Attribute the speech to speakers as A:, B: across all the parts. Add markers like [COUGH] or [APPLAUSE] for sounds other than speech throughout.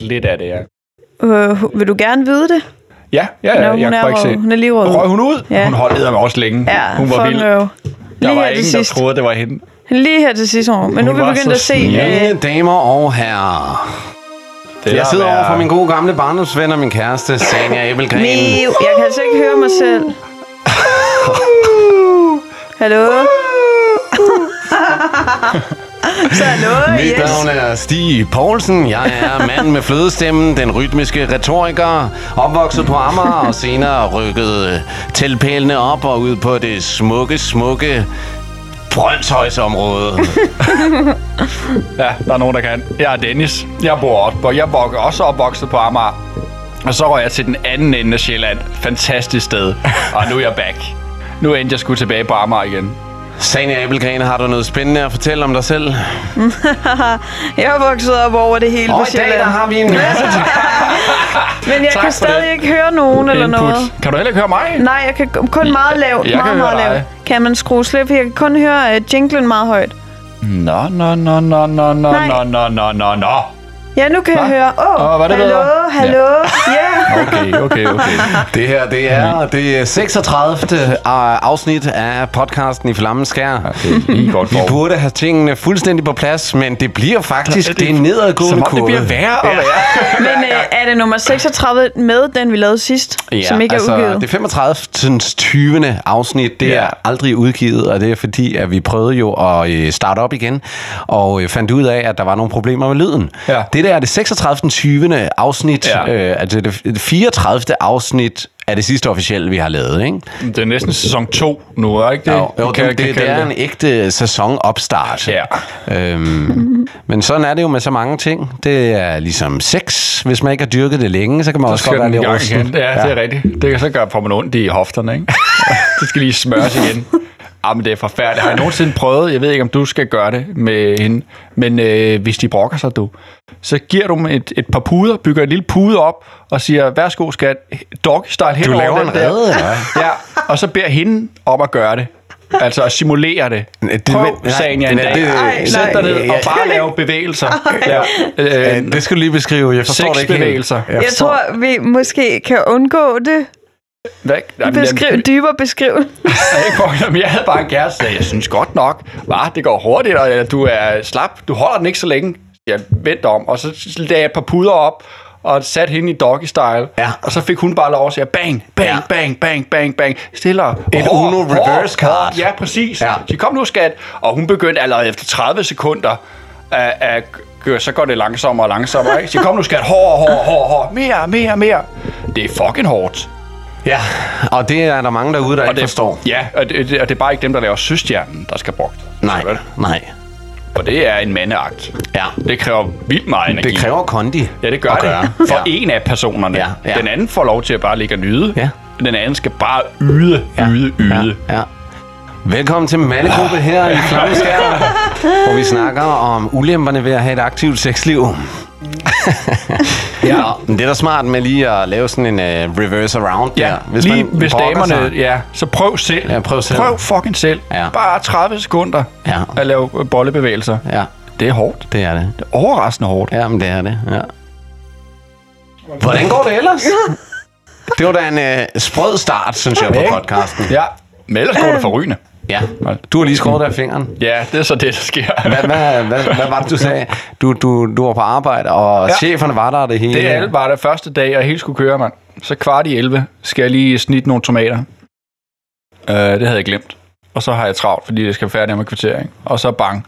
A: Lidt af det, ja.
B: Øh, vil du gerne vide det?
A: Ja, ja, ja.
B: Nå, hun,
A: jeg
B: er
A: kunne ikke se.
B: rød. hun er lige rød.
A: Røg hun ud?
B: Ja.
A: Ja. Hun holdt med også længe.
B: Ja,
A: hun var
B: fuck
A: vild.
B: no.
A: Der
B: Lige
A: var
B: her til
A: ingen, der
B: sidst.
A: troede, det var hende.
B: Lige her til sidste år. Men nu er
A: Hun
B: vi
A: var
B: begyndt
A: så
B: at se...
A: snillig.
B: Øh,
C: Mine damer og herrer,
A: Det
C: jeg
A: der
C: sidder
A: med-
C: over for min gode gamle barndomsven og min kæreste, Sanja Ebelgren.
B: Miu, jeg kan altså ikke høre mig selv. Hallo? Så hallo,
C: [LAUGHS] Mit
B: yes.
C: navn er Stig Poulsen. Jeg er manden med flødestemmen, den rytmiske retoriker, opvokset på Amager og senere rykket tilpælene op og ud på det smukke, smukke
B: [LAUGHS]
C: Brøndshøjsområde.
A: Ja, der er nogen, der kan. Jeg er Dennis. Jeg bor op, og jeg er også opvokset på Amager. Og så røg jeg til den anden ende af Sjælland. Fantastisk sted. Og nu er jeg back. Nu endte jeg skulle tilbage på Amager igen.
C: Sanja Ebelgren, har du noget spændende at fortælle om dig selv?
B: Jeg er vokset op over det hele på
C: Og i dag
B: Sjælland.
C: der har vi en masse
B: Men jeg
A: Tak
B: kan
A: for det.
B: stadig ikke høre nogen eller
A: Input.
B: noget.
A: Kan du heller ikke høre mig?
B: Nej, jeg kan g- kun meget lavt.
A: jeg kan
B: meget,
A: høre
B: meget
A: dig.
B: lavt. Kan man skrue slip? Jeg kan kun høre uh, jinglen meget højt.
A: Nå, nå, nå, nå, nå, nå,
B: Nej.
A: nå, nå, nå, nå, nå.
B: Ja, nu kan jeg høre. Åh,
A: Åh,
B: oh,
A: var det
B: hallo,
A: bedre?
B: hallo.
A: [LAUGHS]
B: Ja.
A: Okay, okay, okay.
C: Det her, det er det 36. afsnit af podcasten i Flammen Skær.
A: Det er lige godt
C: Vi
A: form.
C: burde have tingene fuldstændig på plads, men det bliver faktisk det, det er
A: Som
C: nedadgående
A: om det
C: kurve.
A: bliver værre og værre.
B: Men øh, er det nummer 36 med den, vi lavede sidst, som ikke
C: altså,
B: er udgivet?
C: Det 35. 20. afsnit, det
A: Ja.
C: er aldrig udgivet, og det er fordi, at vi prøvede jo at øh, starte op igen, og øh, fandt ud af, at der var nogle problemer med lyden.
A: Ja.
C: Det der er det 36. 20. afsnit,
A: Ja.
C: øh, altså det det 34. afsnit af det sidste officielle, vi har lavet, ikke?
A: Det er næsten sæson 2 nu, er ikke det?
C: Jo, jo
A: Vi kan-
C: det,
A: kan
C: det, det
A: kalde
C: er en ægte sæsonopstart.
A: Ja.
C: Øhm, men sådan er det jo med så mange ting. Det er ligesom sex. Hvis man ikke har dyrket det længe, så kan man også
A: skal
C: godt være
A: den i
C: lidt
A: gang
C: rusten.
A: igen. Ja, det er rigtigt. Det kan så gøre, får man ondt i hofterne,
C: [LAUGHS]
A: ikke? det skal lige smøres igen. Jamen, det er forfærdeligt. Har jeg nogensinde prøvet, jeg ved ikke, om du skal gøre det med hende, men øh, hvis de brokker sig, du, så giver du dem et, et par puder, bygger en lille pude op, og siger, værsgo skat, doggy style
C: Du
A: henover
C: laver
A: den
C: en
A: der."
C: redde, eller hvad?
A: Ja, og så beder hende om at gøre det. Altså at simulere det.
C: Det-
A: Prøv,
C: nej,
A: sagde jeg en
C: nej,
A: dag.
C: det-
B: Ej,
A: Sæt dig
C: nej.
A: ned og
C: Jeg-
A: bare lave bevægelser. Ja. Øh,
C: Øh, Det skal du lige beskrive. Jeg forstår det ikke helt.
A: Sexbevægelser.
C: Jeg
B: Jeg
C: forstår-
B: tror, vi måske kan undgå det.
A: Hvad? Jamen,
B: Beskriv, dybere beskriv.
A: Jeg, ikke brugt- Jamen, jeg havde bare en kæreste, der sagde, jeg synes godt nok, var, det går hurtigt, og øh, du er slap, du holder den ikke så længe. Jeg vendte om, og så lagde jeg et par puder op, og satte hende i doggy style.
C: Ja.
A: Og så fik hun bare lov at sige, bang, bang,
C: Ja.
A: ja. bang, bang, bang, bang. Stillere.
C: Et
A: Hård,
C: Uno
A: hård,
C: reverse
A: hård.
C: card.
A: Ja, præcis.
C: Ja.
A: Ja. Så kom nu, skat. Og hun begyndte allerede efter 30 sekunder at, at gøre, så går det langsommere og langsommere. Ikke? Så kom nu, skat. Hård, hård, hård, hård. Mere, mere, mere. Det er fucking hårdt.
C: Ja, og det er der mange derude, der
A: Og
C: ikke
A: det,
C: forstår.
A: Ja, og det, det, og det er bare ikke dem, der laver søstjernen, der skal brugt.
C: Nej,
A: Sådan.
C: nej.
A: Og det er en mandeakt.
C: Ja.
A: Det kræver vildt meget energi.
C: Det kræver kondi.
A: ja, det gør
C: at
A: det.
C: gøre.
A: For
C: Ja.
A: en af personerne.
C: Ja, ja.
A: Den anden får lov til at bare ligge og nyde.
C: Ja.
A: Den anden skal bare yde, yde, yde.
C: Ja, ja. Velkommen til Mallegruppe her
A: [LAUGHS]
C: i Flammeskærmen, hvor vi snakker om ulemperne ved at have et aktivt sexliv. ja, [LAUGHS] men det er da smart med lige at lave sådan en uh, reverse around
A: Ja,
C: der.
A: hvis lige hvis
C: brokker
A: damerne,
C: sig.
A: ja, så prøv selv.
C: Ja, prøv selv.
A: Prøv fucking selv.
C: Ja.
A: Bare 30 sekunder
C: Ja.
A: at lave øh, bollebevægelser.
C: Ja,
A: Det er hårdt.
C: det er det.
A: Det er overraskende hårdt.
C: Ja, men det er det, ja. Hvordan går det ellers? [LAUGHS] Det var da en uh, sprød start, synes jeg,
A: Ikke?
C: på podcasten.
A: Ja, men ellers går det forrygende.
C: Ja, du har lige skåret af fingeren.
A: Ja, det er så det, der sker.
C: Hvad, hvad, hvad, hvad var det, du sagde? Du, du, du var på arbejde, og ja.
A: Ja.
C: cheferne var der og det hele.
A: Det er bare det første dag, og hele skulle køre, mand. Så kvart i 11 skal jeg lige snitte nogle tomater. Øh, det havde jeg glemt. Og så har jeg travlt, fordi jeg skal færdig med kvartering. Og så bang,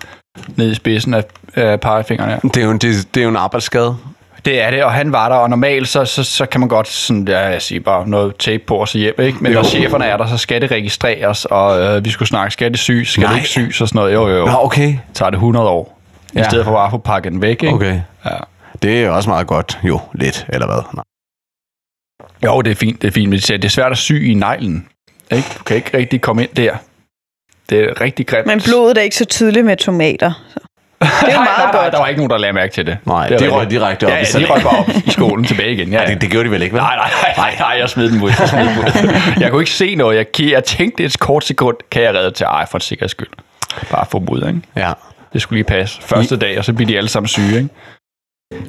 A: ned i spidsen af øh, pegefingrene. her.
C: Det er jo, en- det, det er jo en arbejdsskade.
A: Det er det, og han var der, og normalt så, så, så kan man godt sådan, ja, jeg siger bare noget tape på og så hjem, ikke? Men
C: Jo.
A: når cheferne er der, så skal det registreres, og øh, vi skulle snakke, skal det syes, skal
C: Nej.
A: det ikke syes og sådan noget. Jo, jo, jo.
C: Nå, okay.
A: Tager det 100 år, ja.
C: Ja.
A: i stedet for bare at få pakket den væk, ikke?
C: Okay.
A: Ja.
C: Det er jo også meget godt. Jo, lidt, eller hvad? Nej.
A: Jo, det er fint, det er fint, men de siger, det er svært at sy i neglen. Ikke? Du kan ikke rigtig komme ind der. Det er rigtig grimt.
B: Men blodet er ikke så tydeligt med tomater. så. Det er
A: [LAUGHS]
B: jo
A: Nej, nej,
B: meget
A: nej,
B: godt.
A: Der var ikke nogen, der lagde mærke til det.
C: Nej,
A: det er
C: de
A: rigtigt.
C: røg direkte op
A: ja,
C: i
A: ja, de
C: salaten.
A: røg bare op i skolen tilbage igen. Ja, ja.
C: Det, det gjorde de vel ikke, vel?
A: Nej, nej, nej, nej, nej, jeg smed dem ud. Jeg, smed dem ud. jeg kunne ikke se noget. Jeg, ki- jeg tænkte et kort sekund, kan jeg redde til ej, for en sikkerheds skyld. Bare få dem ud, ikke?
C: Ja.
A: Det skulle lige passe. Første dag, og så bliver de alle sammen syge, ikke?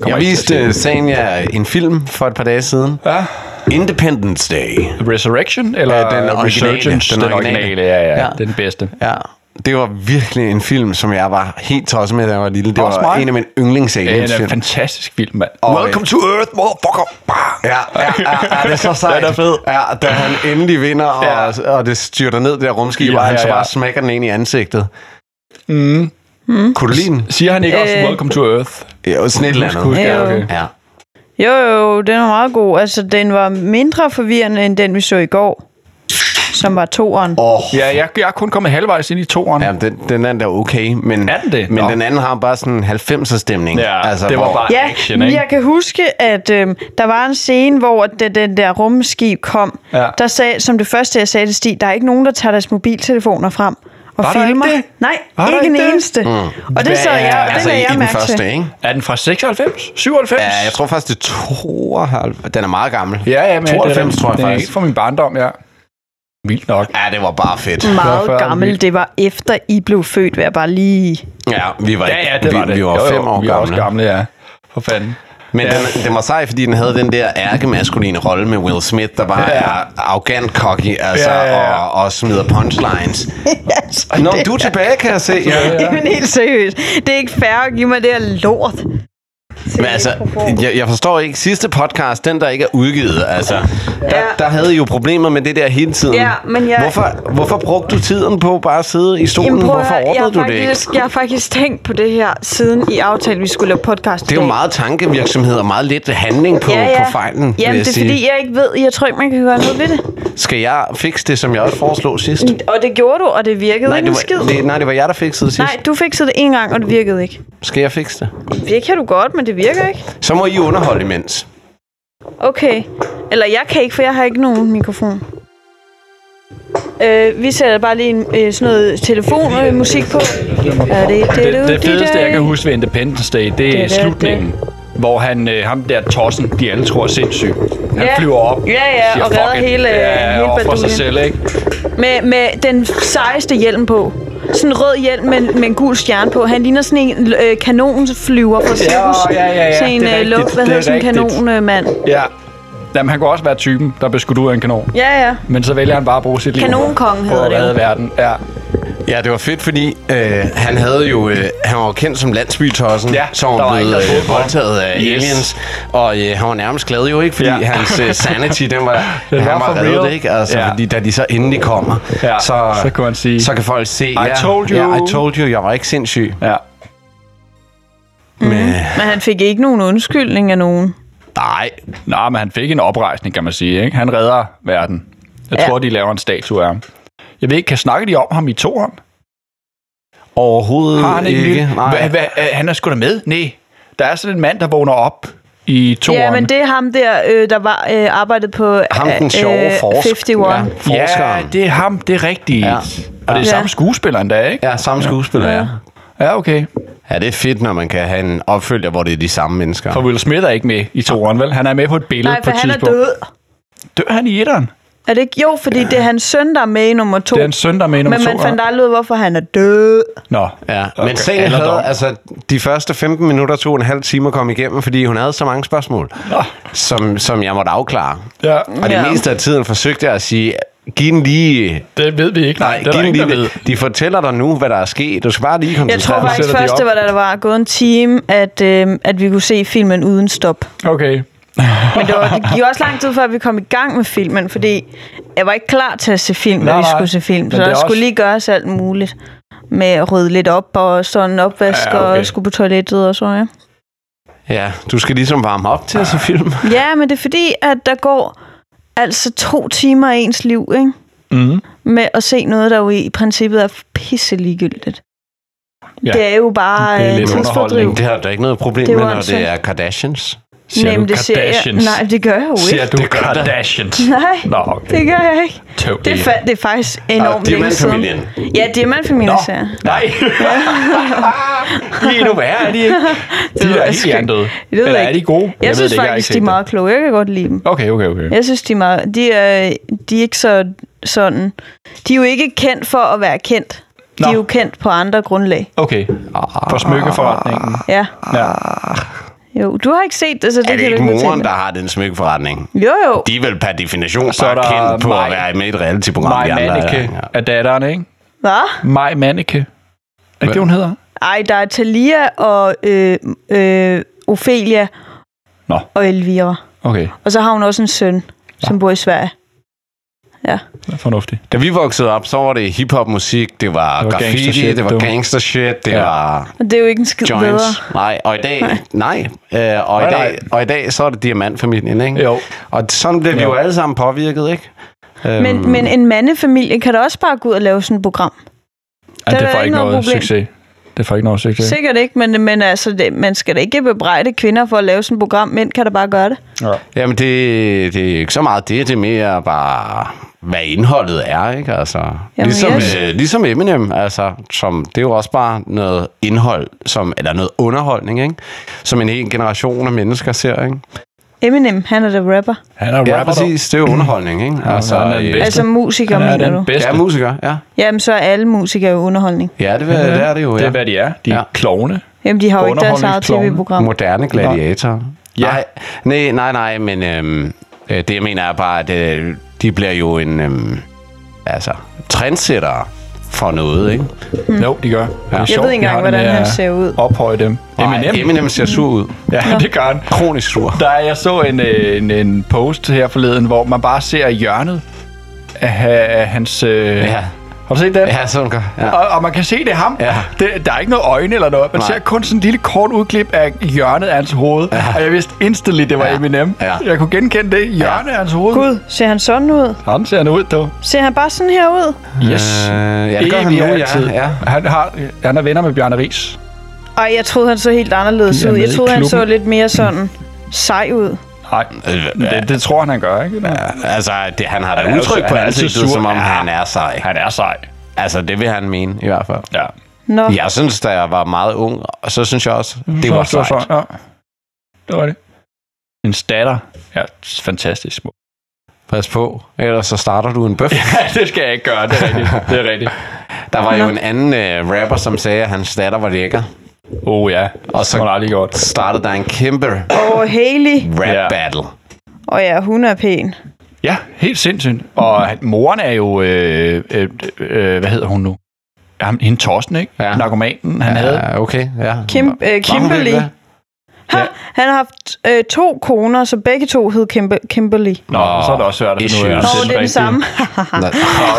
C: Jeg viste Sanja en film for et par dage siden.
A: Ja.
C: Independence Day.
A: Resurrection? Eller
C: Ja, den originale.
A: Resurgence?
C: Den
A: Den, originale.
C: originale.
A: ja, ja,
C: Ja.
A: ja. Den bedste.
C: Ja. Det var virkelig en film, som jeg var helt tosset med, da jeg var lille. Det
A: Også
C: var
A: mig.
C: en af mine yndlings
A: Ja, det er en
C: aliensfilm.
A: fantastisk film, mand.
C: Og-
A: to Earth, motherfucker! Bah!
C: Ja, ja, ja, ja, det er så
A: [LAUGHS]
C: sejt.
A: Den er fed.
C: Ja, da han endelig vinder, og, ja.
A: Ja.
C: og det styrter ned, det der rumskib, ja,
A: Ja,
C: og han
A: ja,
C: så
A: ja.
C: bare smækker den ind i ansigtet. Mm. Kunne du lide den?
A: Siger han ikke også
B: Øh.
A: Welcome to Earth?
C: Ja, sådan et eller
A: Husk,
C: andet.
A: husk,
B: Ja,
A: ja,
B: jo.
A: okay.
C: Ja.
B: Jo, jo, den var meget god. Altså, den var mindre forvirrende, end den, vi så i går, som var toeren.
C: Oh.
A: Ja, jeg, jeg er kun kommet halvvejs ind i toeren.
C: Ja, den, den anden er okay, men,
A: Er den det?
C: men
A: Nå.
C: den anden har bare sådan en 90'er stemning.
A: Ja, det var
C: hvor-
A: bare-
B: Ja,
A: action, ikke?
B: jeg kan huske, at øhm, der var en scene, hvor det, den der rumskib kom.
A: Ja.
B: Der sagde, som det første, jeg sagde til Stig, der er ikke nogen, der tager deres mobiltelefoner frem og
A: Var der
B: filmer.
A: ikke det?
B: Nej,
A: Var der
B: ikke en
A: ikke det?
B: eneste. Mm. Og det så
A: Ja,
B: jeg, og
C: altså
B: det
C: i,
B: lagde
C: i
B: jeg
C: den
B: mærke
C: første,
B: til.
C: ikke?
A: Er den fra 96? 97?
C: Ja, jeg tror faktisk, det er 92. Den er meget gammel.
A: ja, ja men
C: 92,
A: den,
C: tror jeg
A: den er
C: faktisk.
A: ikke fra min barndom, ja. Vildt nok.
C: Ja, det var bare fedt.
A: Det var før,
B: Meget gammel.
A: vi-
B: Det var efter, I blev født, vil jeg bare lige...
C: Ja, vi var,
A: Ja, ja, det var
C: vi,
A: det.
C: Vi var
A: Jo, jo,
C: fem år
A: vi er også
C: gamle.
A: gamle, ja. For fanden.
C: Men
A: Ja.
C: den, den var sej, fordi den havde den der ærkemaskuline rolle med Will Smith, der bare
A: Ja.
C: er arrogant cocky, altså,
A: Ja, ja, ja.
C: Og, og smider
B: [LAUGHS]
C: punchlines.
B: Altså,
C: Nå, du er tilbage, kan jeg se. Ja, ja.
B: Jamen helt seriøst. Det er ikke fair at give mig det her lort.
C: Men altså, jeg, jeg forstår ikke. Sidste podcast, den der ikke er udgivet, altså, der,
B: Ja.
C: der havde I jo problemer med det der hele tiden.
B: Ja, men jeg-
C: Hvorfor, hvorfor brugte du tiden på bare at sidde i stolen?
B: prøv at
C: hvorfor
B: høre,
C: ordnede
B: jeg
C: du
B: har
C: det ikke?
B: faktisk, Jeg har faktisk tænkt på det her, siden I aftalte, at vi skulle lave podcast
C: Det er jo meget tankevirksomhed og meget lidt handling på, på fejlen, vil
B: Jamen,
C: jeg
B: det er
C: sige.
B: fordi, jeg ikke ved, jeg tror ikke, man kan gøre noget ved det.
C: Skal jeg fikse det, som jeg også foreslog sidst?
B: Og det gjorde du, og det virkede
C: Nej,
B: ikke
C: det
B: en
C: var,
B: skid.
C: det, nej, det var jeg, der fik sidst.
B: Nej, du fik det en gang, og det virkede ikke.
C: Skal jeg fikse det?
B: Det kan du godt, men det virker ikke.
C: Så må I underholde imens.
B: Okay. Eller jeg kan ikke, for jeg har ikke nogen mikrofon. Øh, vi sætter bare lige en, øh, sådan noget telefonmusik på. Er det,
A: Det, det fedeste, jeg kan huske ved Independence Day, det er
B: Det er det.
A: slutningen. Hvor han, øh, ham der tossen, de alle tror er sindssyg. Han
B: Ja.
A: flyver op.
B: Ja, ja,
A: siger,
B: og redder
A: "Fuck it."
B: hele- hele
A: ja, for sig
B: baduljen.
A: selv, ikke?
B: Med, med den sejeste hjelm på. Sådan en rød hjelm med, med en gul stjerne på. Han ligner sådan en øh, kanonflyver fra Cirkus.
A: ja, ja, ja.
B: Sådan en,
A: Det er
B: øh,
A: rigtigt,
B: luft, hvad
A: det er
B: hedder sådan en
A: rigtigt.
B: kanonmand.
A: Ja. Jamen, han kunne også være typen, der blev skudt ud af en kanon.
B: Ja, ja.
A: Men så vælger han bare at bruge sit liv
B: Kanonkongen
A: på
B: hedder
A: at
B: det jo.
A: redde verden. Ja.
C: Ja, det var fedt, fordi øh, han havde jo øh, han var jo kendt som landsbytossen,
A: Ja,
C: som
A: der var
C: blev
A: ikke noget
C: øh,
A: håb for ham.
C: voldtaget af
A: Yes.
C: aliens, og øh, han var nærmest glad jo ikke, fordi ja.
A: Ja.
C: hans øh, sanity, den var,
A: [LAUGHS] Den
C: han
A: var
C: var
A: for
C: reddet,
A: real.
C: ikke? Altså, ja.
A: Ja.
C: fordi da de så endelig kommer,
A: Ja,
C: så,
A: så kunne man sige,
C: så kan folk se, I ja,
A: told you.
C: ja, I told you, jeg var ikke sindssyg.
A: Ja.
C: Mm. Men,
B: Men han fik ikke nogen undskyldning af nogen.
C: nej,
A: Nå, men han fik en oprejsning, kan man sige. Ikke? Han redder verden. Jeg
B: Ja.
A: tror, de laver en statue af ham. Jeg ved ikke, kan snakke de om ham i toeren?
C: overhovedet
A: Har han ikke?
C: ikke.
A: ikke?
C: nej.
A: Hva, hva, øh, han er sgu da med? Nej. Der er sådan en mand, der vågner op i toeren.
B: Ja, men det er ham der, øh, der var øh, arbejdet på
C: Ham den sjove øh, forsker.
B: 51. Ja.
C: forskeren.
A: Ja, det er ham. Det er rigtigt.
C: Ja.
A: Ja. Og det er
B: Ja.
A: samme skuespiller endda, ikke?
C: Ja, samme skuespiller, ja.
A: Ja, okay.
C: Ja, det er fedt, når man kan have en opfølger, hvor det er de samme mennesker.
A: For Will Smith er ikke med i toeren, vel? Han er med på et billede
B: Nej,
A: på
B: for
A: et
B: han er
A: tidspunkt.
B: død.
A: Dør han i etteren?
B: Er det ikke? Jo, fordi det er hans søn, der er med i nummer to.
A: Det er en søndag med i nummer
B: Men man
A: toeren.
B: fandt aldrig ud, hvorfor han er død.
A: Nå.
C: Ja, okay. men sagen
A: Alderdom.
C: havde, altså, de første 15 minutter tog en halv time at komme igennem, fordi hun havde så mange spørgsmål,
A: Nå.
C: som, som jeg måtte afklare.
A: Ja,
C: Og det
B: Ja.
C: meste af tiden forsøgte jeg at sige, giv den lige...
A: det ved vi ikke.
C: Nej,
A: det er
C: giv
A: der
C: den
A: ingen, der
C: lige
A: ved.
C: lidt. De fortæller dig nu, hvad der er sket. Du skal bare lige
B: Jeg tror
C: koncentrere dig.
B: faktisk
A: sætter de
B: først,
A: op.
B: det var, da der var gået en time, at, øh, at vi kunne se filmen uden stop.
A: Okay.
B: Men det, var, det gik også lang tid, før vi kom i gang med filmen, fordi jeg var ikke klar til at se film, når
A: Nej,
B: vi
A: nej.
B: skulle se film.
A: Men
B: Så
A: det
B: der
A: er
B: også... skulle
A: også-
B: lige gøres alt muligt med at rydde lidt op og sådan en opvask
A: Ja,
B: ja, okay.
A: okay.
B: og skulle på toilettet og så, ja.
C: Ja, du skal ligesom varme op til at se
A: [LAUGHS]
C: film.
B: Ja, men det er fordi, at der går altså to timer af ens liv, Oh, ikke?
A: Mm.
B: Med at se noget, der jo i princippet er pisse ligegyldigt.
A: Ja.
B: Ja. Det er jo bare
A: Det er
B: øh,
A: lidt
B: tidsfordriv.
A: underholdning.
C: Det har du ikke noget problem
B: Det er
C: med,
B: jo
C: når det
B: åndssvagt.
C: er Kardashians.
A: Ser
B: Jamen,
A: du
B: det ser jeg.
A: Kardashians?
B: Nej, det gør jeg jo
A: Ser du
B: ikke.
C: Det gør der.
A: Kardashians?
B: [LAUGHS] Nej,
A: Nå, okay.
B: det gør jeg ikke.
A: Tøv,
B: Det er, fa- det er faktisk enormt
C: det er
B: længe siden.
C: mandfamilien.
B: Ja, diamantfamilien,
A: Nå,
B: ser jeg.
A: [LAUGHS] nej. de er endnu værre, er de ikke? De
B: ved
A: er
B: jeg
A: helt
B: sgu ikke.
A: jerndøde.
B: Det ved
A: Eller
B: jeg
A: er de
B: ikke.
A: gode?
B: Jeg, jeg synes
A: det ikke,
B: faktisk, de
A: ikke
B: er
A: set
B: meget kloge. Jeg kan godt lide dem.
A: dem. Okay, okay, okay.
B: Jeg synes, de er meget... De er, de er ikke så sådan... De er jo ikke kendt for at være kendt. De er
A: Nå.
B: jo kendt på andre grundlag.
A: Ah. Okay. For smykkeforretningen.
B: Ja.
A: Ja.
B: Ah. Jo, du har ikke set det, så det
C: Er det
B: kan
C: ikke
B: du fortælle.
C: moren, der har den smykkeforretning?
B: Jo, jo.
C: De er vel per definition
A: Så
C: så
A: er
C: bare
A: der
C: kendt på
A: Maj-
C: at være med i et reality-program.
A: Maj
C: de andre er-
A: Manneke
C: ja.
A: er datteren, ikke?
B: Hvad?
A: Maj Manneke. Er det ikke det, hun hedder?
B: Ej, der er Thalia og øh, øh, Ophelia
A: Nå.
B: og Elvira.
A: Okay,
B: Og så har hun også en søn, som bor i Sverige. Ja.
A: det er fornuftigt.
C: Da vi voksede op, så var det hiphop-musik, det var,
A: Det var
C: graffiti,
A: gangster shit,
C: det var
A: du.
C: gangster shit, det
A: Ja.
C: var
B: Og det er jo ikke en skid
C: joints.
B: bedre.
C: Nej, og i dag, nej, øh, og, i
A: Nej, nej.
C: dag, og i dag, så er det diamantfamilien, ikke?
A: Jo.
C: Og sådan bliver vi
A: Jo.
C: jo alle sammen påvirket, ikke? Øhm,
A: Øh.
B: Men, men en mandefamilie kan da også bare gå ud og lave sådan et program.
A: Ja,
B: Der
A: det
B: er
A: får
B: ikke
A: ikke
B: noget
A: noget,
B: problem.
A: succes. Det får ikke noget succes.
B: Sikkert ikke, men, men altså, det, man skal da ikke bebrejde kvinder for at lave sådan et program. Mænd kan da bare gøre det.
A: Ja.
C: Jamen, det, det er ikke så meget det, det er mere bare, hvad indholdet er, ikke? Altså,
B: Jamen,
C: ligesom,
B: yes.
C: øh, ligesom Eminem, altså, som, det er jo også bare noget indhold, som, eller noget underholdning, ikke? Som en hel generation af mennesker ser, ikke?
B: Eminem, han er da rapper.
A: Han er
C: Ja,
A: rapper, dog.
C: præcis. Det er jo underholdning, ikke? Altså,
A: han er den
C: øh,
A: bedste.
B: Altså musiker,
A: Han er
B: mener du?
A: den bedste.
C: ja, musiker, ja.
B: Jamen, så er alle musikere jo underholdning.
C: Ja, det, ja, det er det jo,
A: Mhm. Det
C: ja.
A: er, hvad de er. De er
C: Ja.
A: ja. klovne.
B: Jamen, de har jo ikke deres eget
A: Underholdningsklovne.
B: tv-program.
C: Moderne gladiatorer.
A: Ja.
C: Nej, nej, nej, nej, men øhm, øh, det jeg mener er bare, at øh, de bliver jo en øhm, altså, trendsættere for noget, ikke?
A: Mm. Jo, de gør. Det er
C: Jeg
A: sjovt,
B: ved ikke
A: de har
B: engang,
A: det
B: hvordan
A: med
B: han
A: at
B: ser ud.
A: Ophøje dem.
C: Eminem.
A: Eminem.
C: Eminem ser sur ud.
A: Ja, det gør han.
C: Kronisk sur.
A: Der er, jeg så en, øh, en, en post her forleden, hvor man bare ser hjørnet af, af hans... Øh...
C: Ja.
A: Har du set den?
C: Ja, sådan gør. Ja.
A: Og, og man kan se, det er ham.
C: Ja.
A: Det, der er ikke noget øjne eller noget. Man
C: Nej.
A: Nej. ser kun sådan en lille kort udklip af hjørnet af hans hoved. Ja. Og jeg vidste instantly, det var
C: Ja.
A: ja. Eminem.
C: Ja.
A: Jeg kunne genkende det hjørne ja. af hans hoved.
B: Gud, ser han sådan ud?
A: Sådan ser han ud, dog.
B: Ser han bare sådan her ud?
A: Yes.
C: Øh, ja, det gør han
A: Evig
C: nu, ja.
A: altid.
C: ja.
A: Han, har, han er venner med Bjarne Ries.
B: Ej, jeg troede, han så helt anderledes
A: De er
B: ud.
A: med
B: Jeg
A: i
B: troede, han så
A: klubben. Mm.
B: lidt mere sådan sej ud.
A: Nej, det, det tror han, han gør, ikke? Ja.
C: Øh, Altså, det, han har
A: Han
C: da
A: er
C: udtryk
A: jo-
C: på
A: han er altid
C: ansigtet,
A: sur.
C: som om
A: Ja.
C: han er sej.
A: Han er sej.
C: Altså, det vil han mene, i hvert fald.
A: Ja.
B: Nå, ja.
C: Jeg synes, da jeg var meget ung, og så synes jeg også, det var
A: Mm. så,
C: sejt.
A: så, ja. Det var det. En datter er [LAUGHS] fantastisk smuk.
C: Pas på, ellers så starter du en bøf.
A: det skal jeg ikke gøre, det er rigtigt. Det er rigtigt.
C: Der var jo en anden øh, rapper, som sagde, at hans datter var lækker.
A: Oh ja, og så
C: Hun
A: hun
C: har
A: aldrig godt.
C: Startede der en kæmpe
B: og Haley.
C: rap
A: Ja.
C: battle.
B: Og ja, hun er pæn.
A: Ja, helt sindssygt. Og han- moren er jo, øh, øh, øh, hvad hedder hun nu? Ham, hende Torsten, ikke?
C: Ja.
A: Ja. Narkomanen, han ja. havde.
C: Ja, okay, ja.
B: Kim, øh,
C: Var hun
B: Kimberly.
C: virkelig det?
B: Ha, han har haft øh, to koner, så begge to hed Kimber, Kimberly.
A: Nå,
C: Nå,
A: så er det også svært at finde ud af.
C: issues.
A: om
B: Nå,
C: Den
B: det er den
A: rigtige-
B: samme.
C: Nå,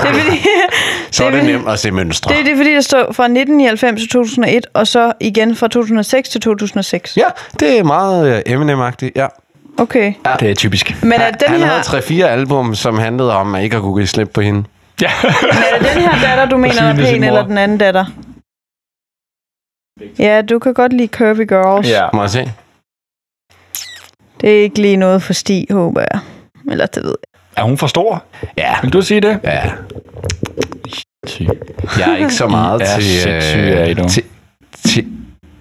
B: Det er fordi, [LAUGHS]
C: Så er
B: det
C: det
B: vil-
C: nemt at se mønstre.
B: det, er- det er fordi, der står fra 1999 til 2001, og så igen fra 2006 til 2006.
C: Ja, det er meget øh, Eminem-agtigt, ja.
B: Okay.
A: Det er typisk.
B: Men er den
C: han
B: her,
C: havde tre-fire album, som handlede om, at ikke at kunne give slip på hende.
A: Ja.
B: men er det den her datter, du mener er
A: Synet sin
B: pæn,
A: mor.
B: eller den anden datter? Ja, du kan godt lide Curvy Girls.
A: [LAUGHS] ja.
C: Må jeg se?
B: Det er ikke lige noget for Stig, håber jeg. Eller det ved jeg.
A: Er hun for stor?
C: Ja.
A: Vil du sige det?
C: Ja,
A: Sy.
C: jeg er ikke så
A: [LAUGHS]
C: meget
A: I er
C: til, øh,
A: sindssyge, er I nu.
C: til, til...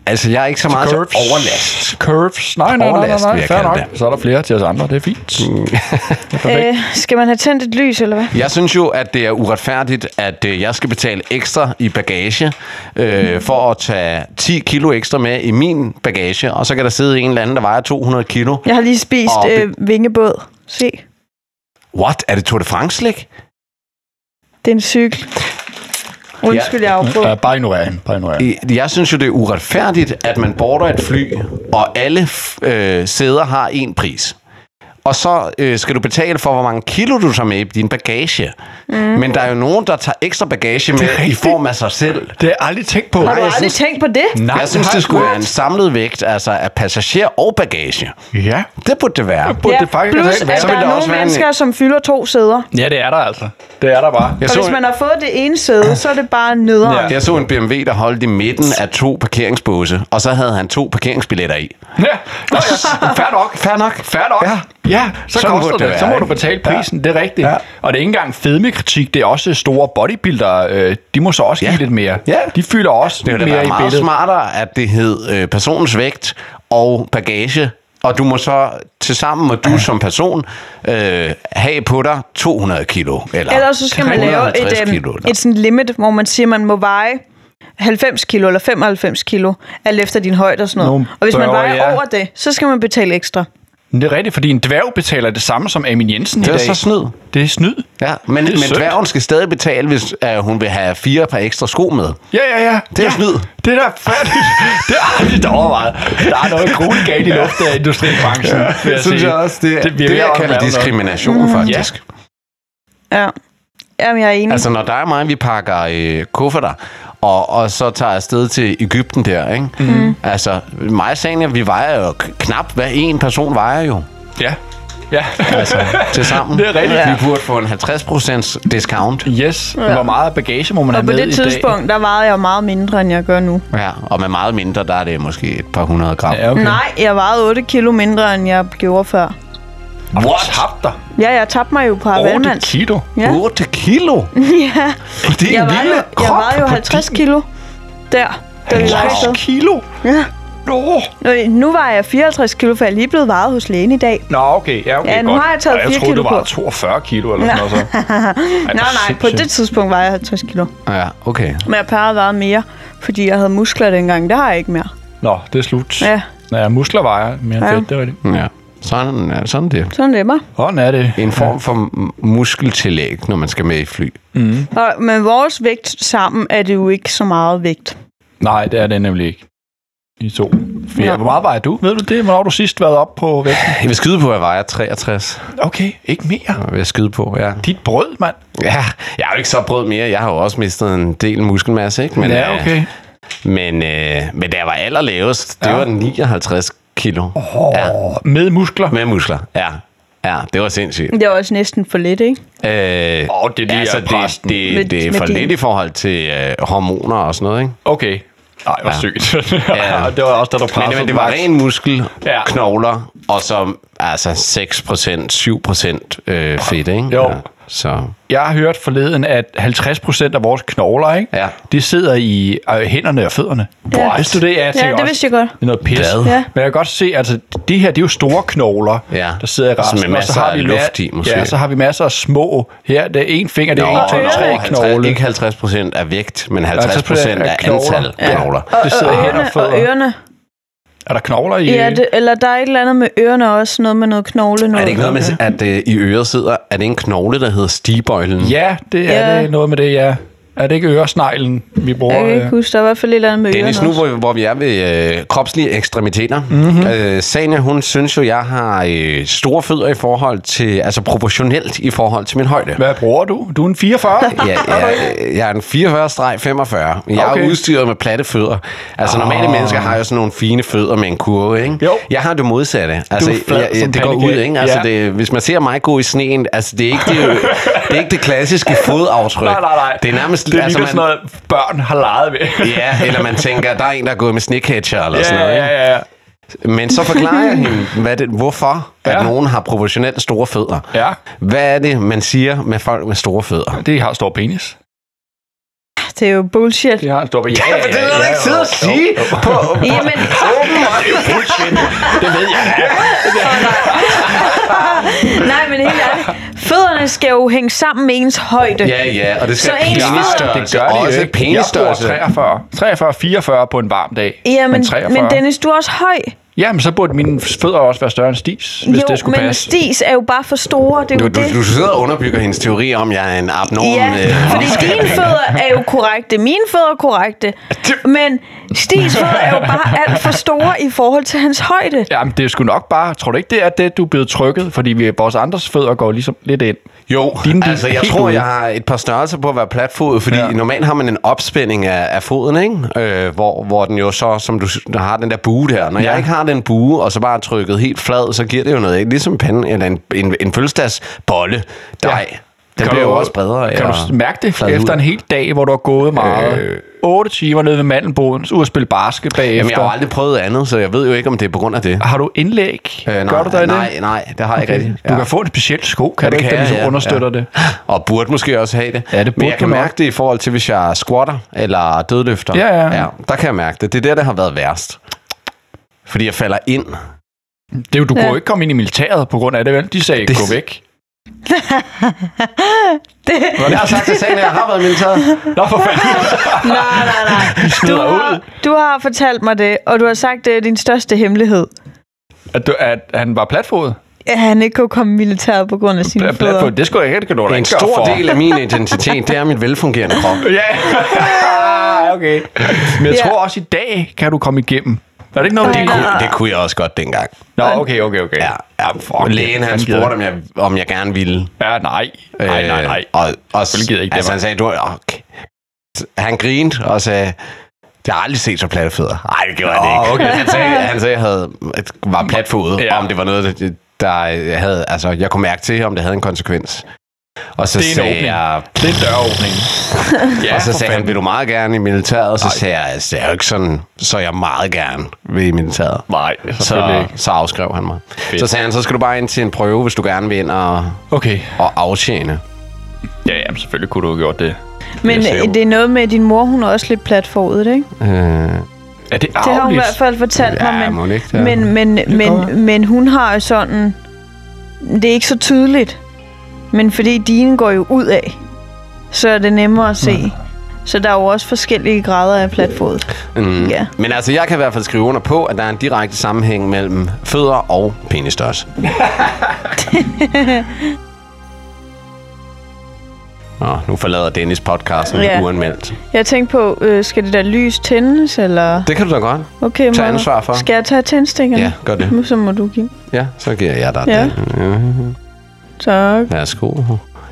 C: Altså, jeg er ikke så meget til
A: Curves.
C: overlast.
A: Curves. Nej, nej, nej, nej,
C: Overlast, vil
A: nej.
C: jeg
A: Fair
C: kalde Mm.
A: nok. Så er der flere til os andre. Det er fint. Det er perfekt.
B: Øh, skal man have tændt et lys, eller hvad?
C: Jeg synes jo, at det er uretfærdigt, at øh, jeg skal betale ekstra i bagage øh, for at tage 10 kilo ekstra med i min bagage, og så kan der sidde en eller anden, der vejer 200 kilo.
B: Jeg har lige spist
C: Åh, det-
B: øh, vingebåd. Se,
C: What? Er det Tour de France-læg?
B: det er en cykel. Undskyld, jeg afbrød.
A: Ja, Øh, bare ignorer hende. Bare ignorer hende.
C: Øh, Jeg synes jo, det er uretfærdigt, at man border et fly, og alle f- øh, sæder har en pris. Og så øh, skal du betale for, hvor mange kilo du tager med i din bagage. Mm. Men der er jo nogen, der tager ekstra bagage med i
A: rigtigt.
C: form af sig selv.
A: Det har jeg aldrig tænkt på.
B: Har du
C: jeg
B: aldrig
C: synes-
B: tænkt på det?
A: Nej,
C: Jeg synes,
A: nej,
C: det skulle
A: what?
C: være en samlet vægt, altså af passager og bagage.
A: Ja.
C: Det burde det være.
A: Burde det faktisk altså,
B: plus
A: have
B: at
A: været.
C: Så
B: der
C: ville
B: er
C: der
B: nogle
C: også være en-
B: mennesker, som fylder to sæder.
A: Ja, det er der altså. Det er der bare.
B: Og
C: Jeg så,
B: hvis man har fået det ene sæde, så er det bare nederen.
A: Ja.
C: jeg så en BMW, der holdt i midten af to parkeringsbåse, og så havde han to parkeringsbilletter i.
A: Ja. Nå, ja. Fair nok.
C: Fair nok.
A: Fair nok.
C: Ja.
A: ja så
C: Sådan
A: koster
C: burde
A: det.
C: det
A: det.
C: være,
A: så må
C: ikke?
A: du betale prisen, ja. det er rigtigt. Ja. Og det er ikke engang fedmekritik, det er også store bodybuildere. øh, De må så også
C: Ja.
A: give lidt mere.
C: Ja.
A: De fylder også
C: Det
A: det
C: ville da
A: mere
C: være
A: i
C: meget
A: billedet.
C: smartere, at det hed øh, personens vægt og bagage, og du må så tilsammen med du som person øh, have på dig 200 kilo. Eller
B: Ellers så skal man lave
C: 350
B: et,
C: kilo,
B: um, et sådan limit, hvor man siger, man må veje 90 kilo eller 95 kilo, alt efter din højde og sådan noget.
A: Nogle
B: og hvis man
A: bøger,
B: vejer
A: ja.
B: over det, så skal man betale ekstra.
A: Men det er rigtigt, fordi en dværg betaler det samme som Amin Jensen
C: Det
A: i
C: er
A: dag.
C: så snyd.
A: Det er snyd.
C: Ja, men,
A: Det er
C: men
A: synd.
C: dværgen skal stadig betale, hvis øh, hun vil have fire par ekstra sko med.
A: Ja, ja, ja.
C: Det er
A: ja.
C: snyd.
A: Det er da færdigt. [LAUGHS] det er aldrig overvejet. Der er noget grueligt galt i luften af industribranchen. Ja,
C: Det synes jeg også. Det, det, det jeg kalder diskrimination, mm. faktisk. Ja.
B: Ja. Jamen, jeg er enig. Altså,
C: Altså, når dig og mig, vi pakker øh, kufferter, og, og så tager afsted til Ægypten der, ikke? Mm. Altså, mig og Sanja, vi vejer jo k- knap, hvad en person vejer jo
A: Ja. Ja.
C: altså, til sammen.
A: [LAUGHS] Det er rigtigt.
C: Vi burde få en 50% discount.
A: Yes. Hvor meget bagage må man
B: og
A: have
B: på
A: med
B: det
A: i dag?
B: tidspunkt, der vejede jeg meget mindre, end jeg gør nu.
C: Ja, og med meget mindre, der er det måske et par hundrede gram.
A: Ja, okay.
B: Nej, jeg vejede 8 kilo mindre, end jeg gjorde før.
A: What? Tabt dig.
B: Ja, jeg tabte mig jo på
A: 8
B: Havelmands.
A: kilo.
B: Ja.
C: 8 kilo?
B: [LAUGHS] ja.
C: Det er
B: Jeg
C: en
B: var, jo,
C: lille
B: jeg
C: krop.
B: var jo 50 kilo der, da vi var afsted.
A: 50 kilo?
B: Ja.
A: Nå.
B: Nå, Nu var jeg 54 kilo, for jeg er lige blevet vejet hos lægen i dag.
A: Nå, okay. Ja, okay,
B: Ja, nu
A: godt.
B: har jeg taget
A: Ej,
B: fire
A: troede,
B: kilo
A: du var
B: på.
A: 42 kilo eller sådan noget.
B: [LAUGHS]
A: Så. Ej, hvor
B: Nej, nej, på
A: sindssygt.
B: det tidspunkt var jeg 50 kilo.
C: Ja, okay.
B: Men jeg plejede at veje mere, fordi jeg havde muskler dengang. Det har jeg ikke mere.
A: Nå, det er slut.
B: Ja.
A: Ja, muskler vejer mere end
B: Ja.
A: fedt, det er rigtigt.
C: Ja. Sådan, er- sådan det.
B: Sådan det mig.
A: Hvordan er det?
C: En form for m- muskeltillæg, når man skal med i fly.
B: Og med vores vægt sammen er det jo ikke så meget vægt.
A: Nej, det er det nemlig ikke. I to. Ja.
B: Nå.
A: Hvor meget vejer du? Ved du det? Hvornår har du sidst været op på vægten?
C: Jeg vil skyde på, at jeg vejer
A: [SIGHS]
C: 63.
A: Okay, ikke mere.
C: Jeg vil skyde på, ja.
A: Dit brød, mand.
C: Ja, jeg er jo ikke så brød mere. Jeg har jo også mistet en del muskelmasse, ikke? Men,
A: ja, okay.
C: øh, men, øh, men da jeg var allerlavest, det
A: Ja.
C: var 59 kilo.
A: Åh, Med muskler.
C: Med muskler, ja. Ja, det var sindssygt.
B: Det er også næsten for lidt, ikke?
C: Øh, altså,
A: Åh, det er lige af
C: det,
A: præsten.
B: Med-
C: det, det er
B: med
C: for
B: din-
C: lidt i forhold til øh, hormoner og sådan noget, ikke?
A: Okay. Nej, hvor
C: Ja.
A: sygt.
C: Ja.
A: Og [LAUGHS] det var også, da du
C: Men,
A: pressede
C: men det var
A: Max.
C: ren muskel,
A: Ja.
C: ja. knogler, og så altså 6%, 7% øh, fedt, ikke?
A: Jo.
C: Ja, så
A: Jeg har hørt forleden, at 50% af vores knogler, ikke?
C: Ja.
A: de sidder i øh, hænderne og fødderne.
B: Ja.
A: Wow, Vidste du det? Ja, jeg
B: Ja,
A: tænker
B: det
A: også,
B: vidste jeg godt.
A: Det er noget pis.
C: Hvad?
B: Ja.
A: Men jeg kan godt se, altså, det her, det er jo store knogler,
C: Ja.
A: der sidder i
C: Som
A: resten.
C: med
A: og så
C: masser
A: har
C: af
A: vi ma-
C: luft i, måske.
A: Ja, så har vi masser af små. Her, det er en finger, det er
C: Nå,
A: en, to,
C: nå,
A: tre
C: 50,
A: knogle.
C: ikke 50 procent af vægt, men 50
A: 50%
C: procent af
A: knogler.
C: antal
A: Ja.
C: knogler.
A: Det sidder i hænder og
B: ørerne og
A: fødder.
B: ørerne.
A: Er der knogler i?
B: Ja, det, eller der er et eller andet med ørerne også. Noget med noget knogle. Noget.
C: Er det ikke noget med, at øh, i øret sidder, er det en knogle, der hedder stigbøjlen?
A: ja, det er
B: Ja.
A: det noget med det, ja. Er det ikke øresneglen, vi bruger?
B: Jeg kan
A: øh?
B: ikke huske, der er i hvert fald et eller andet med
C: Dennis,
B: ørerne
C: nu
B: også.
C: hvor, hvor vi er ved øh, kropslige ekstremiteter,
A: Mhm.
C: mm-hmm. øh, Sanja, hun synes jo, jeg har øh, store fødder i forhold til, altså proportionelt i forhold til min højde.
A: Hvad bruger du? Du er en 44?
C: Ja, jeg, jeg er en 44-45. Jeg
A: Okay. Ah.
C: er udstyret med platte fødder. Altså normale mennesker har jo sådan nogle fine fødder med en kurve, ikke?
A: Jo.
C: Jeg har det modsatte. Altså,
A: er flad
C: jeg,
A: som
C: jeg, det går ud,
A: pandekage.
C: ikke? Altså,
A: Ja.
C: det, hvis man ser mig gå i sneen, altså det er ikke det,
A: [LAUGHS]
C: det, er ikke det klassiske fodaftryk.
A: Nej, nej, nej.
C: Det er nærmest...
A: det er altså,
C: altså,
A: sådan noget, børn har leget ved.
C: Ja, eller man tænker, der er en, der er gået med sneakatcher eller sådan noget.
A: [LAUGHS] ja,
C: Ikke?
A: ja, ja.
C: Men så forklarer
A: [LAUGHS]
C: jeg hende, hvad det, hvorfor ja.
A: Ja.
C: at nogen har proportionelt store fødder.
A: Ja.
C: Hvad er det, man siger med folk med store fødder?
A: Det har stor penis.
B: Det er jo bullshit.
A: Det har en stor penis. Ja, ja,
C: Det vil jeg ikke sidde og sige på
B: Jamen,
A: Bullshit. Det ved jeg.
B: [LAUGHS] nej, men helt ærligt. Fødderne skal jo hænge sammen med ens højde.
C: Ja, ja, og det skal
B: Så
C: så
B: ens
C: penisstørrelse.
A: Det gør de
C: også
A: jo ikke.
C: penisstørrelse.
A: Jeg bruger 43, 43, 44 på en varm dag.
B: Jamen,
A: men 43.
B: men Dennis, du er også høj.
A: Jamen, så burde mine fødder også være større end Stis, hvis
B: jo,
A: det skulle
B: men
A: passe.
B: stis er jo bare for store. Det er
C: Du,
B: jo
C: du,
B: det.
C: du sidder og underbygger hendes teori om, at jeg er en abnorm...
B: Ja,
C: øh,
B: fordi
C: menneske.
B: dine fødder er jo korrekte, mine fødder er korrekte, men Stis fødder er jo bare alt for store i forhold til hans højde.
A: Jamen, det er sgu nok bare... Tror du ikke, det er det, du er blevet trykket? Fordi vi, vores andres fødder går ligesom lidt ind.
C: Jo,
A: Dine, de er
C: altså jeg
A: helt
C: tror,
A: ude.
C: jeg har et par størrelser på at være platfodet, fordi
A: Ja.
C: ja. normalt har man en opspænding af, af foden, ikke? Øh, hvor, hvor den jo så, som du s- der har den der bue der. Når
A: Ja.
C: ja. jeg ikke har den bue, og så bare er trykket helt flad, så giver det jo noget. Ikke? Ligesom panden, eller en, en, en fødselsdagsbolle, dej. Ja. Den
A: Kan
C: bliver
A: du-
C: jo også bredere.
A: Kan
C: af
A: du
C: at
A: mærke det
C: flade ud.
A: efter en hel dag, hvor du har gået meget? Øh. 8 timer nede ved mandelboden, ud og spille basket
C: Jamen,
A: bagefter.
C: jeg har jo aldrig prøvet andet, så jeg ved jo ikke, om det er på grund af det.
A: Har du indlæg?
C: Øh, nej,
A: Gør du dig
C: nej,
A: det? Øh,
C: nej, det har jeg ikke rigtigt.
A: Du kan få en speciel sko, kan
C: Ja,
A: du ikke, der
C: jeg,
A: ligesom understøtter det?
C: Og burde måske også have det.
A: Ja, det
C: Men
A: burde
C: jeg kan
A: du nok.
C: mærke det i forhold til, hvis jeg squatter eller dødløfter.
A: Ja, ja.
C: Der kan jeg mærke det. Det er der, det har været værst. Fordi jeg falder ind.
A: Det er jo, du ja.
B: Ja.
A: kunne jo ikke komme ind i militæret på grund af det, vel? De sagde,
C: Det-
A: gå væk.
B: Det,
C: Jeg har sagt til sagen, at jeg har været militæret.
A: [LAUGHS] Nå, for
C: [LAUGHS]
A: fanden.
B: nej, nej, nej. Du
A: smider
B: har, du har fortalt mig det, og du har sagt, det er din største hemmelighed.
A: At, du, at han var platfodet?
B: At han ikke kunne komme i militæret på grund af sine
A: Pla-
B: fødder.
A: Platfodet, det skulle jeg ikke, det kan du da
C: En
A: ikke gøre
C: stor
A: for.
C: del af min identitet, det er mit velfungerende krop.
A: [LAUGHS] Ja,
C: Ah,
A: okay. Men jeg
B: Ja.
A: tror også, i dag kan du komme igennem. Er det ikke noget, med
B: Nej,
A: din
B: nej.
A: kunne?
C: Kunne- Det kunne jeg også godt dengang.
A: Nå, okay, okay, okay.
C: Ja, ja
A: fuck, det er
C: Lægen han
A: fandme kedeligt.
C: spurgte, om jeg, om jeg gerne ville.
A: Ja, nej. Nej, nej, nej.
C: Øh, Og, og,
A: Selvfølgelig gider jeg ikke det,
C: altså, han
A: mand.
C: sagde, du er... Okay. Han grinte og sagde, jeg har aldrig set så platte fødder. Nej, det gjorde han
A: Nå,
C: ikke.
A: okay.
C: Han sagde, han sagde, jeg havde, at var platfodet,
A: Ja.
C: ja. om det var noget, der, der jeg havde, altså, jeg kunne mærke til, om det havde en konsekvens. Og så
A: Det er en
C: sagde
A: åbning.
C: jeg,
A: Det er en døråbning. ja,
C: [LAUGHS] og så
A: for
C: sagde han,
A: fanden.
C: vil du meget gerne i militæret? Og så sagde jeg, altså, det er jo ikke sådan, så jeg meget gerne vil i militæret.
A: Nej, selvfølgelig
C: Så,
A: ikke.
C: så afskrev han mig. Så sagde han, så skal du bare ind til en prøve, hvis du gerne vil ind og,
A: Okay.
C: og aftjene.
A: Ja, jamen, selvfølgelig kunne du have gjort det.
B: Men
C: Jeg ser jo-
B: øh, det er noget med, at din mor, hun er også lidt platformet, ikke?
C: Øh,
A: Er det
B: Det har hun i
A: arveligt?
B: hvert fald fortalt
C: Ja,
B: mig, men,
C: må hun ikke, ja.
B: men, men,
A: godt være.
B: men, men hun har jo sådan... Det er ikke så tydeligt, men fordi dine går jo ud af, så er det nemmere at se. Så der er jo også forskellige grader af platfod.
C: Mm.
B: Ja.
C: Men altså, jeg kan i hvert fald skrive under på, at der er en direkte sammenhæng mellem fødder og
B: [LAUGHS]
C: penisstørrelse. Nå, nu forlader Dennis podcasten
B: Ja.
C: yeah. uanmeldt.
B: Jeg tænkte på, øh, skal det der lys tændes, eller...
C: Det kan du da godt.
B: Okay,
C: Tag
B: må-
C: ansvar for.
B: Skal jeg tage tændstikkerne?
C: Ja, gør det.
B: Nu så må du give.
C: Ja, så giver jeg dig
B: Ja.
C: ja. den.
B: [LAUGHS] Tak.
C: Ja, værsgo.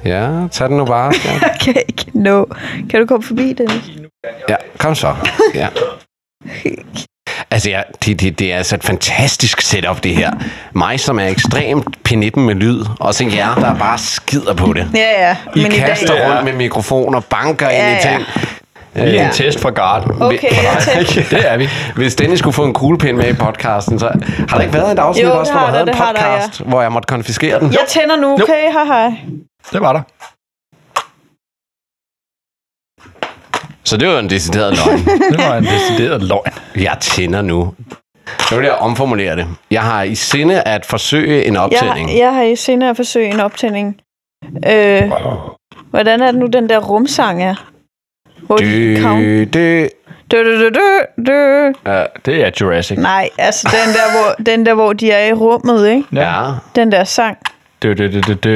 C: Ja, tag den nu bare. Ja,
B: Jeg kan ikke nå. Kan du komme forbi, Dennis?
C: ja kom så. Ja. Altså, ja, det, det, det er altså et fantastisk setup, det her. Mig, som er ekstremt penippen med lyd, og så jer, der bare skider på det.
B: Ja, ja.
C: I men kaster
A: dag-
C: rundt med mikrofoner, banker ja, ind i
B: Ja, ja.
C: ting.
A: Vi er en
B: [LAUGHS]
A: test fra Garden.
B: Okay, jeg tænkte...
A: Det er vi.
C: Hvis Dennis skulle få en kuglepind med i podcasten, så har der ikke været et afsnit
B: Jo, det
C: også, hvor
B: har
C: der
B: der,
C: havde en
B: det har der, ja.
C: podcast, hvor jeg måtte konfiskere den?
B: Jeg tænder nu, okay? Hej, hej.
A: Det var der.
C: Så det var jo en decideret løgn. [LAUGHS]
A: Det var en decideret løgn.
C: Jeg tænder nu. Så vil jeg omformulere det. Jeg har i sinde at forsøge en
B: Jeg, har-
C: optælling.
B: jeg har i senere forsøg en optænding. Øh, hvordan er det nu, den der rumsang er? Hvor de count-
C: Dø, dø.
B: dø, dø, dø, dø, dø.
A: Det er Jurassic.
B: Nej, altså den der,
C: [LAUGHS]
B: hvor, den der, hvor de er i rummet, ikke?
C: Ja.
B: Den der sang.
A: Jeg kan ikke huske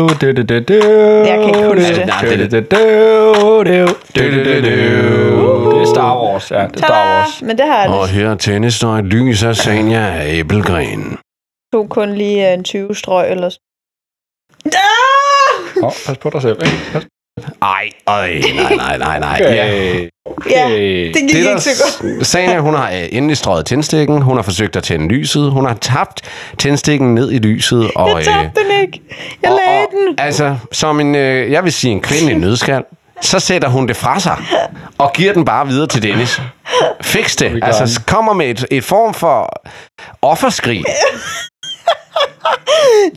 B: Jeg kan ikke huske
A: det.
B: det.
C: Nej, det er
A: Det er Star Wars, ja. Det er Star Wars.
B: Tada! Men det har jeg altså
C: Og
B: det.
C: her tændes der et lys af Sanja Æbelgren.
B: tog kun lige øh, en 20 strøg eller sådan. Ah!
A: Oh, pas på dig selv, ikke? Pas.
C: Ej, ej, nej, nej, nej, nej. Ja.
A: Okay.
B: Ja,
A: Okay.
B: det gik
C: Det er
B: ikke så godt.
C: der, sagen er, at hun har øh, endelig strøget tændstikken, hun har forsøgt at tænde lyset, hun har tabt tændstikken ned i lyset. Og,
B: Jeg tabte den ikke. Jeg
C: og,
B: lagde den.
C: og, altså, som en, øh, jeg vil sige en kvinde i nødskal, så sætter hun det fra sig og giver den bare videre til Dennis. Fix det.
A: gør
C: Altså,
A: den.
C: s- kommer med et, et form for offerskrig.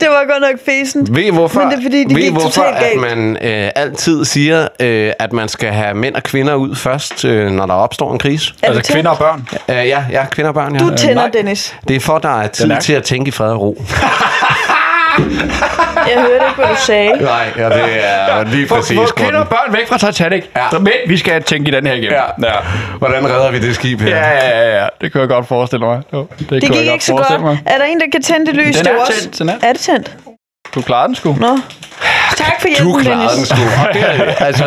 B: Det var godt nok fæsent.
C: Ved I hvorfor,
B: Men det er fordi, det
C: ved I
B: gik
C: hvorfor
B: totalt
C: at
B: galt.
C: man øh, altid siger, øh, at man skal have mænd og kvinder ud først, øh, når der opstår en krise?
B: Er du
A: Altså
B: tændt?
A: kvinder og børn.
C: Øh, ja, ja, kvinder og børn. Ja.
B: Du tænder,
A: nej.
B: Dennis.
C: Det er for, der er tid
A: Den er-
C: til at tænke i fred og ro.
B: Jeg hørte ikke, hvad du
C: [LAUGHS]
B: sagde.
C: Nej, ja, det er [LAUGHS] lige
A: Få, få kvinder og børn væk fra Titanic.
C: Ja.
A: Ja. Men vi skal tænke i den her igennem.
C: Ja.
A: Ja.
C: Hvordan redder vi det skib her?
A: Ja, ja, ja, ja. Det kunne jeg godt forestille mig. Jo, Det,
B: Det gik ikke så godt. Er der en, der kan tænde det lys?
A: Den
B: Det
A: er
B: var også-
A: tændt, den er.
B: Er det tændt?
A: Du klarede den sgu.
B: Nå. Tak for
C: Du
B: hjælpen, Dennis.
C: klarede den sgu. Og det er- [LAUGHS] altså,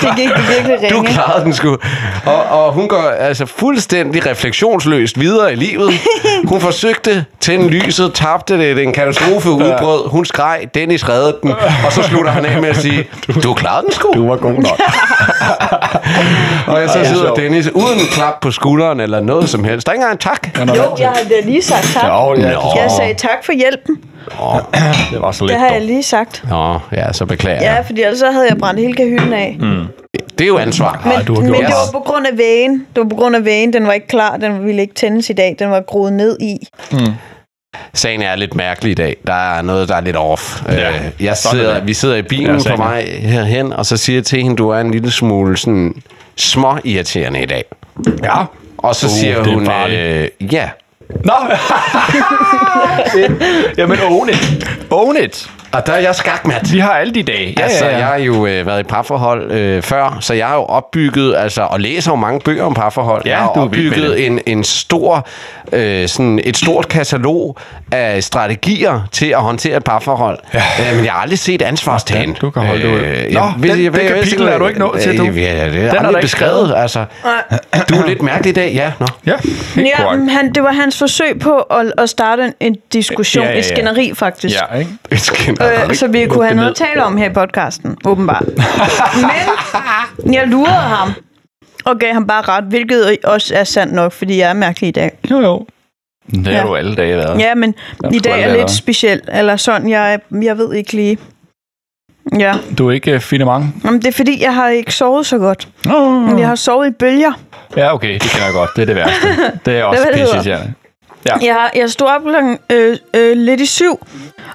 B: Det gik virkelig
C: du
B: ringe.
C: klarede den sgu. Og, og hun går altså fuldstændig refleksionsløst videre i livet. Hun forsøgte tænde lyset, tabte det, det er en katastrofe udbrød. Hun skreg, Dennis reddede den. Og så slutter han af med at sige, du klarede den sgu.
A: Du var god nok.
C: Og jeg så
A: Ja.
C: sidder Dennis uden klap på skulderen eller noget som helst. Der er ikke engang en tak.
B: Jo, jeg har da lige sagt tak.
A: Jo, ja,
C: Nå.
B: Jeg sagde tak for hjælpen.
A: det var så lidt
B: Det har jeg
A: dumt.
B: lige sagt.
C: Nå, ja, så beklager
B: Ja,
C: jeg.
B: fordi ellers så havde jeg brændt hele kahytten af.
C: Det er jo ansvar.
B: Men,
A: Mm. du har gjort
B: men det
C: meget.
B: var på grund af vægen. Det var på grund af vægen. Den var ikke klar. Den ville ikke tændes i dag. Den var groet ned i.
C: Sagen er lidt mærkelig i dag. Der er noget, der er lidt off.
A: Ja,
C: Ja, jeg
A: sådan er
C: sidder,
A: det.
C: vi sidder i
A: Ja,
C: bilen
A: sagen
C: på
A: er.
C: vej herhen, og så siger jeg til hende, du er en lille smule sådan små irriterende i dag.
A: Ja.
C: Og så
A: Uh,
C: uh, siger
A: det er
C: hun,
A: farligt.
C: øh, ja.
A: [LAUGHS] Nå. Jamen, own it. Own it.
C: Og der er jeg skakmat.
A: Vi har alle de dage.
C: Altså, jeg har jo øh, været i parforhold øh, før, så jeg har jo opbygget, altså, og læser jo mange bøger om parforhold.
A: Ja,
C: jeg har
A: du er vild med
C: opbygget en, en stor, øh, sådan et stort katalog af strategier til at håndtere et parforhold. Ja. Øh, men jeg har aldrig set Øh, ansvarstagen.
A: Ja, du kan holde det ud. Nå, den- det kapitel er du ikke nået til, du.
C: Øh, ja, det er
A: der
C: aldrig
A: ikke
C: beskrevet,
A: skrevet.
C: altså. Du er lidt mærkelig i dag, ja. Nå.
A: Ja, helt
B: Ja, men
A: korrekt.
B: han, det var hans forsøg på at, at starte en, en diskussion,
A: Ja, ja,
B: ja, ja,
A: ja.
B: et skænderi faktisk.
A: Ja, ikke?
C: Øh,
B: Øh, så vi kunne have noget at tale om her i podcasten,
A: [LAUGHS]
B: åbenbart. Men jeg lurede ham og gav ham bare ret, hvilket også er sandt nok, fordi jeg er mærkelig i dag.
A: Jo, jo. Det har
B: Ja.
A: du alle dage været.
B: Ja, men
A: Jeg
B: i dag
A: tror,
B: er
A: det er
B: lidt
A: der.
B: speciel, eller sådan, jeg, er- jeg ved ikke lige. Ja,
A: Du er ikke uh, fine mange.
B: Jamen, det er fordi, jeg har ikke sovet så godt.
A: Oh.
B: Jeg har sovet i bølger.
A: Ja, okay, det kender jeg godt. Det er det værste. Det er også
B: hvad det hedder.
A: pisseirriterende.
B: Jeg, jeg stod op klokken øh, øh, lidt i syv,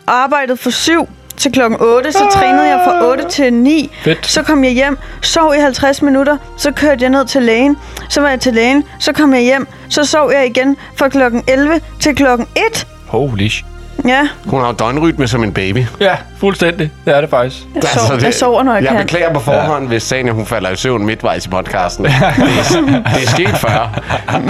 B: og arbejdede fra syv til klokken 8, så trænede jeg fra 8 til 9.
A: Fedt.
B: Så kom jeg hjem, sov i 50 minutter, så kørte jeg ned til lægen, så var jeg til lægen, så kom jeg hjem, så sov jeg igen fra klokken 11 til klokken 1.
A: Holy sh-
B: Ja,
C: Hun har jo døgnrytme som en baby.
A: Ja, fuldstændig. Det er Altså, det faktisk.
B: jeg, sover, jeg sover, når jeg,
C: jeg
B: kan.
C: beklager på forhånd, ja. hvis Sanja, hun falder i søvn midtvejs i podcasten. det, er, det er sket før.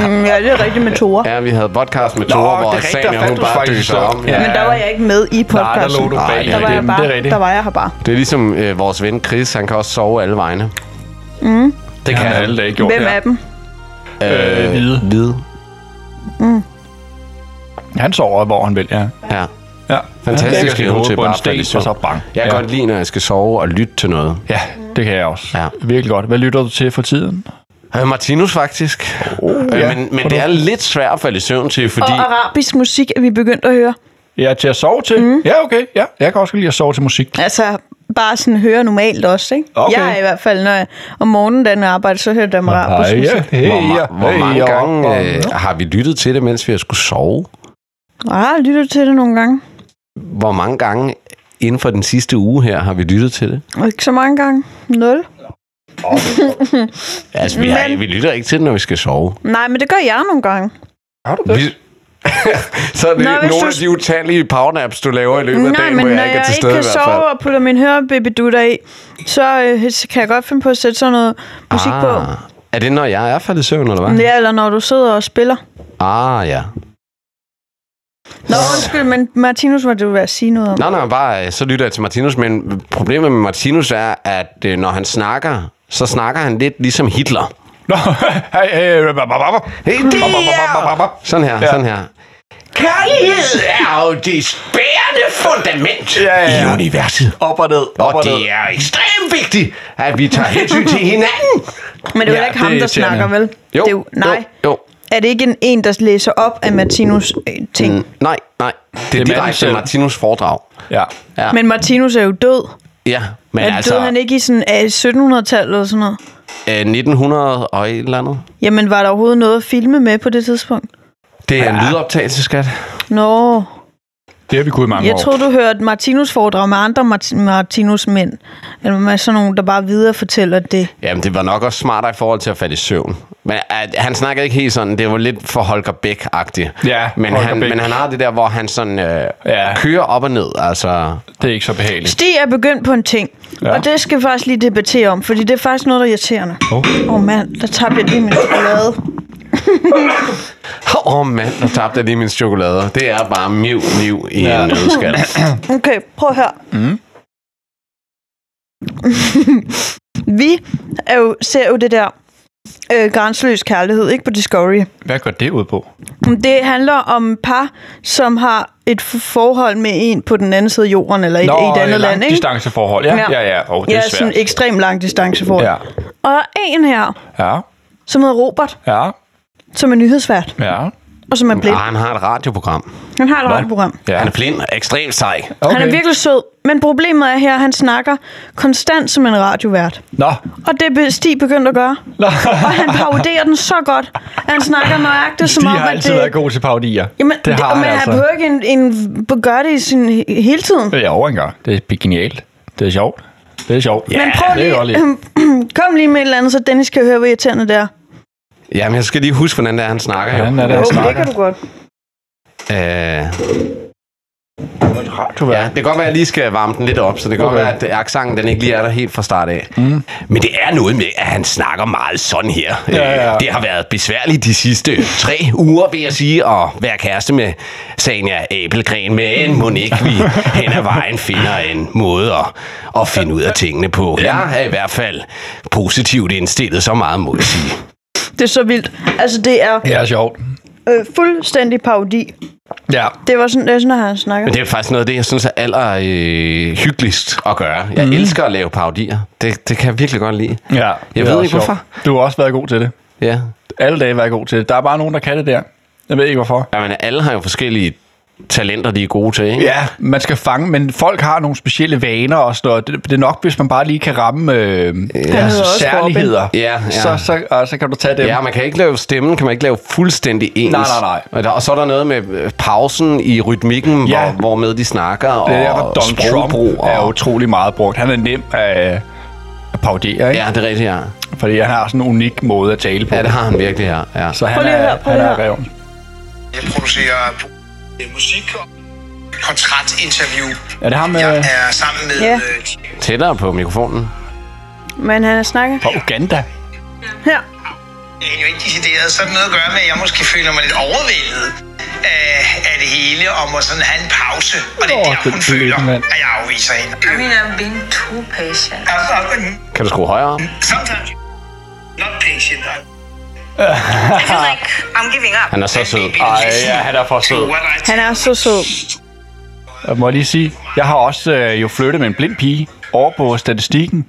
B: Mm, ja, det er rigtigt med Tore. Ja.
C: Ja, vi havde podcast med Tore,
A: det er
C: hvor
A: rigtigt, der
C: Sanja,
A: fandt
C: hun
A: du
C: bare
A: faktisk
C: døser
A: op.
C: om.
A: Ja.
C: Ja.
B: Men der var jeg ikke med i
A: Nej, der
B: podcasten.
A: lå du
C: Nej,
A: bag.
C: det
B: der, var jeg
A: det er
B: bare,
A: rigtigt.
B: der var jeg her bare.
C: Det er ligesom øh, vores ven Chris, han kan også sove alle vegne. Mm. Det
A: Det
C: kan
A: har
C: han.
A: alle dage gjort.
B: Hvem
A: ja.
B: af dem?
A: Øh, hvide.
C: Hvid.
A: Han sover, hvor han vil, ja.
C: Ja.
A: ja.
C: Fantastisk
A: Han lægger sit
C: evne
A: hoved
C: til
A: på
C: bare
A: en
C: at falde i
A: sten,
C: søvn.
A: og så bang.
C: Jeg
A: ja.
C: kan godt lide, når jeg skal sove og lytte til noget.
A: Ja, det kan jeg også.
C: Ja.
A: Ja. Virkelig godt. Hvad lytter du til for tiden?
C: Øh, Martinus faktisk. Oh, øh,
A: ja.
C: Men, men det er lidt svært at falde i søvn til, fordi...
B: Og arabisk musik er vi begyndt at høre.
A: Ja, til at sove til? Mm. Ja, okay. Ja, jeg kan også godt lide at sove til musik.
B: Altså, bare sådan høre normalt også, ikke?
A: Okay.
B: Jeg er i hvert fald, når jeg om morgenen, da jeg arbejder, så hører jeg dem arabisk musik.
C: Hvor, ma- hvor mange gange øh, har vi lyttet til det, mens vi har skulle sove?
B: Ah, lytter til det nogle gange.
C: Hvor mange gange inden for den sidste uge her har vi lyttet til det?
B: Og Ikke så mange gange. Nul.
C: Altså, vi, men... har,
B: Men-
C: vi lytter ikke til det, når vi skal sove.
B: Nej, men det gør jeg nogle gange.
A: Har du
C: Vi... [LAUGHS] Så er det
B: Nå,
C: Nå,
B: hvis
C: nogle
B: du-
C: af de utallige powernaps, du laver i løbet af
B: Nej,
C: dagen,
B: men
C: hvor
B: når
C: jeg
B: jeg
C: ikke er til
B: ikke
C: stede i
B: kan
C: hvert fald.
B: sove og putter min hørebibidutter i, så, øh, så kan jeg godt finde på at sætte sådan noget musik ah. på.
C: Er det, når jeg er faldet i søvn, eller hvad?
B: Ja, eller når du sidder og spiller.
C: Ah, ja.
B: Nå, undskyld, men Martinus var det jo ved at sige noget om.
C: Nå, nej, bare, øh, så lytter jeg til Martinus, men problemet med Martinus er, at øh, når han snakker, så snakker han lidt ligesom Hitler.
A: Nå, [LAUGHS] hey, hey, hey, hey,
C: Hey, det er... Sådan her, ja. sådan her. Kærlighed er jo det spærende fundament
A: Ja, ja, ja.
C: i universet.
A: op og ned, op
C: Og det er ekstremt vigtigt, at vi tager hensyn til hinanden.
B: Men det er jo
A: Ja,
B: ja, ikke
A: det
B: ham,
A: er
B: der
A: irriterende.
B: snakker, vel? det er jo, nej.
C: Jo, jo.
B: Er det ikke en, en der læser op af Martinus øh, ting?
C: Mm, Nej, nej. Det er, det er
A: manden
C: direkte
A: selv.
C: Martinus foredrag.
A: Ja.
C: Ja.
B: Men Martinus er jo død.
C: Ja, men
B: Men altså... Døde han ikke i sådan, øh, 1700-tallet eller sådan noget?
C: øh, 1900 og et eller andet.
B: Jamen, var der overhovedet noget at filme med på det tidspunkt?
C: Det er ja. en lydoptagelse, skat.
B: Nå,
A: Det har vi kunnet i mange
B: jeg
A: år.
B: troede, du hørte Martinus foredrag med andre Mart- Martinus mænd. Eller med sådan nogen, der bare videre fortæller det.
C: Jamen, det var nok også smartere i forhold til at falde i søvn. Men at, han snakkede ikke helt sådan. Det var lidt for Holger Bæk-agtigt.
A: Ja,
C: men,
A: Holger
C: han,
A: Bech.
C: men han har det der, hvor han sådan øh, ja.
A: Ja.
C: kører op og ned. Altså,
A: Det er ikke så behageligt.
B: Stig er begyndt på en ting, ja. og det skal vi faktisk lige debattere om, fordi det er faktisk noget, der er irriterende. Åh oh. oh, mand, der tabte jeg lige min chokolade.
C: åh oh, mand, der tabte jeg lige min chokolade. Det er bare miv, miv i ja.
A: Ja.
C: en [CLEARS THROAT] nødskal.
B: Okay, prøv her. Mm. [LAUGHS] vi er jo, ser jo det der øh, grænseløs kærlighed, ikke på Discovery.
A: Hvad går det ud på?
B: Det handler om par, som har et f- forhold med en på den anden side af jorden, eller et, Nå, et andet land, ikke?
A: distanceforhold. Ja, ja, ja. Åh, det
B: ja,
A: er
B: sådan
A: svært.
B: ekstremt lang distanceforhold.
A: Ja,
B: Og der er en her,
A: ja,
B: som hedder Robert,
A: ja,
B: som er nyhedsvært,
A: ja.
B: og som er blind.
C: Og
A: Ah.
C: han har et radioprogram.
B: Han har et radioprogram.
A: ja.
C: Han er blind. Ekstremt sej.
A: okay.
B: Han er virkelig sød, men problemet er her, at han snakker konstant som en radiovært.
A: Nå,
B: Og det er Stig begyndt at gøre.
A: Nå.
B: [LAUGHS] Og han paroderer den så godt, at han snakker nøjagtigt som
A: de
B: om,
A: har
B: at
A: altid
B: det...
A: været gode til parodier.
B: Jamen,
A: det har
B: men
A: han altså.
B: behøver ikke en, en, gøre det i sin, hele tiden.
A: Det er over engang. Det er genialt. Det er sjovt. Det er sjovt.
B: Men prøv
A: det er godt
B: lige,
A: lige.
B: [CLEARS THROAT] kom lige med et eller andet, så Dennis kan høre, hvor irriterende det er.
C: Jamen, jeg skal lige huske, hvordan det er, han snakker.
A: Hvordan
C: jo.
A: er det, han
B: Jo, men
A: snakker?
B: det kan du godt.
C: Øh,
A: Radiovært.
C: Ja, det kan godt være, at jeg lige skal varme den lidt op, så det kan okay.
A: Okay.
C: godt være, at accenten den ikke lige er der helt fra start af. Mm. Men det er noget med, at han snakker meget sådan her.
A: Ja, ja.
C: Øh, Det har været besværligt de sidste tre uger, vil jeg sige, at være kæreste med Sanja Abelgren. Men må ikke vi hen ad vejen finder en måde at, at finde ud af tingene på. Jeg er i hvert fald positivt indstillet så meget, må jeg sige.
B: Det er så vildt. Altså, det er
A: Det er sjovt.
B: øh, fuldstændig parodi.
A: Ja.
B: Det var sådan, det er sådan, at han snakker.
C: Men det er faktisk noget af det, jeg synes er aller øh, hyggeligst at gøre. Jeg mm. elsker at lave parodier. Det, det kan jeg virkelig godt lide.
A: Mhm. ja det er
C: ved
A: også
C: ikke, hvorfor.
A: Du har også været god til det.
C: Ja.
A: Alle dage været god til det. Der er bare nogen, der kan det der. Jeg ved ikke, hvorfor.
C: Jamen, alle har jo forskellige talenter, de er gode til, ikke?
A: Ja, man skal fange, men folk har nogle specielle vaner og sådan noget. Det, det er nok, hvis man bare lige kan ramme øh,
B: hedder
A: ja.
B: også
A: særligheder.
C: Robin. Ja, ja.
A: Så, så, og så kan du tage dem.
C: Ja, man kan ikke lave stemmen, kan man ikke lave fuldstændig ens.
A: Nej, nej, nej.
C: Og, der, og så er der noget med øh, pausen i rytmikken,
A: Ja.
C: hvor, hvor med de snakker,
A: Det er
C: og
A: derfor, Donald
C: sprogbrug.
A: Trump er
C: og,
A: utrolig meget brugt. Han er nem at, at paudere, ikke?
C: ja, det er rigtigt, ja.
A: Fordi han har sådan en unik måde at tale på.
C: Ja, det har han virkelig her. Ja.
A: Så han
B: Prøv lige at
A: er,
B: høre, prøv
A: han
B: lige
A: er
B: at høre.
A: reven.
D: Jeg producerer øh, musik og portrætinterview.
A: Er det ham øh, med
D: Jeg
A: fra
D: er sammen med...
B: Ja.
D: øh,
C: Tættere på mikrofonen.
B: Men han snakker
A: Uganda?
B: her.
D: Det er jo ikke decideret sådan noget at gøre med, at jeg måske føler mig lidt overvældet af, af det hele, og må sådan have en pause. Og det er
A: Åh,
D: der,
A: den
D: hun føler,
A: tykke mand.
D: at jeg afviser hende.
E: I mean, I'm being too patient.
D: Og- og- og-
C: Kan du skrue højere op?
D: Sometimes not patient. I-
E: I feel like I'm giving up.
C: Han er så sød.
A: Ej, ja, han er for sød.
D: What I
B: Han er så sød.
A: Jeg må lige sige, jeg har også øh, jo flyttet med en blind pige over på statistikken.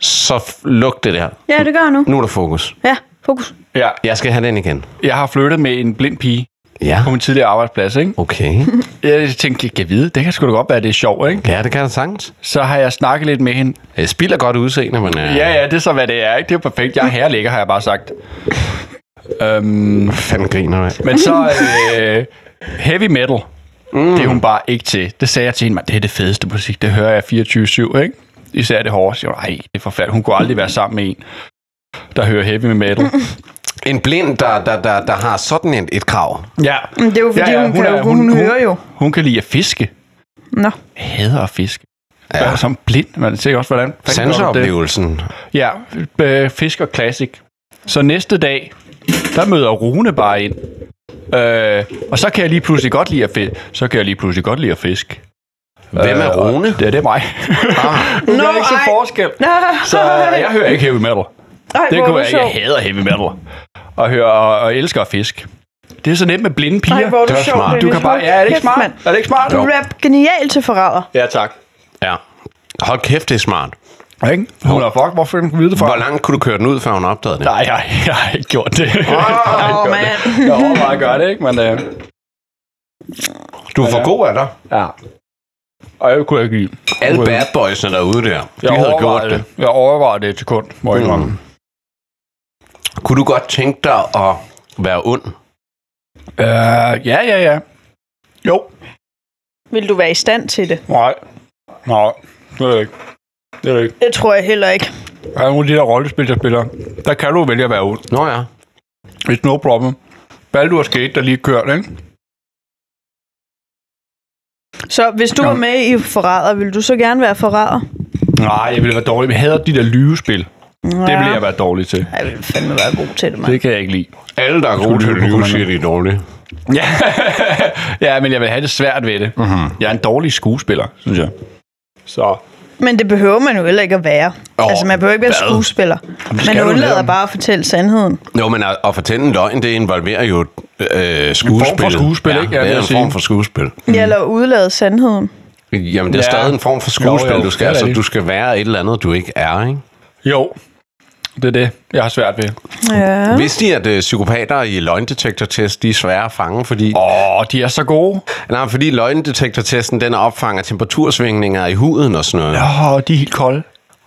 C: Så f- luk det der.
B: Ja, det gør han nu.
C: Nu er der fokus.
B: Ja, fokus.
A: Ja.
C: Jeg skal have den igen.
A: Jeg har flyttet med en blind pige
C: Ja,
A: på min tidligere arbejdsplads, ikke?
C: [LAUGHS] okay.
A: Jeg tænkte, jeg kan vide, det kan sgu da godt være, det er sjovt, ikke?
C: Ja, det kan jeg sagtens.
A: Så har jeg snakket lidt med hende.
C: Jeg spiller godt udseende, men... øh,
A: Ja, ja, det er så, hvad det er, ikke? Det er jo perfekt. Jeg er herligger, har jeg bare sagt. øhm,
C: Hvad fanden griner du af?
A: Men så øh, heavy metal, mm. det er hun bare ikke til. Det sagde jeg til hende, "Man, det er det fedeste musik, det hører jeg 24-7, ikke? Især det hårde, siger hun, nej, det er forfærdeligt. Hun kunne aldrig være sammen med en, der hører heavy metal.
C: En blind, der, der, der, der har sådan et, et krav.
A: ja.
B: Men det er jo fordi, hun kan jo- hun hører jo.
A: Hun kan lide at fiske.
B: Nå.
A: Jeg hader at fiske. Ja. Bare som blind, man ser også, hvordan... fanden gør du det?
C: Sanseoplevelsen.
A: Ja, øh, Fisker Classic. Så næste dag, der møder Rune bare ind. Øh, og så kan jeg lige pludselig godt lide at fiske. Så kan jeg lige pludselig godt lide at fiske.
C: Hvem er Rune?
A: Ja, Øh, det er [LAUGHS] mig.
C: Ah,
A: Nå,
B: Nå,
A: jeg ikke så
B: ej. [LAUGHS]
A: forskel.
B: Nej.
A: Så øh, jeg hører ikke heavy metal.
B: Ej,
A: Det
B: hvor er
A: kunne
B: du
A: jeg,
B: sjov.
A: jeg hader heavy metal. Og hører og, og elsker at fiske. Det er så nemt med blinde piger.
B: Ej, hvor er
C: Det
B: du
C: var
B: sjov,
C: smart.
B: Dennis.
A: du kan bare, ja, er det ikke
B: Kæft,
A: smart?
B: mand.
A: Er det ikke smart?
B: Du rap genial til forræder.
A: Ja, tak.
C: ja. Hold kæft, det er smart.
A: Ikke? Hun er fuck, hvor fanden kunne vide det fra?
C: Hvor langt kunne du køre den ud, før hun opdagede det?
A: Nej, jeg, jeg har ikke gjort [LAUGHS] det. Oh,
B: Åh, oh, mand.
A: jeg overvejer at gøre det, ikke? Men, øh,
C: Du er for god af dig.
A: Ja. Og jeg kunne ikke lide.
C: Alle
A: Okay.
C: bad boysene derude der, de
A: Jeg
C: havde gjort
A: overvejede
C: det. Mm.
A: Jeg overvejede det et sekund, må jeg indrømme.
C: Kunne du godt tænke dig at være ond?
A: Øh, ja, ja, ja. Jo.
B: Vil du være i stand til det?
A: Nej. Nej, det er det ikke. Det er det ikke.
B: Det tror jeg heller ikke.
A: Der er nogle af de der rollespil, der spiller. Der kan du vælge at være ond.
C: Nå ja.
A: It's no problem. Baldur Skate, der lige kørte, ikke?
B: Så hvis du var med i forræder, ville du så gerne være forræder?
A: Nej, jeg ville være dårlig. Jeg hader de der lyvespil.
B: Ja.
A: Det ville jeg være dårlig til.
B: Jeg ville fandme være god til det, mand.
A: Det kan jeg ikke lide.
C: Alle, der er gode til at
A: lyve,
C: lyve,
A: kunne
C: siger
A: man
C: de er dårlige.
A: Ja, [LAUGHS] ja men jeg vil have det svært ved det. Mm-hmm. Jeg er en dårlig skuespiller, synes jeg. Så
B: Men det behøver man jo heller ikke at være.
C: Åh,
B: altså, man behøver ikke være
C: hvad?
B: skuespiller.
A: skal
B: Man
A: du
B: undlader
A: lave.
B: bare at fortælle sandheden.
C: Jo, men at, at fortælle en løgn, det involverer jo øh, skuespil.
A: skuespil,
C: ja,
A: ikke? Ja,
C: Ja,
A: vil
C: det er
A: jeg
C: en
A: sige.
C: form for skuespil.
A: Mm.
B: Ja, eller udlade sandheden.
C: Jamen, det er
A: Ja.
C: ja. stadig en form for skuespil.
A: Jo,
C: Jo,
A: jo,
C: jo, du, skal,
A: det er
C: altså,
A: rigtigt.
C: du skal være et eller andet, du ikke er, ikke?
A: jo, det er det, jeg har svært ved.
B: Ja.
A: Mm.
C: Vidste I, at øh, psykopater i løgndetektortest, de er svære at fange, fordi, oh.
A: Åh, de er så gode.
C: nej, fordi løgndetektortesten, den opfanger temperatursvingninger i huden og sådan noget.
A: Åh, oh, de er helt kolde.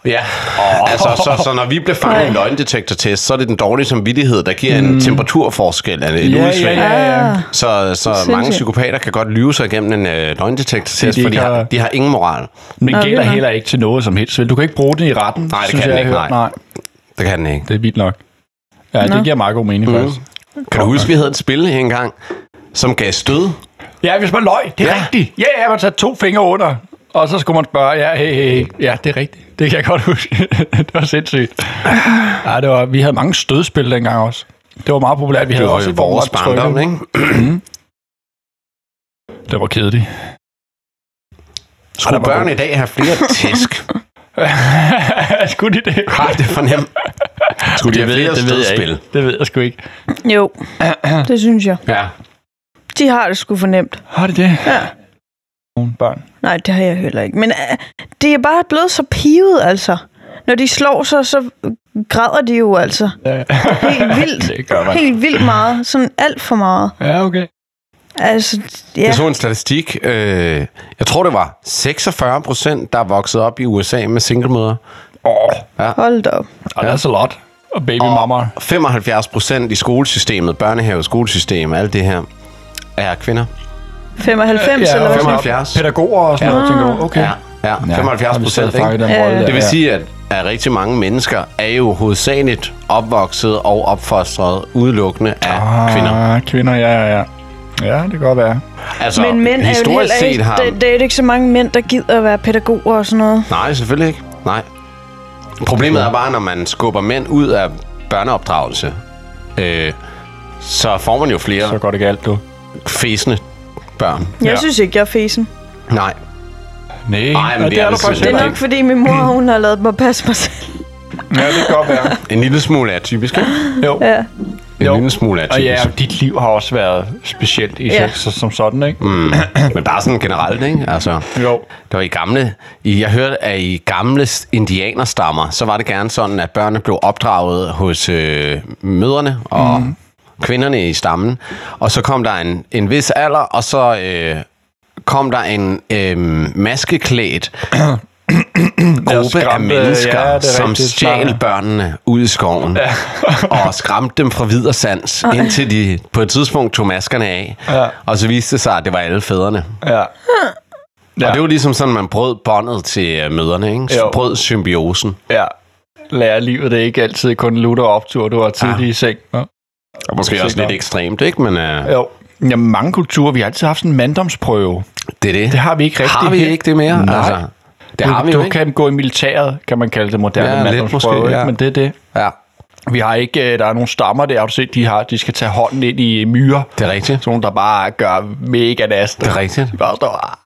C: Ja, oh. altså, så, så når vi blev fanget i en løgndetektortest, så er det den dårlige samvittighed, der giver mm. en temperaturforskel, eller en
A: Ja, ja,
C: udsving.
A: ja,
B: Ah,
A: ja.
C: Så, så mange
B: Sindssygt.
C: psykopater kan godt lyve sig igennem en øh, løgndetektortest,
A: Fordi de
C: for de
A: ikke har-
C: har, de har ingen moral.
A: Men
B: Nå,
A: det gælder
B: vildt nok.
A: heller ikke til noget som helst. Vel, du kan ikke bruge det i retten.
C: Nej, det
A: synes
C: kan
A: jeg,
C: den
A: jeg
C: ikke,
A: har hørt.
C: nej.
A: nej.
C: Det kan den ikke.
A: Det er vildt nok. Ja, Nå.
B: Nå.
A: det giver meget god mening, mm. faktisk.
C: Kan du huske, vi havde et spil engang, som gav stød?
A: Ja, hvis man løg, det er
C: Ja.
A: ja. rigtigt. Ja, ja, man tager to fingre under, og så skulle man spørge, ja, hey, hey, hey. ja, det er rigtigt. Det kan jeg godt huske. [LAUGHS] det var sindssygt. Ja, det var, vi havde mange stødspil dengang også. Det var meget populært. Vi
C: Det
A: havde
C: var
A: også
C: jo
A: et, hvor man
C: vores
A: måtte trykke.
C: barndom, ikke?
A: Det var kedeligt.
C: Skulle
A: der var [LAUGHS]
C: børn
A: god.
C: i dag have [LAUGHS] flere tæsk?
A: skulle de det?
C: Har det fornemt? Skulle de have flere stødspil?
A: ikke. Det ved jeg sgu ikke. [CLEARS THROAT]
B: Jo, det synes jeg.
C: Ja.
B: De har det sgu fornemt.
A: Har de det?
B: Ja.
A: Nogle børn.
B: Nej, det har jeg heller ikke. Men øh, det er bare blevet så pivet, altså. Når de slår sig, så græder de jo altså.
A: Ja, [LAUGHS]
B: Helt vildt.
A: Det gør man.
B: Helt vildt meget. Sådan alt for meget.
A: ja okay.
B: Altså, ja.
C: Jeg så en statistik. Øh, jeg tror, det var 46 procent, der er vokset op i USA med singlemøder.
A: Åh, oh,
B: Hold da op.
A: that's a lot. Og babymammer.
C: 75 procent i skolesystemet, børnehave, skolesystem, alt det her, er kvinder.
B: 95 eller hvad? sådan
C: 95. 75.
A: Pædagoger og sådan
B: Ah.
A: noget, tænker du, okay.
C: Ja, ja 75 procent.
A: Ja, vi sad
C: ikke?
A: fanget i den rolle der,
C: Det vil
A: ja.
C: sige, at, at rigtig mange mennesker er jo hovedsageligt opvokset og opfostret udelukkende af kvinder.
A: Ah, kvinder, ja, ja, ja. Ja, det kan godt være.
C: Altså,
B: noget. Men mænd er jo
C: historisk
B: heller
C: set
B: ikke...
C: har...
B: Det, det er jo ikke så mange mænd, der gider at være pædagoger og sådan noget.
C: Nej, selvfølgelig ikke. Nej. Problemet er bare, når man skubber mænd ud af børneopdragelse, øh, så får man jo
A: Så
C: flere
A: går det galt, du.
C: fæsende børn.
B: Jeg
A: Ja.
B: synes ikke, jeg er fesen.
C: Nej.
A: Nej,
C: Ej, men
A: og
C: det er
A: du
C: det
A: faktisk
B: Det
C: simpelthen
A: heller
B: er nok, fordi min mor, hun har lavet mig passe mig selv.
A: ikke. Ja, det kan godt være.
C: En lille smule
A: [GASPS]
C: atypisk, ikke?
A: Jo.
B: Ja.
C: En
A: Jo.
C: lille smule
A: Og ja,
C: atypisk.
A: dit liv har også været specielt i
B: Ja.
A: sex som sådan, ikke? Mm.
C: Men bare sådan generelt, ikke? Altså,
A: Jo.
C: det var i gamle... I, jeg hørte, at i gamle s- indianerstammer, så var det gerne sådan, at børnene blev opdraget hos øh, mødrene og
A: Mhm.
C: mm. kvinderne i stammen. Og så kom der en, en vis alder, og så øh, kom der en øh,
A: [CLEARS THROAT]
C: maskeklædt gruppe af
A: skræmte- ja,
C: mennesker,
A: det
C: ja,
A: er
C: som
A: rigtigt,
C: stjal
A: smart.
C: børnene ud i skoven [LAUGHS] og skræmte dem fra videre sans, indtil de på et tidspunkt tog maskerne af,
A: Ja.
C: og så viste det sig, at det var alle fædrene.
A: Ja.
C: Ja.
A: Ja.
C: Og det var ligesom sådan, man brød båndet til øh, møderne, ikke?
A: Jo.
C: Jo. Brød symbiosen.
A: ja. Lærer livet det er ikke altid kun lutter optur, du har
C: Ah.
A: tidlig ja. i seng. Ja.
C: Og måske
A: Sikkert.
C: også lidt ekstremt, ikke? Men øh,
A: Jo. Jamen, mange kulturer, vi har altid haft sådan en manddomsprøve.
C: det er det.
A: Det har vi ikke rigtig.
C: Har vi
A: her.
C: ikke det mere?
A: Nej.
C: Altså, det har
A: du,
C: vi jo
A: du
C: ikke.
A: kan gå i militæret, kan man kalde det moderne
C: Ja,
A: ja,
C: lidt
A: manddomsprøve,
C: måske,
A: ikke?
C: ja.
A: men det er det.
C: Ja,
A: Vi har ikke, øh, der er nogle stammer der, har du set, de, har, de skal tage hånden ind i myrer.
C: det er rigtigt.
A: Sådan nogle, der bare gør mega næst.
C: Det er rigtigt.
A: De bare står,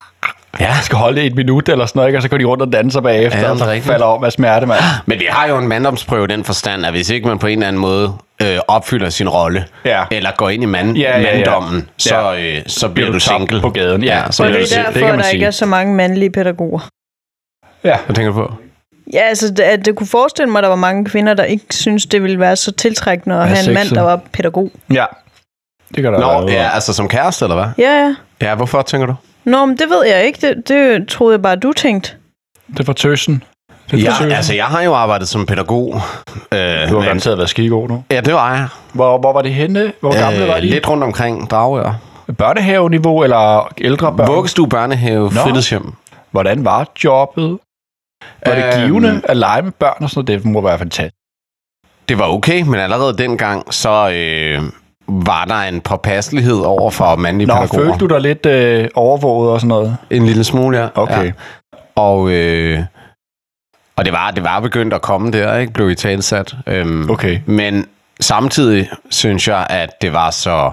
A: ja, skal holde det et minut eller sådan noget, ikke? og så går de rundt og danser bagefter,
C: Ja,
A: ja,
C: det er
A: og så
C: rigtigt.
A: falder om af smerte,
C: [GASPS]
A: mand.
C: Men vi har jo en manddomsprøve i den forstand, at hvis ikke man på en eller anden måde øh, opfylder sin rolle,
A: Ja.
C: eller går ind i mand-
A: Ja, ja, ja.
C: manddommen, så,
A: Ja.
C: øh, så bliver
A: du
C: du
A: tabt
C: single.
A: på gaden, ja.
C: ja så
B: Og det
C: bliver du
B: er
C: single.
B: derfor,
C: Det kan man
B: der ikke
C: sige.
B: er så mange mandlige pædagoger.
A: Ja,
C: Hvad tænker du på?
B: Ja, altså, det- at det kunne forestille mig, at der var mange kvinder, der ikke synes det ville være så tiltrækkende at
A: Hvad
B: have en mand,
A: sexet?
B: der var pædagog.
A: ja. Det gør der
C: Nå,
A: være.
C: ja, altså som kæreste, eller hvad?
B: Ja, ja.
C: Ja, hvorfor tænker du?
B: Nå, men det ved jeg ikke. Det, det troede jeg bare, du tænkte.
A: Det var tøsen. Det
C: Ja,
A: var tøsen.
C: altså jeg har jo arbejdet som pædagog. Øh,
A: du har
C: men,
A: garanteret været skigod nu.
C: ja, det var jeg.
A: Hvor, hvor var det henne? Hvor gamle var
C: Øh,
A: de?
C: lidt rundt omkring Dragør.
A: Børnehaveniveau eller ældre børn?
C: Vuggestue, børnehave, fritidshjem.
A: Hvordan var jobbet? Var det
C: Øhm.
A: givende at lege med børn og sådan noget? Det må være fantastisk.
C: Det var okay, men allerede dengang, så øh, var der en påpasselighed over for mandlige
A: Nå,
C: pædagoger.
A: følte du dig lidt øh, overvåget og sådan noget?
C: En lille smule, ja.
A: Okay.
C: Ja. Og, øh, og det, var, det var begyndt at komme der, ikke? Blev i talsat. Øhm,
A: Okay.
C: Men samtidig synes jeg, at det var så,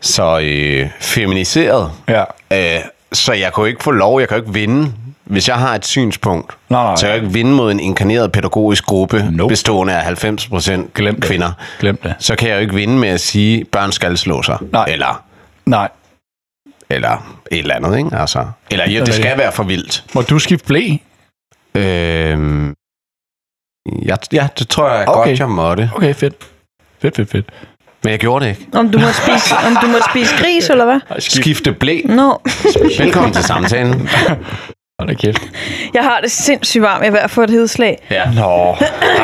C: så øh, feminiseret,
A: Ja.
C: øh, så jeg kunne ikke få lov, jeg kan ikke vinde, hvis jeg har et synspunkt.
A: Nej, nej.
C: Så jeg kan ikke vinde mod en inkarneret pædagogisk gruppe,
A: Nope.
C: bestående af 90%
A: Glem det.
C: kvinder.
A: Glem det.
C: Så kan jeg jo ikke vinde med at sige, at børn skal slå sig.
A: Nej.
C: Eller,
A: Nej.
C: eller et eller andet, ikke? Altså, eller ja, det
A: Eller-
C: skal være for vildt.
A: Må du skifte blæ?
C: Øhm, jeg, ja, det tror jeg okay.
A: Okay.
C: godt, jeg måtte.
A: Okay, fedt. Fedt, fedt, fedt.
C: Men jeg gjorde det ikke.
B: Om du må
C: [LAUGHS]
B: spise, om du må spise gris, eller hvad?
C: Skifte blæ.
B: Nå,
C: Velkommen til samtalen.
A: Hold da kæft.
B: jeg har det sindssygt varmt. Jeg er ved at få et hedslag.
C: Ja.
A: Nå.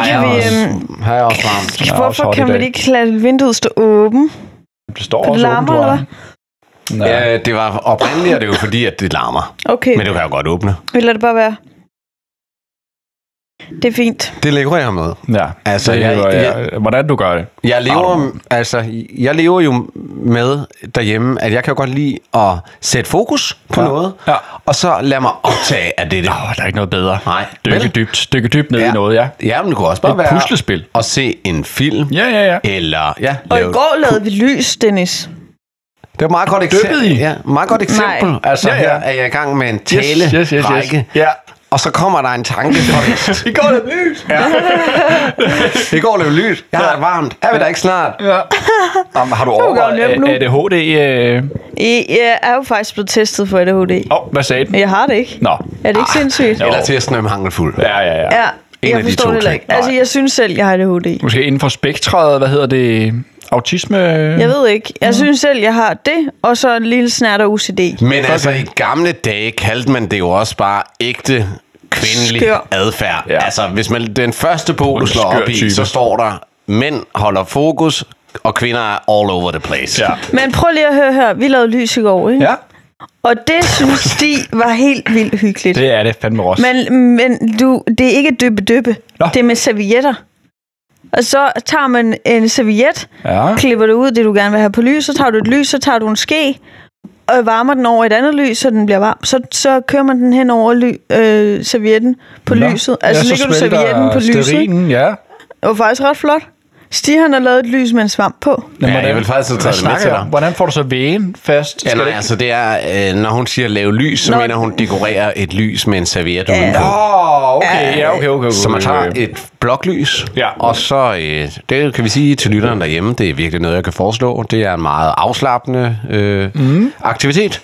B: Kan vi, øhm,
C: Her er også
A: er
C: varmt.
A: også
B: hvorfor
A: hot i
B: kan man
A: dag.
B: ikke lade vinduet stå åben?
A: Det står også åbent,
B: larmer,
A: du har.
B: eller
A: Nej.
C: Ja, det var oprindeligt, og det er jo fordi, at det larmer.
B: Okay,
C: Men du kan jo godt åbne.
B: vi lader det bare være. Det er fint.
C: Det lever jeg med.
A: Ja,
C: Altså,
A: altså, det,
C: jeg-
A: jeg, jeg, hvordan du gør det.
C: Jeg
A: Har
C: lever,
A: du-
C: altså, jeg lever jo med derhjemme, at jeg kan jo godt lide at sætte fokus på
A: Ja.
C: noget,
A: Ja.
C: og så lade mig optage af det.
A: Åh, oh, der er ikke noget bedre.
C: Nej,
A: Dykke
C: vel?
A: dybt, dykke dybt ned i noget, ja.
C: Ja, men det kunne også bare
A: Et
C: være...
A: puslespil.
C: At se en film.
A: Ja, ja, ja.
C: Eller, ja,
B: Og i
C: lave-
B: går lavede vi lys, Dennis.
C: Det er et meget godt
A: Dykkede
C: eksempel.
A: I?
C: Ja, meget godt eksempel.
B: Nej.
C: Altså,
A: Ja,
C: ja,
A: ja.
C: ja. her er jeg i gang med en tale
A: yes, yes, yes. Ja.
C: Og så kommer der en tanke fra [LAUGHS] vest.
A: I går er det lys. Ja.
C: Det går lidt lyst. Jeg har det varmt. Er vi der ikke snart?
A: ja. Jamen, har du
B: godt nemt
A: overvejet
B: nu.
A: A- ADHD? Øh...
B: I, jeg er jo faktisk blevet testet for ADHD.
A: Oh, hvad sagde den?
B: Men jeg har det ikke.
A: Nå. Ah,
B: Er det ikke sindssygt?
A: Jo.
C: Eller testen om hangelfuld.
A: Ja, ja, ja.
B: Ja,
C: En
B: jeg
C: af de to
B: forstår det heller
C: ting.
B: ikke. Altså,
A: Nej.
B: jeg synes selv, jeg har ADHD.
A: Måske inden for spektret, hvad hedder det? Autisme?
B: Jeg ved ikke. Jeg synes selv, jeg har det, og så en lille snært af OCD.
C: Men altså, i gamle dage kaldte man det jo også bare ægte kvindelig
B: Skør.
C: Skør. adfærd.
A: Ja.
C: Ja. Altså, hvis man den første bog, du slår
A: Skør
C: op i,
A: type.
C: så står der, mænd holder fokus, og kvinder er all over the place.
A: Ja.
B: Men prøv lige at høre her. Vi lavede lys i går, ikke?
A: ja.
B: Og det
A: [LAUGHS]
B: synes de var helt vildt hyggeligt.
A: Det er det fandme også.
B: Men, men du, det er ikke dyppe-dyppe.
A: Nå.
B: Det er med servietter. Og så tager man en serviet,
A: Ja.
B: klipper det ud, det du gerne vil have på lys, så tager du et lys, så tager du en ske, og varmer den over et andet lys, så den bliver varm. Så, så kører man den hen over ly, øh, servietten på
A: Nå.
B: lyset. Altså
A: Ja, så
B: ligger du
A: smelter
B: servietten på lyset.
A: Sterinen, ja.
B: Det var faktisk ret flot. Stig han har lavet et lys med en svamp på.
A: Men
C: Ja, jeg vil faktisk have taget det med til
A: snakker jeg
C: dig.
A: om? Hvordan får du så vægen fast?
C: Ja,
A: Skal
C: nej,
A: det ikke-
C: altså det er, øh, når hun siger lave lys, så
B: Nå.
C: mener hun dekorerer et lys med en serviet ja. udenpå.
A: Åh, okay, ja, okay, okay, okay.
C: Så man tager
A: okay.
C: et bloklys,
A: Ja.
C: og så, øh, det kan vi sige til lytteren derhjemme, det er virkelig noget, jeg kan foreslå. Det er en meget afslappende øh, mm. aktivitet,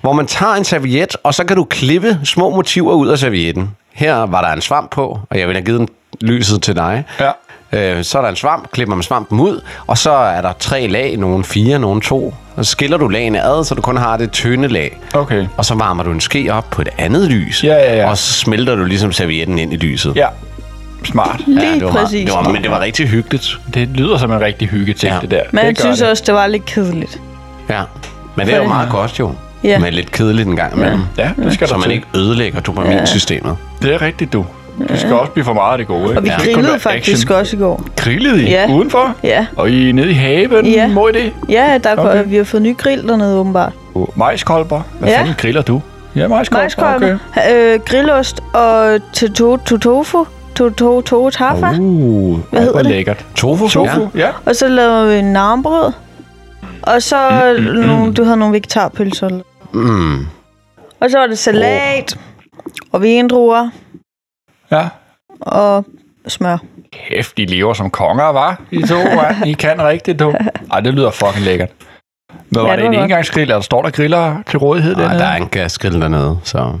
C: hvor man tager en serviet, og så kan du klippe små motiver ud af servietten. Her var der en svamp på, og jeg vil have givet den lyset til dig.
A: Ja.
C: Øh, så er der en svamp, klipper man svampen ud, og så er der tre lag, nogle fire, nogle to. Og så skiller du lagene ad, så du kun har det tynde lag.
A: Okay.
C: Og så varmer du en ske op på et andet lys,
A: Ja, ja, ja.
C: og så smelter du ligesom servietten ind i lyset.
A: Ja, smart.
B: Lige
C: det var
B: præcis.
C: Meget, det var, men det var rigtig hyggeligt.
A: Det lyder som en rigtig hyggeting,
C: Ja.
A: det der.
B: Men
A: det
B: jeg
A: gør
B: synes
A: det.
B: også, det var lidt kedeligt.
C: Ja. Men det er jo meget godt jo.
B: Ja.
C: Men lidt kedeligt en gang imellem. Ja.
A: Ja, det skal
C: Så
A: der
C: man
A: til.
C: ikke ødelægger dopaminsystemet. Ja.
A: Det er rigtigt, du. Det skal også blive for meget af det gode, ikke?
B: Og vi
A: Det kan kun
B: grillede
A: være
B: faktisk
A: action.
B: også i går.
A: Grillede I?
B: Ja.
A: Udenfor?
B: Ja.
A: Og I er nede i haven?
B: Ja.
A: Må I det?
B: Ja, der
A: Okay.
B: okay. vi har fået ny grill dernede åbenbart.
A: Uh, Majskolber? Hvad
B: Ja.
A: fanden griller du? Ja, majskolber.
B: Majskolben, okay. øh, grillost og til to, to tofu, to, to, to taffa. Uh.
A: Uh, Hvad
B: hedder det?
A: lækkert.
C: Tofu?
A: Tofu,
C: Ja.
A: ja. ja.
B: Og så lavede vi narmbrød. Og så mm, nogle, du havde nogle vegetarpølser. Mm. Og så var det salat og vindruer
A: ja.
B: og smør.
A: Kæft, I lever som konger, var I to,
B: [LAUGHS]
A: hva'? I kan rigtigt, du. Ej, det lyder fucking lækkert. Men var
B: det
A: det, en
B: var godt.
A: engangsgrill, eller står der griller til rådighed
C: Nej, der
A: dernede?
C: er en gasgrill dernede, så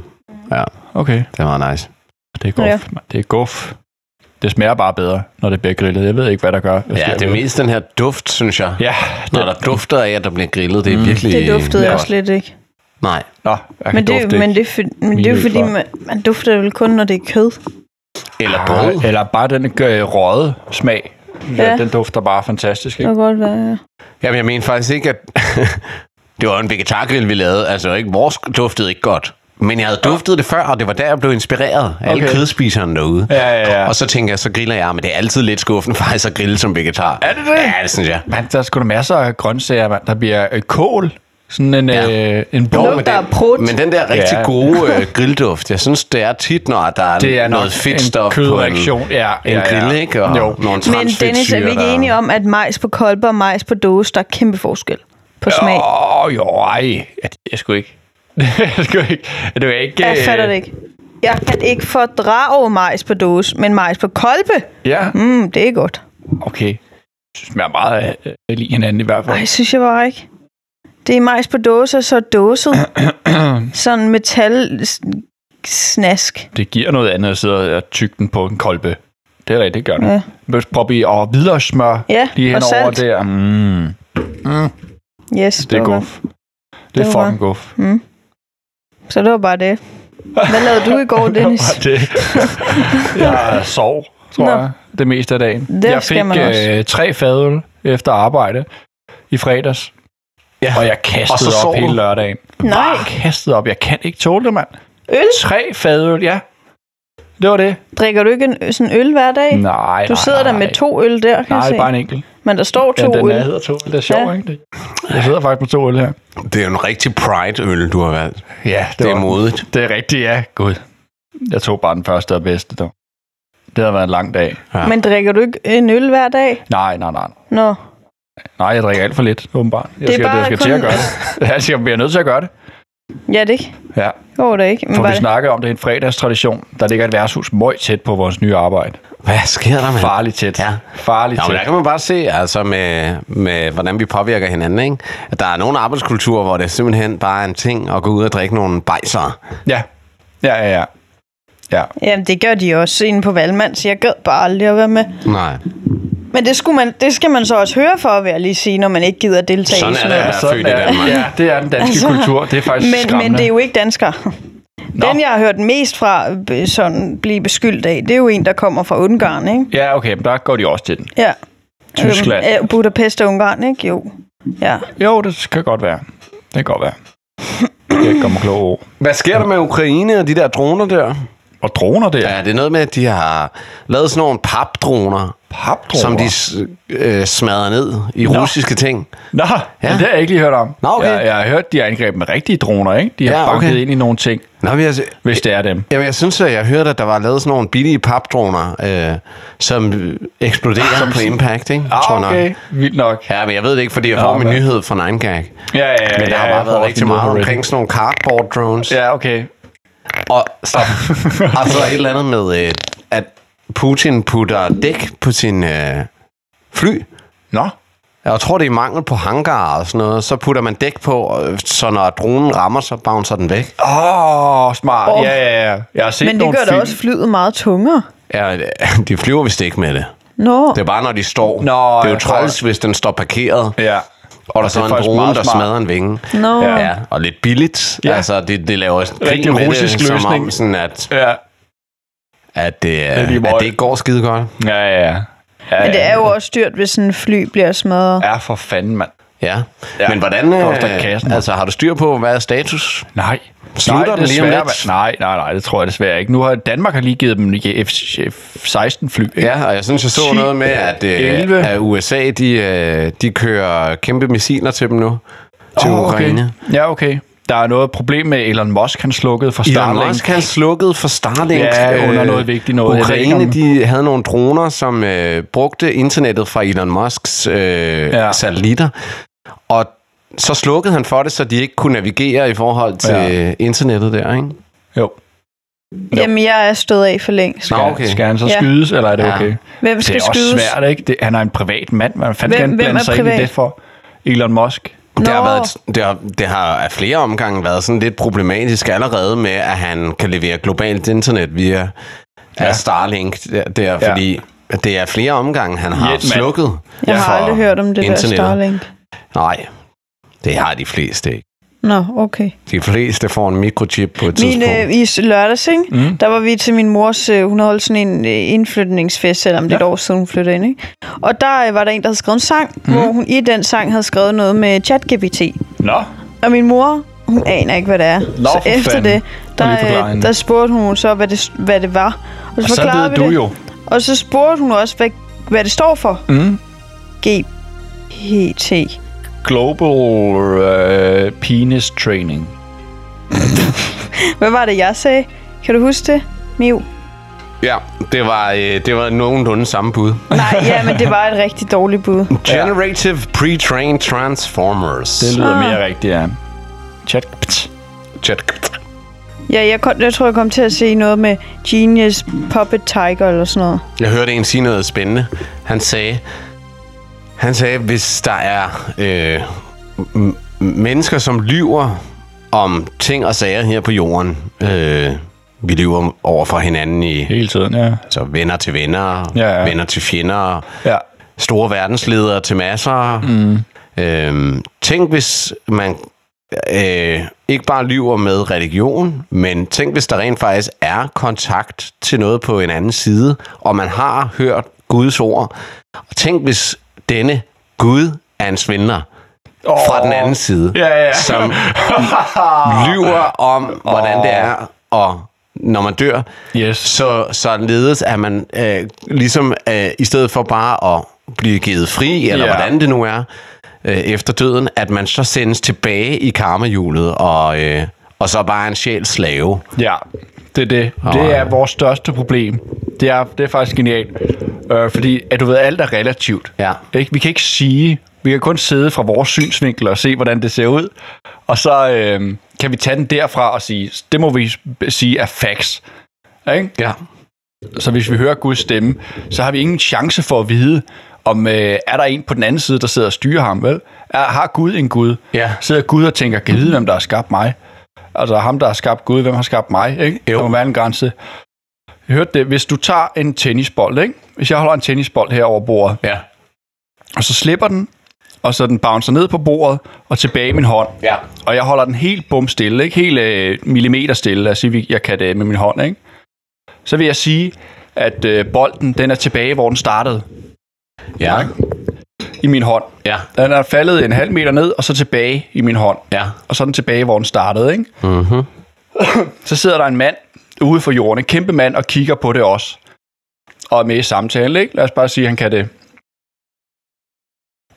C: ja,
A: Okay,
C: det var nice.
A: det er guf.
B: Ja.
A: Ja. Det er guf. Det smager bare bedre, når det bliver grillet. Jeg ved ikke, hvad der gør. Jeg
C: Ja,
A: sker
C: det er
A: ved
C: mest den her duft, synes jeg.
A: Ja,
C: Når der dufter af, at der bliver grillet, det er virkelig...
B: Det duftede
A: ja.
B: ja. også lidt, ikke?
C: Nej.
A: nå, jeg
B: Men
A: kan
B: det,
A: dufte
B: men
A: ikke.
B: det, er for- men det er jo
A: Mine
B: fordi,
A: for.
B: man, man dufter vel kun, når det er kød.
C: Eller brød.
A: Ah, Eller bare den øh, røde smag. Ja.
B: Ja.
A: Den dufter bare fantastisk,
B: Det
A: ikke?
B: kan godt være, ja.
C: Jamen, jeg mener faktisk ikke, at... [LAUGHS] det var en vegetargrill, vi lavede. Altså, ikke? vores duftede ikke godt. Men jeg havde duftet det før, og det var der, jeg blev inspireret af alle
A: Okay.
C: kødspiserne derude.
A: Ja, ja, ja.
C: Og så tænker jeg, så griller jeg, men det er altid lidt skuffende faktisk at grille som vegetar.
A: Er det det?
C: Ja, det synes jeg.
A: Man, der er sgu da masser af grøntsager, mand. Der bliver øh, kål. Sådan en,
C: Ja.
A: ja. øh, en
C: Jo,
A: brun.
C: men,
B: der er
C: den,
B: prut.
C: men den der rigtig
A: Ja.
C: gode
A: [LAUGHS]
C: øh, grillduft, jeg synes, det er tit, når der er,
A: Det er nok
C: noget
A: en
C: fedtstof
A: kødreaktion.
C: på en,
A: Ja,
C: en
A: ja, ja.
C: grill, ikke? Og
A: Jo.
C: nogle
B: Men Dennis, er vi ikke enige om, at majs på kolbe og majs på dåse, der er kæmpe forskel på smag?
A: Åh, oh, jo, ej. Ja, det er sgu ikke. [LAUGHS] det er sgu ikke. Det er ikke...
B: Jeg
A: øh,
B: fatter det ikke. Jeg kan ikke fordrage majs på dåse, men majs på kolbe,
A: Ja,
B: mm, det er godt.
A: okay. Jeg synes, man er meget øh, lige hinanden i hvert fald.
B: Nej, synes jeg bare ikke. Det er majs på dåse, og så er
A: [CLEARS THROAT]
B: dåset. Sådan metal s- snask.
A: Det giver noget andet at sidde og tygge den på en kolbe. Det er rigtigt, det gør det.
B: Ja.
A: Ja. Prop i og videre smør
B: Ja,
A: lige
B: og
A: henover
B: salt.
A: der. Mm,
B: Yes,
A: det er
B: var godt.
A: guf. Det er
B: Det var
A: fucking guf.
B: Så det var bare det. Hvad lavede
A: [LAUGHS]
B: du i går, Dennis?
A: Det. jeg sov, tror
B: Nå.
A: jeg, det meste af dagen.
B: Det
A: jeg
B: skal
A: fik
B: man også.
A: Øh, tre fadøl efter arbejde i fredags.
C: Ja.
A: Og jeg kastede
C: Og så
A: op
C: sov du?
A: hele lørdagen.
B: Nej.
A: Bare kastet op. Jeg kan ikke tåle det, mand.
B: Øl?
A: Tre fadøl, ja. det var det.
B: Drikker du ikke en, ø- sådan øl hver dag?
A: Nej,
B: Du
A: nej,
B: sidder der
A: nej.
B: med to øl der, kan jeg
A: Nej,
B: se.
A: bare en enkelt.
B: Men der står
A: Ja,
B: to
A: den
B: øl.
A: er hedder to. øl. Det er sjovt,
B: Ja.
A: ja. ikke det? Jeg sidder faktisk med to øl her.
C: Det er jo en rigtig pride-øl, du har valgt.
A: Ja,
C: Det er modigt.
A: Det er rigtigt, ja. Gud. Jeg tog bare den første og bedste, dog. Det havde været en lang dag.
C: Ja.
B: Men drikker du ikke en øl hver dag?
A: Nej, nej, nej.
B: Nå.
A: Nej, jeg drikker alt for lidt, åbenbart. Jeg
B: Det er
A: skal,
B: bare
A: jeg skal
B: kun-
A: til at gøre
B: [LAUGHS]
A: det. Jeg skal, jeg bliver nødt til at gøre det.
B: Ja, det ikke.
A: Ja,
B: Jo, det er ikke. Men
A: for
B: var
A: vi
B: det?
A: snakkede om det i en fredagstradition. Der ligger et værtshus møj tæt på vores nye arbejde.
C: Hvad sker der, mand?
A: Farligt tæt.
C: Ja.
A: Farligt
C: Nå, men der
A: tæt.
C: kan man bare se, altså med, med hvordan vi påvirker hinanden, ikke? At der er nogle arbejdskulturer, hvor det simpelthen bare er en ting at gå ud og drikke nogle bajsere.
A: Ja. Ja, ja, ja. Ja,
B: Jamen, det gør de også inde på Valmand, så jeg gad bare aldrig at være med.
C: Nej.
B: Men det, skulle man, det skal man så også høre for, vil jeg lige sige, når man ikke gider deltage
C: Sådan
B: i
C: er
B: sådan
C: det
B: noget.
C: at være født i Danmark.
A: Ja, det er den danske altså,
B: Altså,
A: kultur. Det er faktisk
B: Men,
A: skræmmende.
B: men det er jo ikke danskere.
A: Nå.
B: Den, jeg har hørt mest fra øh, sådan blive beskyldt af, det er jo en, der kommer fra Ungarn, ikke?
A: Ja, okay, men der går de også til den.
B: Ja.
A: Tyskland.
B: Øhm, øh, Budapest og Ungarn, ikke? Jo. Ja.
A: Jo, det kan godt være. Det kan godt være. Det kan komme kloge ord.
C: Hvad sker der med Ukraine og de der droner der?
A: Og droner der.
C: Ja, det er noget med, at de har lavet sådan nogle papdroner,
A: Papdroner.
C: som de s- øh, smadrer ned i
A: Nå.
C: russiske ting.
A: Nå, ja. det har jeg ikke lige hørt om.
C: Nå, okay.
A: jeg, jeg har hørt, de har angrebet med rigtige droner, ikke? De har
C: Ja,
A: ja, banket
C: okay.
A: ind i nogle ting,
C: Nå, men jeg,
A: hvis det er dem.
C: jamen, jeg synes, at jeg hørte, at der var lavet sådan nogle billige papdroner, øh, som eksploderer Ah, som på impact, ikke?
A: Ah,
C: Tror jeg nok.
A: okay. Vildt nok.
C: Ja, men jeg ved det ikke, fordi jeg får
A: Nå,
C: min
A: men-
C: nyhed fra 9gag.
A: Ja, ja, ja.
C: Men der
A: ja,
C: har
A: jeg får
C: bare været
A: også
C: rigtig
A: noget
C: meget
A: på
C: omkring sådan nogle cardboard drones.
A: Reddit. Ja, okay.
C: Og så, og så et eller andet med, øh, at Putin putter dæk på sin øh, fly.
A: Nå,
C: Jeg tror, det er mangel på hangar og sådan noget. Så putter man dæk på, og så når dronen rammer, så bouncer den væk.
A: åh, oh, smart.
B: Åh.
A: Oh. Ja, ja, ja. Jeg har set
B: Men det
A: nogle
B: gør da
A: film.
B: også flyet meget tungere.
C: Ja, øh, [LAUGHS] de flyver vist ikke med det.
B: Nå,
C: Det er bare, når de
A: Nå,
C: står. det er jo
A: jeg tror-
C: træls, hvis den står parkeret,
A: Ja.
C: og der
A: det
C: så
A: er
C: er en
A: faktisk
C: drone,
A: meget
C: der
A: smart.
C: smadrer en vinge.
B: Nå.
A: Ja.
C: Ja, og lidt billigt.
A: Ja.
C: Ja. Altså, det, det laver også grin
A: Rigtig
C: med
A: russisk
C: det, som om
A: løsning.
C: sådan, at
A: Ja,
C: at det,
A: er
C: at
A: lige
C: det
A: meget.
C: ikke går skide godt.
A: ja, ja. ja. ja
B: men det er jo også dyrt, hvis sådan en fly bliver smadret.
A: Ja, for fanden, mand.
C: Ja.
A: Ja,
C: ja. Men hvordan...
A: det koster
C: øh,
A: kassen.
C: altså, har du styr på, hvad er status?
A: Nej.
C: Slutter
A: nej,
C: den lige om
A: desværre, mand.
C: lidt?
A: Nej, nej, nej, det tror jeg desværre ikke. Nu har Danmark har lige givet dem F-16-fly.
C: Ja, og jeg synes, jeg så
A: 10,
C: noget med, at, øh,
A: 11.
C: at USA, de, øh, de kører kæmpe missiler til dem nu. Til
A: Åh,
C: oh, Ukraine. Okay.
A: Okay. Ja, okay. Der er noget problem med Elon Musk, han slukkede for Starlink.
C: Elon Musk han slukket for Starlink. Øh,
A: Ja, under noget vigtigt noget. Jeg ved ikke,
C: Ukraine,
A: om-
C: de havde nogle droner, som øh, brugte internettet fra Elon Musks øh,
A: Ja.
C: ja. satellitter. Og så slukkede han for det, så de ikke kunne navigere i forhold til
A: Ja.
C: ja. internettet der, ikke?
A: Jo.
B: Jamen, jeg er stået af for længst.
C: Nå,
A: Skal, okay.
C: okay.
A: skal han så
B: Ja.
A: skydes, eller er det
C: Ja.
A: okay?
B: Hvem
A: Det er
B: skal
A: også
B: skydes?
A: svært, ikke? Det, han er en privat mand. Hvad fanden skal
B: Hvem-
A: han
B: hvem
A: blande
B: er
A: sig ind i
B: privat?
A: det for? Elon Musk.
C: Det har,
B: Nå.
C: været, det, har, det har af flere omgange været sådan lidt problematisk allerede med, at han kan levere globalt internet via ja. Starlink der, der
A: Ja.
C: fordi at det er flere omgange, han har
A: Jetman.
C: slukket.
B: Jeg har
C: for
B: aldrig hørt om det der
C: internettet.
B: Starlink.
C: Nej, det har de fleste ikke.
B: Nå, okay.
C: De fleste får en mikrochip på et
B: Min,
C: tidspunkt.
B: øh, I s- lørdags, ikke? Mm. der var vi til min mors, øh, hun holdt sådan en øh, indflytningsfest, selvom det er
A: Ja.
B: et år siden, hun flyttede ind. Ikke? Og der øh, var der en, der havde skrevet en sang, mm. hvor hun i den sang havde skrevet noget med ChatGPT.
A: Nå,
B: Og min mor, hun aner ikke, hvad det er. Nå, så
A: for
B: efter
A: fanden.
B: det,
A: Prøv lige at
B: der,
A: forklare
B: øh,
A: hende.
B: der spurgte hun så, hvad det, hvad det var. Og så,
A: så
B: forklarede
A: ved
B: vi
A: du
B: det.
A: jo.
B: Og så spurgte hun også, hvad, hvad det står for.
A: Mm.
B: GPT.
A: Global øh, Penis Training.
B: Hvad var det, jeg sagde? Kan du huske det, Miu?
C: Ja, det var, øh, det var nogenlunde samme bud.
B: Nej, ja, men det var et rigtig dårligt bud.
C: Generative Pre-Trained Transformers.
A: Det lyder
B: Ah.
A: mere rigtigt, ja. Chat. pt.
C: Chat.
B: Ja, jeg, kom, jeg tror, jeg kom til at se noget med Genius Puppet Tiger eller sådan noget.
C: Jeg hørte en sige noget spændende. Han sagde, han sagde, hvis der er øh, m- mennesker, som lyver om ting og sager her på jorden, øh, vi lyver over for hinanden i
A: Hele tiden, ja.
C: altså venner til venner,
A: Ja, ja.
C: venner til fjender,
A: Ja.
C: store verdensledere til masser. Mm. Øh, tænk, hvis man øh, ikke bare lyver med religion, men tænk, hvis der rent faktisk er kontakt til noget på en anden side, og man har hørt Guds ord. Og tænk, hvis denne Gud er en svindler oh. fra den anden side,
A: [LAUGHS] Ja, ja.
C: som lyver om, hvordan det er at når man dør,
A: Yes.
C: så, så ledes at man øh, ligesom, øh, i stedet for bare at blive givet fri, eller
A: Ja.
C: yeah. hvordan det nu er, øh, efter døden, at man så sendes tilbage i karmahjulet, og, øh, og så bare er en sjæls slave.
A: Ja, det er det. Det er vores største problem. Det er, det er faktisk genialt. Øh, fordi, at du ved, alt er relativt.
C: Ja.
A: Ikke? Vi kan ikke sige, vi kan kun sidde fra vores synsvinkel og se, hvordan det ser ud. Og så øh, kan vi tage den derfra og sige, det må vi sige er facts. Ikke?
C: Ja.
A: Så hvis vi hører Guds stemme, så har vi ingen chance for at vide, om øh, er der en på den anden side, der sidder og styrer ham, vel? Er, har Gud en Gud?
C: Ja.
A: Sidder Gud og tænker, kan jeg vide, hvem der har skabt mig? Altså ham, der har skabt Gud, hvem har skabt mig? Ikke?
C: Jo.
A: Der må være en grænse. Jeg hørte det, hvis du tager en tennisbold, ikke? Hvis jeg holder en tennisbold her over bordet,
C: Ja.
A: og så slipper den, og så den bouncer ned på bordet og tilbage i min hånd.
C: Ja.
A: Og jeg holder den helt bum stille, ikke helt øh, millimeter stille. Lad os sige, vi- jeg kan det med min hånd, ikke? Så vil jeg sige, at øh, bolden den er tilbage, hvor den startede
C: Ja.
A: i min hånd.
C: Ja.
A: Den er faldet en halv meter ned, og så tilbage i min hånd.
C: Ja.
A: Og så er den tilbage, hvor den startede, ikke?
C: Mm-hmm.
A: Så sidder der en mand ude for jorden, en kæmpe mand, og kigger på det også. Og er med i samtalen, ikke? Lad os bare sige, at han kan det.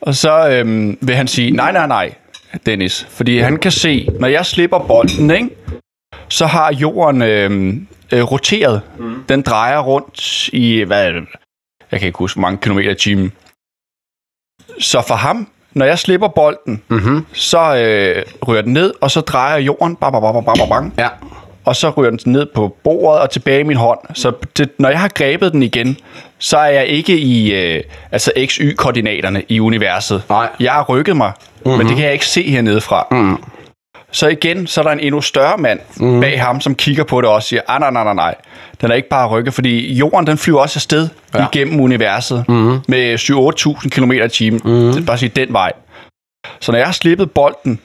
A: Og så øhm, vil han sige, nej, nej, nej, Dennis. Fordi han kan se, når jeg slipper bolden, ikke? Så har jorden øhm, øh, roteret. Mm. Den drejer rundt i, hvad er det? Jeg kan ikke huske, hvor mange kilometer i timen. Så for ham, når jeg slipper bolden,
C: Mm-hmm.
A: så øh, rører den ned, og så drejer jorden, bam, bam, bam, bam, bam, bam,
C: Ja.
A: og så ryger den ned på bordet og tilbage i min hånd. Så det, når jeg har grebet den igen, så er jeg ikke i øh, altså XY-koordinaterne i universet.
C: Nej.
A: Jeg har rykket mig, mm-hmm. men det kan jeg ikke se hernede fra. Mm. Så igen, så er der en endnu større mand
C: Mhm.
A: mm. bag ham, som kigger på det og siger, "Ah, nej, nej, nej, nej, den er ikke bare rykket, fordi jorden den flyver også afsted ja. igennem universet
C: Mhm.
A: mm. med 7-8.000 km i timen. Mm. Det er bare at sige, den vej. Så når jeg har slippet bolden,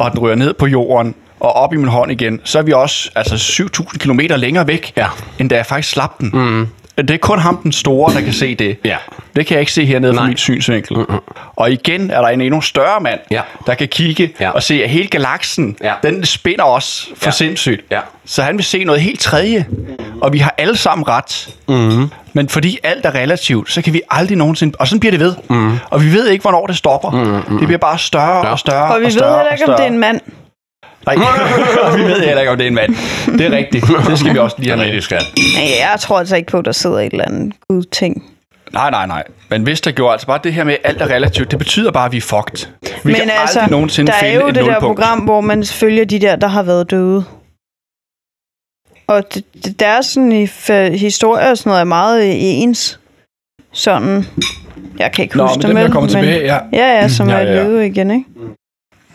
A: og den rører ned på jorden og op i min hånd igen, så er vi også altså 7.000 km længere væk,
C: Ja. Mhm.
A: end da jeg faktisk slap den. Mm. Det er kun ham, den store, der kan se det.
C: Ja.
A: Det kan jeg ikke se hernede fra
C: Nej.
A: min synsvinkel. Mm-hmm. Og igen er der en endnu større mand,
C: Ja.
A: der kan kigge
C: Ja.
A: og se, at hele galaksen,
C: Ja.
A: den spinder os for
C: Ja.
A: sindssygt.
C: Ja.
A: Så han vil se noget helt tredje. Og vi har alle sammen ret.
C: Mhm.
A: Mm. Men fordi alt er relativt, så kan vi aldrig nogensinde... Og sådan bliver det ved.
C: Mhm.
A: Mm. Og vi ved ikke, hvornår det stopper. Mm. Det bliver bare større og større
B: Og vi ved
A: større
B: heller ikke, om
A: større.
B: det er en mand.
A: Nej,
C: [LAUGHS]
A: og vi ved heller ikke, om det er en mand. Det er rigtigt. Det skal vi også lige have med.
C: skal.
B: Nej, jeg tror altså ikke på, at der sidder et eller andet gud ting.
A: Nej, nej, nej. Men hvis der gjorde altså bare det her med, at alt er relativt, det betyder bare, at vi er fucked. Vi
B: Men
A: kan
B: altså,
A: aldrig nogensinde
B: der er
A: finde
B: jo
A: et
B: det der
A: nulpunkt.
B: program, hvor man følger de der, der har været døde. Og det, det, deres sådan, i- fa- historie og sådan noget er meget øh, ens. Sådan, jeg kan ikke
A: Nå,
B: huske
A: men dem, der
B: vel,
A: kommer tilbage, ja.
B: Ja, ja, som
A: Ja,
B: ja,
A: ja,
B: er
A: ja.
B: levet igen, ikke?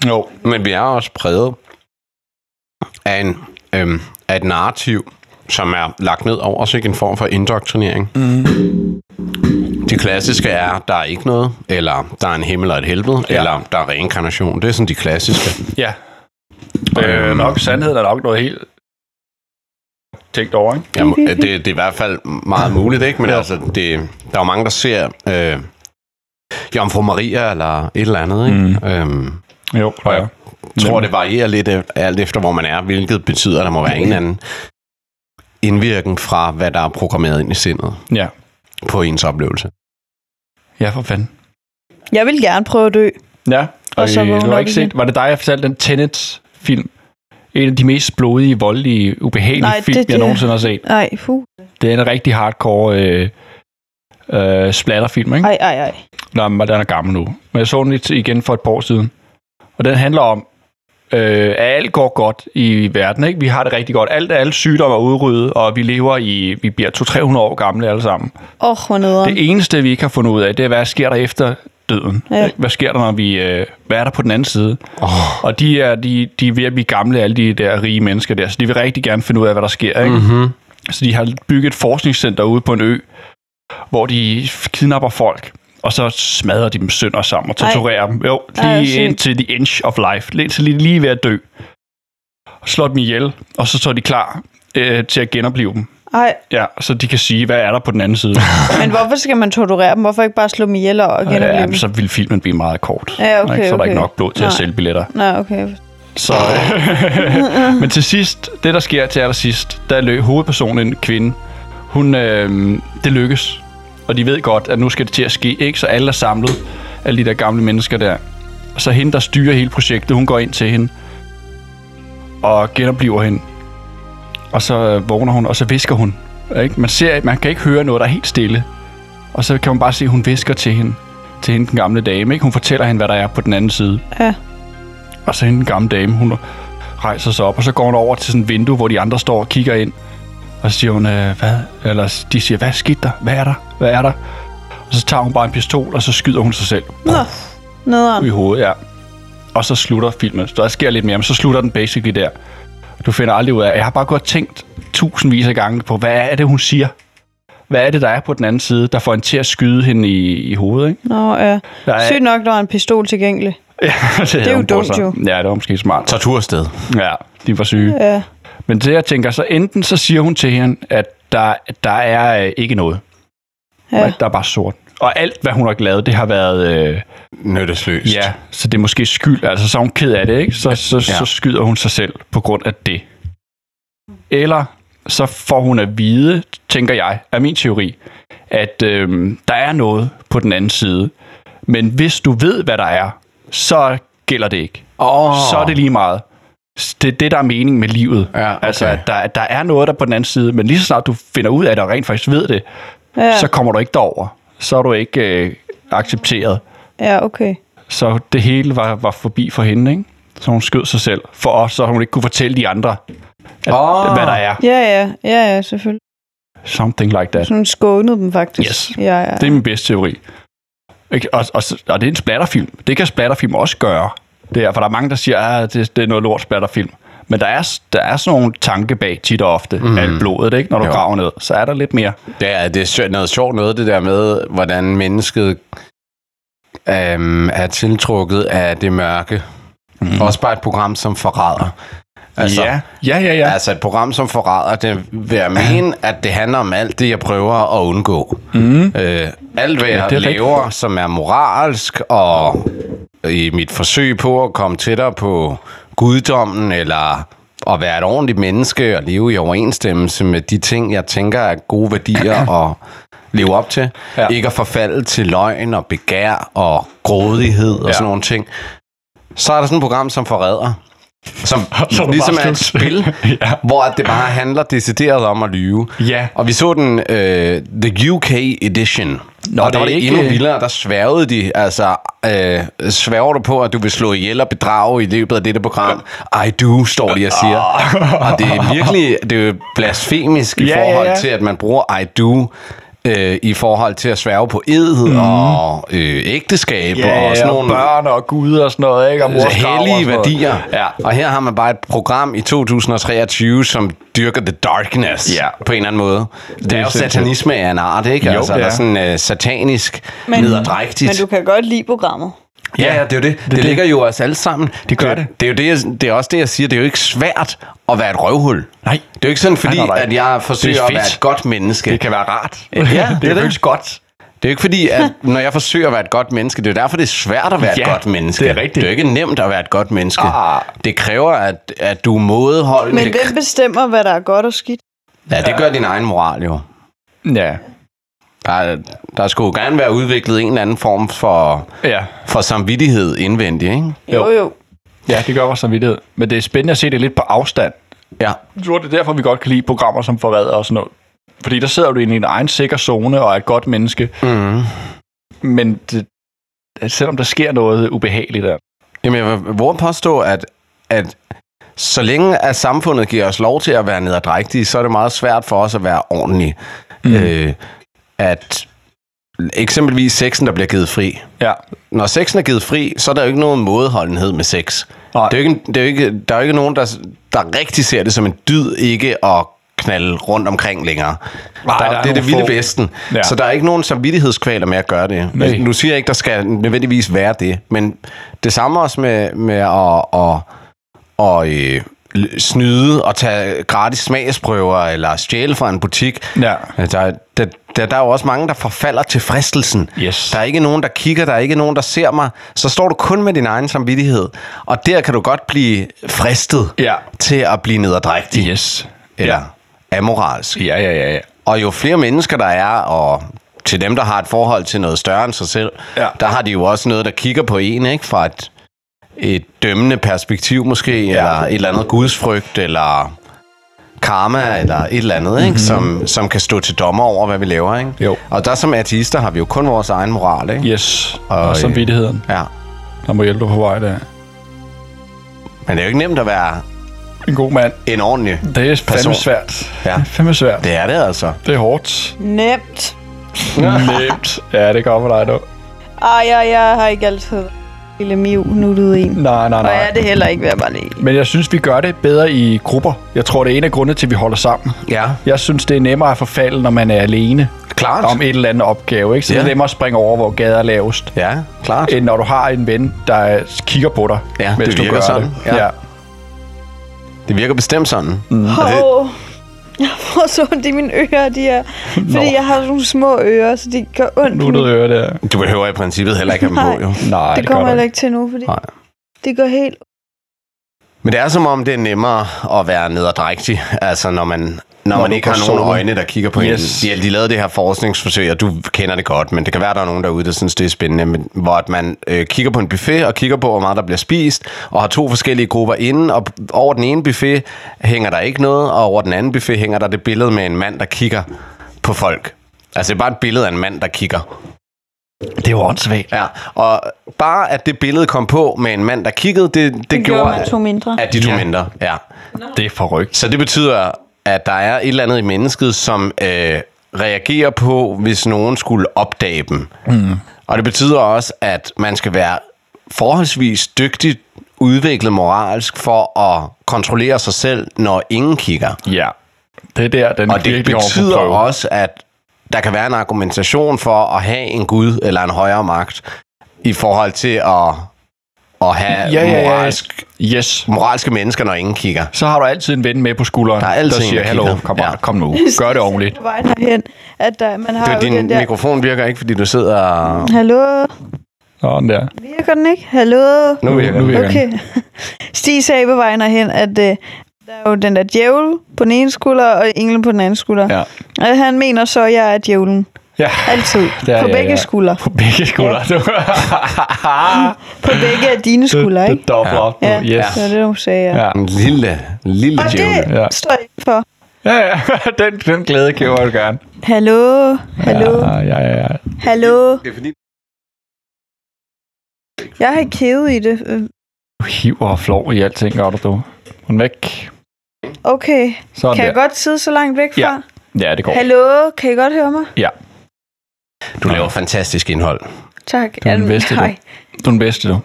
A: Jo,
C: Men vi er også præget af, en, øhm, af et narrativ, som er lagt ned over os, ikke? En form for indoktrinering. Mm. Det klassiske er, der er ikke noget, eller der er en himmel og et helvede,
A: Ja.
C: ja. eller der er reinkarnation. Det er sådan de klassiske.
A: ja. Øh, nok sandheden er nok noget helt tænkt over, ikke?
C: Jamen, øh, det, det er i hvert fald meget muligt, ikke? Men altså, det, der er jo mange, der ser øh, Jomfru Maria eller et eller andet, ikke? Mm. Øhm,
A: Jo,
C: Og jeg tror, det varierer lidt øh, alt efter, hvor man er, hvilket betyder, at der må være en eller anden indvirkning fra, hvad der er programmeret ind i sindet
A: Ja.
C: på ens oplevelse.
A: Ja, for fanden.
B: Jeg vil gerne prøve at dø.
A: Ja, og
B: så
A: øh,
B: vågner
A: du har
B: op
A: ikke
B: igen.
A: set, var det dig, jeg fortalte den Tenet-film? En af de mest blodige, voldelige, ubehagelige
B: Nej,
A: Nej,
B: det-
A: film, det,
B: det-
A: jeg nogensinde har set.
B: Ej, fu.
A: Det er en rigtig hardcore øh, øh, splatterfilm, ikke?
B: Ej, ej, ej.
A: Nå, men den er gammel nu. Men jeg så den lidt igen for et par år siden. Og den handler om, øh, at alt går godt i verden. Ikke? Vi har det rigtig godt. Alt, alle sygdomme er udryddet, og vi lever i, vi bliver 200-300 år gamle alle sammen.
B: Åh, hvor nederen.
A: Det eneste, vi ikke har fundet ud af, det er, hvad sker der efter døden?
B: Ja.
A: Ikke? Hvad sker der, når vi... Øh, hvad er der på den anden side? Oh. Og de er, de, de er ved at blive gamle, alle de der rige mennesker der, så de vil rigtig gerne finde ud af, hvad der sker. Ikke?
B: Mhm.
C: Mm-hmm.
A: Så de har bygget et forskningscenter ude på en ø, hvor de kidnapper folk, og så smadrer de dem sønder sammen og
B: Ej.
A: torturerer dem. Jo,
B: Ej, hvor
A: lige
B: sygt.
A: Ej, indtil the inch of life. Lige indtil de lige ved at dø. Og slår dem ihjel, og så står de klar øh, til at genopleve dem.
B: Ej,
A: Ja, så de kan sige, hvad er der på den anden side.
B: men hvorfor skal man torturere dem? Hvorfor ikke bare slå dem ihjel og
A: ja,
B: genopleve
A: men
B: dem?
A: så vil filmen blive meget kort.
B: Ja, okay,
A: ikke? Så er der
B: okay.
A: ikke nok blod til at
B: Nej.
A: sælge billetter.
B: Nej, okay.
A: Så, øh, men til sidst, det der sker til allersidst, der løb hovedpersonen, en kvinde, hun, øh, det lykkes. Og de ved godt, at nu skal det til at ske, ikke? Så alle er samlet, alle de der gamle mennesker der. Og så hende, der styrer hele projektet, hun går ind til hende og genopliver hende. Og så øh, vågner hun, og så visker hun. Ikke? Man, ser, man kan ikke høre noget, der er helt stille. Og så kan man bare se, at hun visker til hende, til hende den gamle dame. Ikke? Hun fortæller hende, hvad der er på den anden side.
B: Ja.
A: Og så hende den gamle dame, hun rejser sig op, og så går hun over til sådan et vindue, hvor de andre står og kigger ind. Og så siger hun, øh, hvad? Eller de siger, hvad skete der? Hvad er der? Hvad er der? Og så tager hun bare en pistol, og så skyder hun sig selv
B: Nå, nederen.
A: i hovedet, ja. Og så slutter filmen. Så der sker lidt mere, men så slutter den basically der. Du finder aldrig ud af, jeg har bare godt tænkt tusindvis af gange på, hvad er det, hun siger? Hvad er det, der er på den anden side, der får hende til at skyde hende i, i hovedet, ikke?
B: Nå, ja.
A: Der er-
B: Sygt nok, der var en pistol tilgængelig.
A: Ja, [LAUGHS] det, havde
B: jo
A: hun på
B: dumt,
A: sig.
B: jo.
A: Ja, det var måske smart.
C: Tortursted.
A: Ja, de var syge.
B: Ja.
A: Men det, jeg tænker, så enten så siger hun til hende, at der, der er øh, ikke noget.
B: Ja.
A: At der er bare sort. Og alt, hvad hun har lavet, det har været... Øh,
C: Nyttesløst.
A: ja, så det er måske skyld. Altså, så er hun ked af det, ikke? Så, så, ja. så skyder hun sig selv på grund af det. Eller så får hun at vide, tænker jeg, er min teori, at øh, der er noget på den anden side. Men hvis du ved, hvad der er, så gælder det ikke
C: Oh.
A: så er det lige meget. Det er det, der er mening med livet.
C: Ja, okay.
A: Altså, at der, at der er noget der er på den anden side, men lige så snart du finder ud af det og rent faktisk ved det,
B: Ja.
A: så kommer du ikke derover. Så er du ikke øh, accepteret.
B: ja, okay.
A: Så det hele var, var forbi for hende, ikke? Så hun skød sig selv. For os, så hun ikke kunne fortælle de andre, at,
C: Ah.
A: oh. hvad der er.
B: Ja, ja, ja, ja, selvfølgelig.
A: Something like that.
B: Så hun skånede dem faktisk.
A: Yes.
B: Ja, ja.
A: Det er min bedste teori. Ikke? Og, og, og det er en splatterfilm. Det kan splatterfilm også gøre. Det er, for der er mange, der siger, at det, det er noget lort splatterfilm. Men der er, der er sådan nogle tanke bag tit og ofte mm. af blodet, ikke? Når du
C: Jo.
A: jo. graver ned, så er der lidt mere.
C: Det er, det er sjovt- noget sjovt noget, det der med, hvordan mennesket øhm, er tiltrukket af det mørke. Mm. Også bare et program som forræder. Altså,
A: ja, ja, ja. ja.
C: Ja. Altså et program som forræder, det vil jeg mene, at det handler om alt det, jeg prøver at undgå. Mm. Øh, alt hvad jeg
A: det er
C: ja,
A: rigtigt.
C: laver, som er moralsk, og i mit forsøg på at komme tættere på guddommen, eller at være et ordentligt menneske, og leve i overensstemmelse med de ting, jeg tænker er gode værdier
A: [CLEARS THROAT]
C: og leve op til. Ja.
A: Ja.
C: Ikke at forfalde til løgn og begær og grådighed og ja.
A: Ja.
C: sådan nogle ting. Så er der sådan et program som forræder,
A: [LAUGHS]
C: som
A: Så er du
C: ligesom
A: bare
C: er et
A: slut.
C: spil, ja.
A: [LAUGHS] Ja.
C: hvor at det bare handler decideret om at lyve.
A: Ja.
C: Og vi så den øh, The UK Edition. Nå,
A: Nå,
C: og
A: det
C: der var
A: er
C: det
A: ikke-
C: endnu vildere, der sværgede de, altså, øh, sværger du på, at du vil slå ihjel og bedrage i løbet af dette program? I do, står de og
A: [LAUGHS]
C: siger. Og det er virkelig, det er jo blasfemisk i
A: Ja, ja,
C: forhold
A: ja.
C: til, at man bruger I do øh, i forhold til at sværge på ed mm. og øh, ægteskab og sådan nogle
A: børn og gud og sådan noget, ikke? Og mors grav og
C: hellige
A: sådan noget.
C: værdier.
A: Ja.
C: Og her har man bare et program i 2023, som dyrker the darkness
A: Ja.
C: på en eller anden måde. Det er jo
A: sindssygt.
C: satanisme af en art, ikke?
A: Jo,
C: altså,
A: det
C: der er
A: er.
C: sådan uh, satanisk,
B: Men-
C: nederdrægtigt.
B: Men du kan godt lide programmet.
C: Ja, ja, det er jo det. Det, det
A: det.
C: ligger jo os alle sammen.
A: Det gør
C: Det, det er jo det, jeg, det er også det, jeg siger. Det er jo ikke svært at være et røvhul.
A: Nej.
C: Det er jo ikke sådan, fordi
A: Nej, nej, nej.
C: at jeg
A: Det
C: forsøger
A: er
C: at være
A: fedt.
C: et godt menneske.
A: Det kan være rart. [LAUGHS]
C: Ja, det er
A: det
C: det.
A: føles godt.
C: Det er jo ikke fordi,
B: [LAUGHS]
C: at når jeg forsøger at være et godt menneske, det er jo derfor, det er svært at være ja, et
A: Ja,
C: godt menneske.
A: det er rigtigt.
C: Det er jo ikke nemt at være et godt menneske.
A: Ah.
C: Det kræver, at, at du er mådeholdende.
B: Men
C: det,
B: hvem bestemmer, hvad der er godt og skidt?
C: ja, det gør din egen moral jo.
A: Ja.
C: Der, er- der skulle jo gerne være udviklet en eller anden form for,
A: Ja.
C: for samvittighed indvendigt, ikke?
A: Jo.
B: jo. jo.
A: ja, det gør vores samvittighed. Men det er spændende at se det lidt på afstand.
C: Ja.
A: Jeg tror, det er derfor, vi godt kan lide programmer som Forræder og sådan noget. Fordi der sidder du i din egen sikre zone og er et godt menneske.
C: Mm.
A: Men det, selvom der sker noget ubehageligt der.
C: Jamen, jeg vil våge at påstå, at, at så længe at samfundet giver os lov til at være nederdrægtige, så er det meget svært for os at være ordentlige. Mm. Øh, at eksempelvis sexen, der bliver givet fri,
A: Ja.
C: når sexen er givet fri, så er der jo ikke nogen mådeholdenhed med sex.
A: Nej.
C: Det er jo ikke, det er jo ikke, der er jo ikke nogen, der, der rigtig ser det som en dyd ikke at knalde rundt omkring længere.
A: Nej,
C: der,
A: der er
C: det er det
A: nogle
C: vilde
A: få.
C: vesten. Ja.
A: Ja.
C: Så der er ikke nogen samvittighedskvaler med at gøre det.
A: Nej.
C: Nu siger jeg ikke, der skal nødvendigvis være det, men det samme også med, med at, at, at, øh, l- snyde og tage gratis smagsprøver eller stjæle fra en butik.
A: Ja.
C: Øh, Der, der, Der, der er jo også mange, der forfalder til fristelsen.
A: Yes.
C: Der er ikke nogen, der kigger, der er ikke nogen, der ser mig. Så står du kun med din egen samvittighed. Og der kan du godt blive fristet
A: Ja.
C: til at blive nederdrægtig.
A: Yes.
C: Eller amoralsk.
A: Ja, ja, ja. ja.
C: Og jo flere mennesker der er, og til dem, der har et forhold til noget større end sig selv,
A: Ja.
C: der har de jo også noget, der kigger på en, ikke? Fra et, et dømmende perspektiv måske, ja. eller et eller andet gudsfrygt, eller karma, eller et eller andet, ikke? Mm-hmm. Som, som kan stå til dommer over, hvad vi laver, ikke?
A: Mhm. Jo.
C: Og der som ateister har vi jo kun vores egen moral, ikke?
A: Yes. Og,
C: Og,
A: og
C: øh,
A: samvittigheden.
C: Ja.
A: Der må hjælpe dig på vej der.
C: Men det er jo ikke nemt at være
A: En god mand.
C: en ordentlig.
A: Det er fandme
C: Person.
A: svært.
C: Ja.
A: Det er [LAUGHS] fandme svært.
C: Det er det altså.
A: Det er
C: [LAUGHS]
A: hårdt.
B: Nemt.
A: Nemt. Ja, det går for dig dog.
B: Ej, jeg, jeg har ikke altid været en lille miv nuttet en.
A: Nej, nej,
B: Og jeg
A: nej.
B: er det heller ikke, vil jeg bare lige.
A: Men jeg synes, vi gør det bedre i grupper. Jeg tror, det er en af grundene til, at vi holder sammen.
C: Ja.
A: Jeg synes, det er nemmere at forfalde, når man er alene
C: Klart.
A: om et eller andet opgave. Ikke? Så
C: Ja.
A: det er nemmere at springe over, hvor gader er lavest.
C: Ja, klart.
A: end når du har en ven, der kigger på dig,
C: Ja,
A: mens
C: det
A: du
C: virker
A: gør
C: sådan.
A: det.
C: Ja.
A: Ja.
C: Det virker bestemt sådan. Mm.
B: Åh, jeg får så ondt i mine ører,
A: [LAUGHS]
B: de her. Fordi
A: Nå.
B: jeg har sådan nogle små ører, så de gør ondt. i
A: Nu er
B: mine-
A: det øre der.
C: Du behøver i princippet heller ikke have dem på,
B: Nej.
C: jo.
A: øh, Nej,
B: det kommer
A: gør
B: jeg
A: du
B: heller ikke til nu, fordi
C: Nej.
B: det går helt...
C: Men det er som om, det er nemmere at være nederdrægtig, altså når man, når
A: Når
C: man
A: du
C: ikke har
A: går
C: nogen
A: solo.
C: øjne, der kigger på
A: Yes.
C: yes. en. De, de lavede det her forskningsforsøg, og du kender det godt, men det kan være, der er nogen derude, der synes, det er spændende, men, hvor at man øh, kigger på en buffet og kigger på, hvor meget der bliver spist, og har to forskellige grupper inde, og over den ene buffet hænger der ikke noget, og over den anden buffet hænger der det billede med en mand, der kigger på folk. Altså det er bare et billede af en mand, der kigger.
A: Det er jo åndssvagt.
C: Ja, og bare at det billede kom på med en mand, der kiggede, det, det, det gjorde,
B: mig to mindre.
C: at de to
A: Ja.
C: ja. mindre. Ja.
A: Det er forrygt.
C: Så det betyder, at der er et eller andet i mennesket, som øh, reagerer på, hvis nogen skulle opdage dem. Mm. Og det betyder også, at man skal være forholdsvis dygtigt udviklet moralsk for at kontrollere sig selv, når ingen kigger.
A: Ja. Det er der, den
C: Og det
A: virkelig går på
C: betyder
A: prøve.
C: også, at der kan være en argumentation for at have en gud eller en højere magt i forhold til at, at have
A: ja, ja, ja.
C: moralsk,
A: Yes.
C: moralske mennesker, når ingen kigger.
A: Så har du altid en ven med på skulderen,
C: Der er altid
A: der
C: en,
A: siger,
C: der
A: hallo,
C: kigger."
A: kom, ja.
C: Ja.
A: kom nu, gør det ordentligt.
B: På vejen herhen, at der, man har
C: Du,
B: jo
C: din
B: den der...
C: mikrofon virker ikke, fordi du sidder... og-
B: Hallo?
A: Sådan der.
B: Virker den ikke? Hallo?
C: Nu
A: nu
C: virker den.
A: virker den.
B: Okay. [LAUGHS] Stig sagde på vejen herhen, at øh, der er jo den der djævel på den ene skulder, og englen på den anden skulder.
A: Ja.
B: Og han mener så, at jeg er djævlen.
A: Ja.
B: Altid.
A: Ja,
B: på
A: ja,
B: begge
A: ja.
B: skuldre.
A: På begge skuldre. du.
B: På begge af dine
A: [LAUGHS]
B: skuldre,
A: det,
B: ikke?
A: det dobbler op. nu.
B: Ja,
A: Yes.
B: så det er det, hun sagde. Ja.
A: Ja.
C: En lille, lille
B: Og
C: djævel.
B: det
A: Ja.
B: står jeg ikke for.
A: Ja, ja. [LAUGHS] Den, den glæde giver jeg gerne.
B: Hallo? Hallo?
A: Ja, ja, ja. ja.
B: Hallo?
C: Det er fordi...
B: Jeg har ikke hævet i det. Øh,
A: Du hiver og flår i alting, gør du, du. Hun væk.
B: Okay.
A: Sådan
B: Kan
A: der.
B: jeg godt sidde så langt væk
A: Ja.
B: fra?
A: Ja, det går.
B: Hallo? Kan I godt høre mig?
A: Ja.
C: Du laver fantastisk indhold.
B: Tak.
A: er den bedste, du.
B: nej.
A: Du er den
C: [LAUGHS]
A: bedste, du.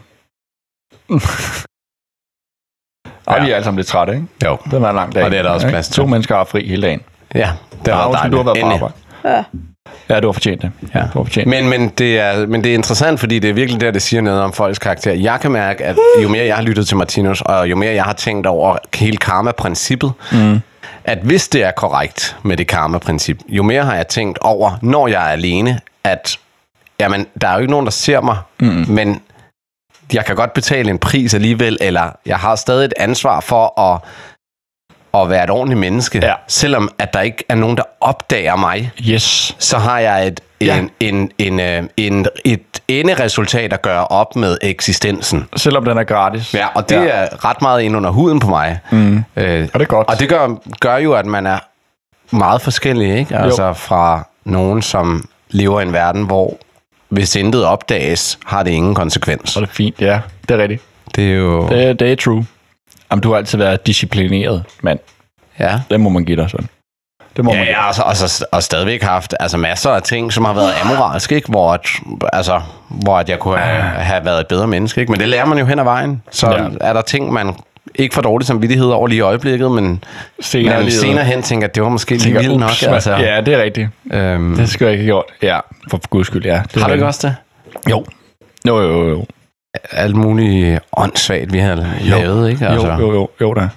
A: Og vi er alle sammen lidt trætte, ikke?
C: Jo.
A: Det var en lang dag.
C: Og det er der også
A: ikke?
C: plads til.
A: To mennesker har fri hele dagen.
C: Ja, det var
A: Rasmus,
C: dejligt.
A: Du har været på
C: Endelig.
A: arbejde.
B: Ja.
A: Ja, du har fortjent det. Ja. Du har fortjent det.
C: Men, men, det er, men det er interessant, fordi det er virkelig der, det siger noget om folks karakter. Jeg kan mærke, at jo mere jeg har lyttet til Martinus, og jo mere jeg har tænkt over hele karma-princippet, mm. at hvis det er korrekt med det karma-princip, jo mere har jeg tænkt over, når jeg er alene, at jamen, der er jo ikke nogen, der ser mig, mm. men jeg kan godt betale en pris alligevel, eller jeg har stadig et ansvar for at, at være et ordentligt menneske,
A: Ja.
C: selvom at der ikke er nogen, der opdager mig
A: Yes.
C: så har jeg et,
A: Ja.
C: ja. en, en, en, øh, en, et enderesultat at gøre op med eksistensen.
A: Selvom den er gratis.
C: Ja, og det ja. er ret meget ind under huden på mig.
A: Mm.
C: Øh,
A: Og det er godt.
C: og det gør, gør jo, at man er meget forskellig, ikke? Altså fra nogen, som lever i en verden, hvor hvis intet opdages, har det ingen konsekvens.
A: og det er fint, ja. Det er rigtigt.
C: Det er jo...
A: Det, er- det er true. Jamen, du har altid været disciplineret, mand.
C: Ja.
A: Det må man give dig sådan. Det må
C: Ja,
A: man give.
C: ja og, så, og, så, og stadigvæk haft altså, masser af ting, som har været amoralske, ikke? Hvor, at, altså, hvor at jeg kunne have, have været et bedre menneske. Ikke? Men det lærer man jo hen ad vejen. Så
A: Ja.
C: Ah. ja. er der ting, man ikke får dårlig samvittighed over lige i øjeblikket, men
A: Senere,
C: man
A: livet
C: senere hen tænker, at det var måske lige
A: tænker,
C: vildt nok.
A: ups, mand.
C: Altså,
A: Ja, det er rigtigt.
C: øhm,
A: Det skal jeg ikke have gjort. Ja, for guds skyld, ja. Det er
C: har du
A: rigtigt.
C: ikke også det?
A: Jo. Jo, jo, jo.
C: Alt muligt åndssvagt, vi har lavet, ikke? Altså.
A: Jo, jo, jo, jo da.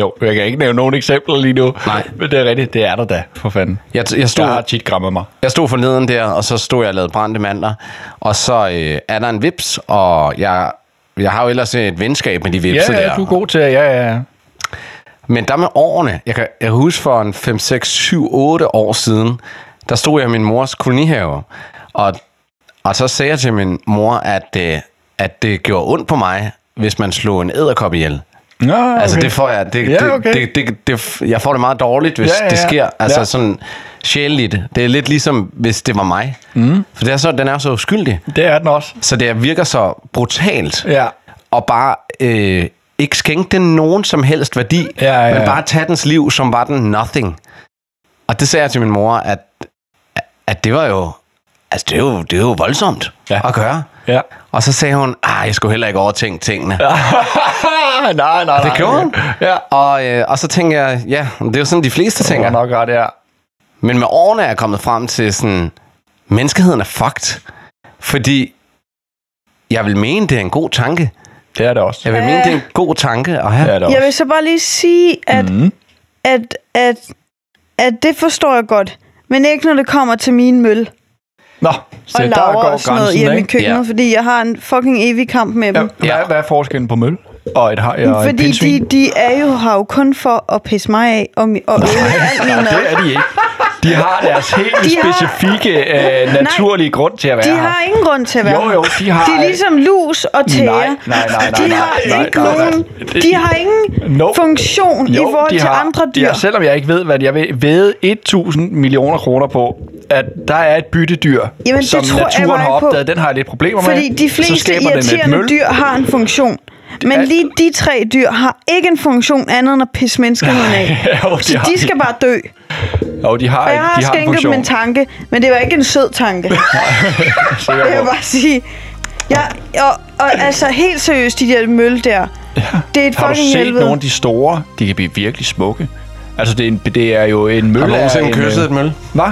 A: Jo, jeg kan ikke nævne nogen eksempler lige nu.
C: Nej.
A: Men det er rigtigt, det er der da, for fanden.
C: Jeg, jeg stod,
A: Jeg har tit grammet mig.
C: Jeg stod forneden der, og så stod jeg og lavede brændte mandler, og så øh, er der en vips, og jeg, jeg har jo ellers et venskab med de vipser
A: Ja,
C: der.
A: ja, du er god til, ja, ja, ja.
C: Men der med årene, jeg kan, jeg kan huske for en 5, 6, 7, 8 år siden, der stod jeg i min mors kolonihave, og, og så sagde jeg til min mor, at, øh, at det gjorde ondt på mig, hvis man slog en æderkop ihjel.
A: Nå, okay.
C: Altså det får jeg, det,
A: Ja, okay.
C: det, det, det, det, jeg får det meget dårligt, hvis
A: Ja, ja,
C: det
A: ja.
C: sker. Altså
A: Ja.
C: sådan sjældent. Det er lidt ligesom, hvis det var mig. Mm. For det er så, den er så uskyldig.
A: det er den også.
C: Så det virker så brutalt.
A: Ja.
C: Og bare øh, ikke skænke den nogen som helst værdi,
A: Ja, ja,
C: men
A: ja.
C: bare tage dens liv, som var den nothing. Og det sagde jeg til min mor, at, at det var jo, altså det er jo, det er jo voldsomt
A: Ja.
C: at gøre.
A: Ja.
C: Og så sagde hun, at jeg skulle heller ikke overtænke tingene.
A: nej, nej, nej.
C: Det gjorde hun.
A: Ja.
C: Og, øh, og så tænker jeg, ja, det er jo sådan, de fleste
A: Det
C: tænker.
A: var nok ret, ja.
C: Men med årene er jeg kommet frem til sådan, menneskeheden er fucked. Fordi jeg vil mene, det er en god tanke.
A: Det er det også.
C: Jeg vil mene, det er en god tanke at
A: Det
C: have.
A: er det
B: Jeg
A: også.
B: vil så bare lige sige, at,
A: Mm.
B: at, at, at det forstår jeg godt, men ikke når det kommer til min møl
A: Nå,
B: og
A: så der
B: laver
A: går
B: og sådan noget
A: grænsen,
B: hjemme i
A: ikke?
B: køkkenet,
C: Ja.
B: fordi jeg har en fucking evig kamp med dem.
A: Ja, hvad, hvad er forskellen på møl og et haj og et
B: Fordi
A: pindsvin?
B: de, de er jo her jo kun for at pisse mig af og, mi-
A: [LAUGHS]
B: og ødelægge alt min mad.
A: Det er de ikke.
B: [LAUGHS]
A: De har deres helt de
B: De har-
A: specifikke, øh, naturlige grund til at være
B: De har ingen grund til at være
A: Jo, jo, de har-
B: De er ligesom lus og tære.
A: Nej, nej, nej, nej,
B: de
A: nej,
B: har
A: nej,
B: ikke
A: nej, nej.
B: nogen...
A: Det-
B: De har ingen
A: Nope.
B: funktion i forhold
A: de
B: til andre dyr.
A: Ja, selvom jeg ikke ved, hvad jeg vil væde 1000 millioner kroner på, at der er et byttedyr,
B: Jamen, det
A: som
B: tror jeg
A: naturen
B: bare
A: har
B: ikke på.
A: opdaget, den har jeg lidt problemer
B: Fordi
A: med.
B: de
A: så
B: fleste
A: skaber den et
B: irriterende
A: møl.
B: dyr har en funktion.
A: er-
B: Men lige de tre dyr har ikke en funktion andet end at pisse menneskeheden af.
A: Ja, [LAUGHS] jo, [LAUGHS] de
B: Så
A: har
B: de skal bare dø.
A: Jo, de har, ikke,
B: Og jeg
A: de
B: har
A: har en
B: skænket dem
A: funktion.
B: en tanke, men det var ikke en sød
A: [LAUGHS]
B: tanke. Det
A: sikker
B: vil jeg
A: på.
B: bare sige. Jeg, og, og altså helt seriøst, de der møl der. Det er et
A: Har du
B: fucking
A: set
B: helvede.
A: nogle af de store? De kan blive virkelig smukke. Altså, det er, en, det er jo en mølle.
C: Har du
A: er
C: nogensinde
A: en, øh,
C: kysset et møl?
A: Hvad?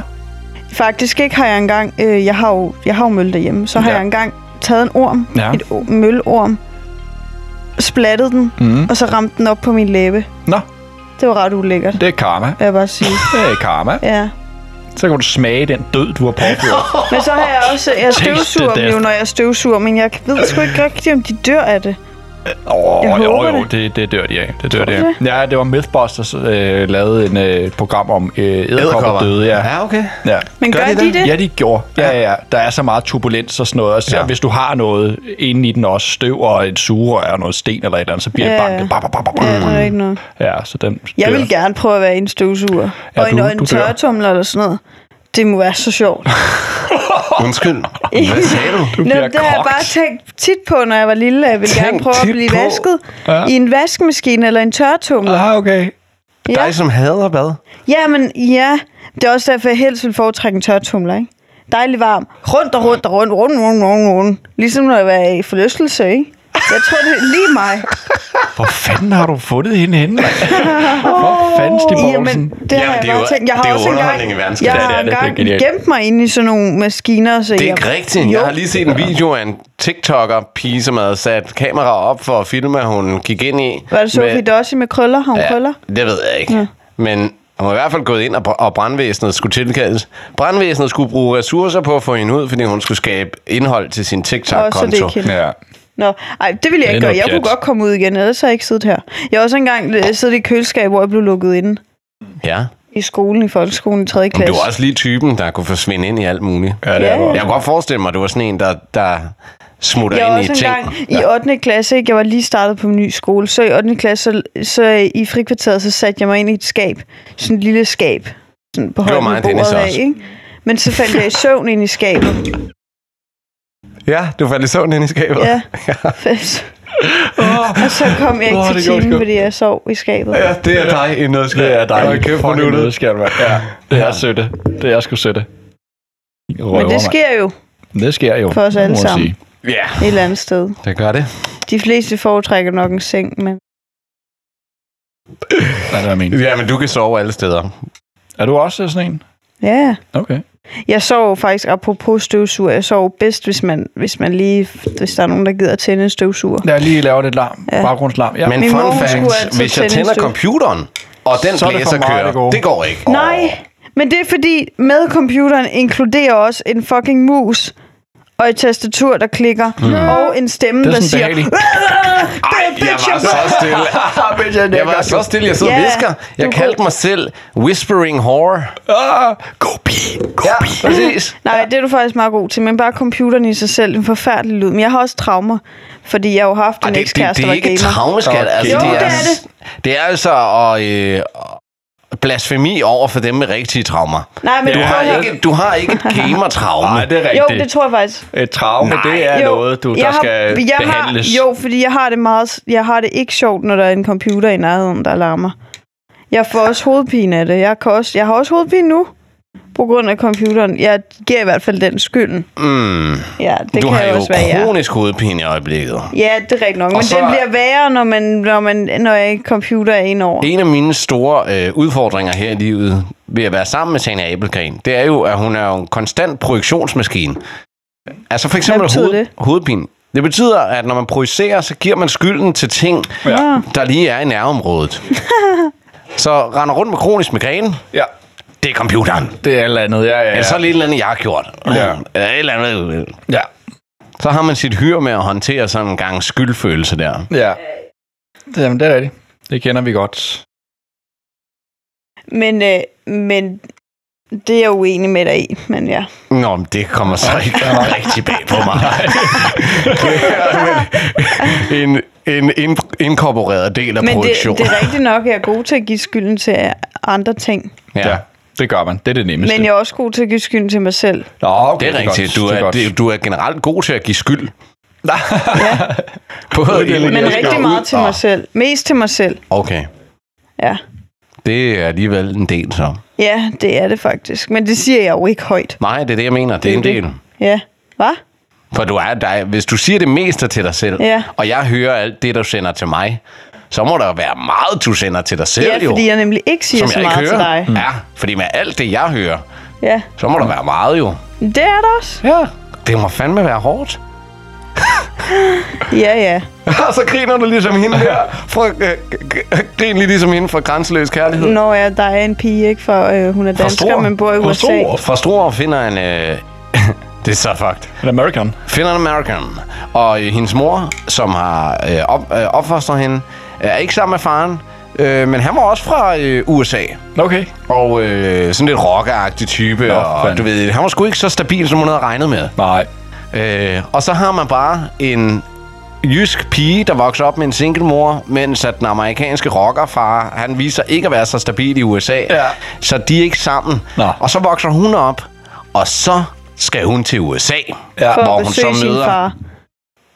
B: Faktisk ikke har jeg engang... Øh, jeg, har jo, jeg har jo møl derhjemme. Så har
A: Ja.
B: jeg engang taget en orm,
A: Ja.
B: et o- mølorm, splattet den, mm. og så ramte den op på min læbe.
A: Mhm. Nå,
B: Det var ret ulækkert,
A: det er karma.
B: vil jeg bare sige.
A: Det er karma.
B: Ja.
A: Så kan du smage den død, du har påført.
B: Men så har jeg også... Jeg støvsuger dem
A: death.
B: jo, når jeg støvsuger, men jeg ved sgu ikke rigtigt, om de dør af det.
A: Åh,
B: Jeg
A: oh, jo,
B: håber
A: jo,
B: det.
A: det, det dør de af. Det dør de
B: du
A: af. Ja, det var Mythbusters, øh, lavede en øh, program om øh, æderkopper døde. Ja.
C: ja okay.
A: Ja.
B: Men
C: Gør
B: gør,
C: de
B: de,
C: det?
B: det?
A: ja, de gjorde. Ja, ja, ja. Der er så meget turbulens og sådan noget. Og så,
C: Ja.
A: ja. hvis du har noget inde i den også, støv og et sugerør og noget sten eller et eller andet, så bliver
B: Ja,
A: det
B: ja.
A: banket. Ba, ba, ba, ba, ba.
B: Ja, det er ikke noget.
A: ja, så den
B: Jeg
A: dør.
B: vil gerne prøve at være i en støvsuger.
A: Ja,
B: og en,
A: du-
B: og en
A: du dør.
B: tørretumler eller sådan noget. Det må være så sjovt.
C: Undskyld. [LAUGHS] Hvad sagde du?
A: bliver
B: Nå, det har jeg
A: kogt.
B: bare tænkt tit på, når jeg var lille. at Jeg ville
C: Tænk
B: gerne prøve
C: tit
B: at blive
C: på.
B: vasket
A: Ja.
B: ja. i en vaskemaskine eller en tørretumler.
A: Ah, okay.
B: Ja.
C: Dig, som hader bad.
B: ja, men ja. Det er også derfor, jeg helst vil foretrække en tørretumler, ikke? Dejlig varm. Rundt og rundt og rundt, rundt, rundt, rundt, rundt. Ligesom når jeg var i forlystelse, ikke? Jeg tror, det er lige mig.
A: Hvor fanden har du fundet hende henne?
B: [LAUGHS]
A: mand? Hvor fanden, Stig Borgelsen?
B: Jamen, det har
C: Jamen,
B: jeg
C: det er
B: bare
C: jo-
B: tænkt. Jeg har
C: det er jo
B: også
C: underholdning i verdenskrig.
B: Jeg
C: Ja, det
B: har
A: er det. Det er
B: engang
A: genialt.
B: gemt mig inde i sådan nogle maskiner. Så
C: Det er
B: jeg,
C: ikke rigtigt. Jeg har lige set en video af en TikToker-pige, som havde sat kamera op for at filme, at hun gik ind i.
B: Var det Sofie
C: med-
B: Dossi med krøller? Har hun ja. krøller?
C: Det ved jeg ikke. Ja. Men hun var i hvert fald gået ind, og, br- og brandvæsenet skulle tilkaldes. Brandvæsenet skulle bruge ressourcer på at få hende ud, fordi hun skulle skabe indhold til sin
B: Åh, så det er
C: TikTok-konto.
B: ikke hende.
A: Ja.
B: Nå, ej, det ville jeg
A: Det er
B: ikke gøre.
A: noget
B: Jeg kunne
A: pjat.
B: godt komme ud igen, ellers har jeg ikke siddet her. Jeg har også engang øh, siddet i et køleskab, hvor jeg blev lukket inde
C: ja.
B: i skolen, i folkeskolen, i 3.
C: Men
B: klasse.
C: du var også lige typen, der kunne forsvinde ind i alt muligt.
A: Ja, det er
B: Ja,
A: du
B: ja.
A: også.
C: Jeg kunne godt forestille mig, at du var sådan en, der, der smutter
B: jeg var
C: ind altså i
B: også
C: ting.
B: engang i 8. klasse, ikke? jeg var lige startet på en ny skole, så i 8. klasse, så, så i frikvarteret, så satte jeg mig ind i et skab, sådan et lille skab, sådan på
C: Det var
B: højden
C: mig
B: af
C: og Dennis
B: bordet af,
C: også.
B: ikke? Men så faldt jeg i søvn ind i skabet.
C: [LAUGHS] Ja, du faldt i søvn ind i skabet.
B: Ja. og så kom jeg ikke
A: Åh,
B: oh,
A: det
B: til
A: gjorde
B: timen,
A: sgu.
B: fordi jeg sov i skabet.
C: Ja, det er dig i nødskab.
A: Det er dig.
C: Hold kæft, hvor
A: Fucking
C: nuttet.
A: nødskal, mand. Ja, det er sødt. Det er sgu sødt.
B: Men det sker jo
A: det sker jo.
B: for os alle
A: må man
B: sammen.
A: sige.
C: Ja,
B: et eller andet sted.
C: det gør det.
B: De fleste foretrækker nok en seng, men...
A: Nej, det er min.
C: Ja, men du kan sove alle steder.
A: Er du også sådan en?
B: Ja,
A: Okay.
B: Jeg sov faktisk, apropos støvsuger, jeg sov bedst, hvis man, hvis man lige, hvis der er nogen, der gider tænde en støvsuger.
A: Lad lige lave lidt larm. Ja. Baggrundslarm. Ja.
C: Men
B: Min mor,
C: fun
B: hun skulle
C: fact,
B: altid
C: hvis jeg
B: tænde en
C: tænder
B: støv.
C: computeren, og den
A: Så er det for
C: blæser
A: meget
C: kører,
A: af det
C: det,
A: gode.
C: går ikke.
B: Nej, men det er fordi, med computeren inkluderer også en fucking mus, og et tastatur, der klikker, mm. og en stemme,
A: Det er
B: der
A: sådan
B: siger,
A: behageligt.
C: Ej, jeg var så
B: [LAUGHS]
C: stille. Jeg var så stille, jeg sidder og
B: Ja,
C: visker.
B: du er
C: Jeg kaldte
B: god.
C: mig selv Whispering Horror.
A: Ah, god pige, god
C: Ja,
A: pige.
C: præcis.
B: [LAUGHS] Nej, det er du faktisk meget god til, men bare computeren i sig selv, en forfærdelig lyd. Men jeg har også traumer, fordi jeg har jo haft
C: Ej,
B: en
C: det, det,
B: ekskæreste,
C: det
B: der
C: er
B: var
C: ikke
B: gamer.
C: traumeskat.
A: Der var
C: Altså,
B: gamer.
C: det,
B: Jo,
C: er,
B: det er
C: det er altså at, øh, blasfemi over for dem med rigtige traumer.
B: Nej, men
C: Du
B: prøv
C: har
B: at høre.
C: ikke, du
B: [LAUGHS]
C: har ikke et gamertraume.
A: Nej, det er
B: Jo,
A: rigtigt.
B: det tror jeg faktisk.
A: Et traume,
C: Nej.
A: det er noget, du, der
B: jeg
A: skal
B: jeg
A: behandles.
B: Har, jo, fordi jeg har, det meget, jeg har det ikke sjovt, når der er en computer i nærheden, der larmer. Jeg får også hovedpine af det. Jeg, kan også, jeg har også hovedpine nu, på grund af computeren. Jeg giver i hvert fald den skylden.
C: Mm,
B: Ja, det
C: du
B: kan
C: har
B: jo
C: jo
B: også være jer.
C: kronisk hovedpine i øjeblikket.
B: Ja, det er rigtigt nok. Men
C: så-
B: så... det bliver værre, når, man, når, man, når en computer er ind over.
C: En af mine store øh, udfordringer her i livet ved at være sammen med Tanja Abelgren, det er jo, at hun er jo en konstant projektionsmaskine. Altså for
B: Hvad
C: eksempel
B: betyder
C: hoved,
B: det?
C: hovedpine. Det betyder, at når man projicerer, så giver man skylden til ting,
A: Ja.
C: der lige er i
B: [LAUGHS]
C: nærområdet. så render rundt med kronisk migræne,
A: Ja,
C: det er computeren.
A: det er et eller andet. Ja, ja,
C: Ja.
A: ja.
C: Så er det et eller andet, jeg har gjort.
A: Ja.
C: Eller et eller andet. øh,
A: ja.
C: Så har man sit hyr med at håndtere sådan en gang skyldfølelse der.
A: ja. Jamen, det er rigtigt. Det kender vi godt.
B: Men, øh, men det er jeg uenig med dig i, men ja.
C: Nå, men det kommer så ikke rigtig bag på mig. [LAUGHS] en, en ind, inkorporeret del af
B: Men det,
C: produktionen.
B: det er rigtigt nok, at jeg er god til at give skylden til andre ting.
C: ja. Ja.
A: Det gør man. Det er det nemmeste.
B: Men jeg er også god til at give skylden til mig selv.
A: Nå, okay,
C: Det er rigtigt.
A: godt.
C: Du
A: det
C: er,
A: godt.
C: det, du er generelt god til at give skyld.
B: Ja,
C: [LAUGHS] Både ind,
B: men rigtig meget til mig selv. Mest til mig selv,
C: Okay.
B: ja.
C: Det er alligevel en del så.
B: Ja, det er det faktisk. Men det siger jeg jo ikke højt.
C: Nej, det er det, jeg mener. Det er en
B: Det er
C: del.
B: Ja. Hvad?
C: For du er dig. Hvis du siger det meste til dig selv,
B: Ja.
C: og jeg hører alt det, du sender til mig, så må der være meget, du sender til dig selv,
B: Ja,
C: jo,
B: fordi jeg nemlig ikke siger
C: som
B: så
C: jeg ikke
B: meget til
C: hører.
B: dig.
C: Ja, fordi med alt det, jeg hører,
B: Ja,
C: så må der være meget, jo.
B: det er det også.
C: Ja. Det må fandme være hårdt.
B: Ja, ja.
C: [LAUGHS] Og så griner du ligesom hende der. Fra, øh, g- grin lige ligesom hende fra Grænseløs Kærlighed.
B: Når jeg, der er en pige, ikke? For øh, hun er dansker, men bor i
C: fra
B: USA.
C: Struer. Fra Struer finder en... Øh, [LAUGHS] det er så fucked.
A: En American.
C: Finder en American. Og øh, hendes mor, som har øh, op, øh, opfostret hende, er ikke sammen med faren. Øh, men han var også fra øh, USA.
A: Okay.
C: Og øh, sådan lidt rockeragtig type. Nå, og
A: fanden.
C: du ved, han var sgu ikke så stabil, som hun havde regnet med.
A: Nej.
C: Øh, og så har man bare en jysk pige, der vokser op med en singlemor, mens at den amerikanske rockerfar, han viser ikke at være så stabil i USA.
A: Ja.
C: Så de er ikke sammen.
A: Nå.
C: Og så vokser hun op, og så skal hun til USA,
A: Ja.
B: For
C: hvor
B: at
C: hun så
B: besøge sin
C: møder...
B: far.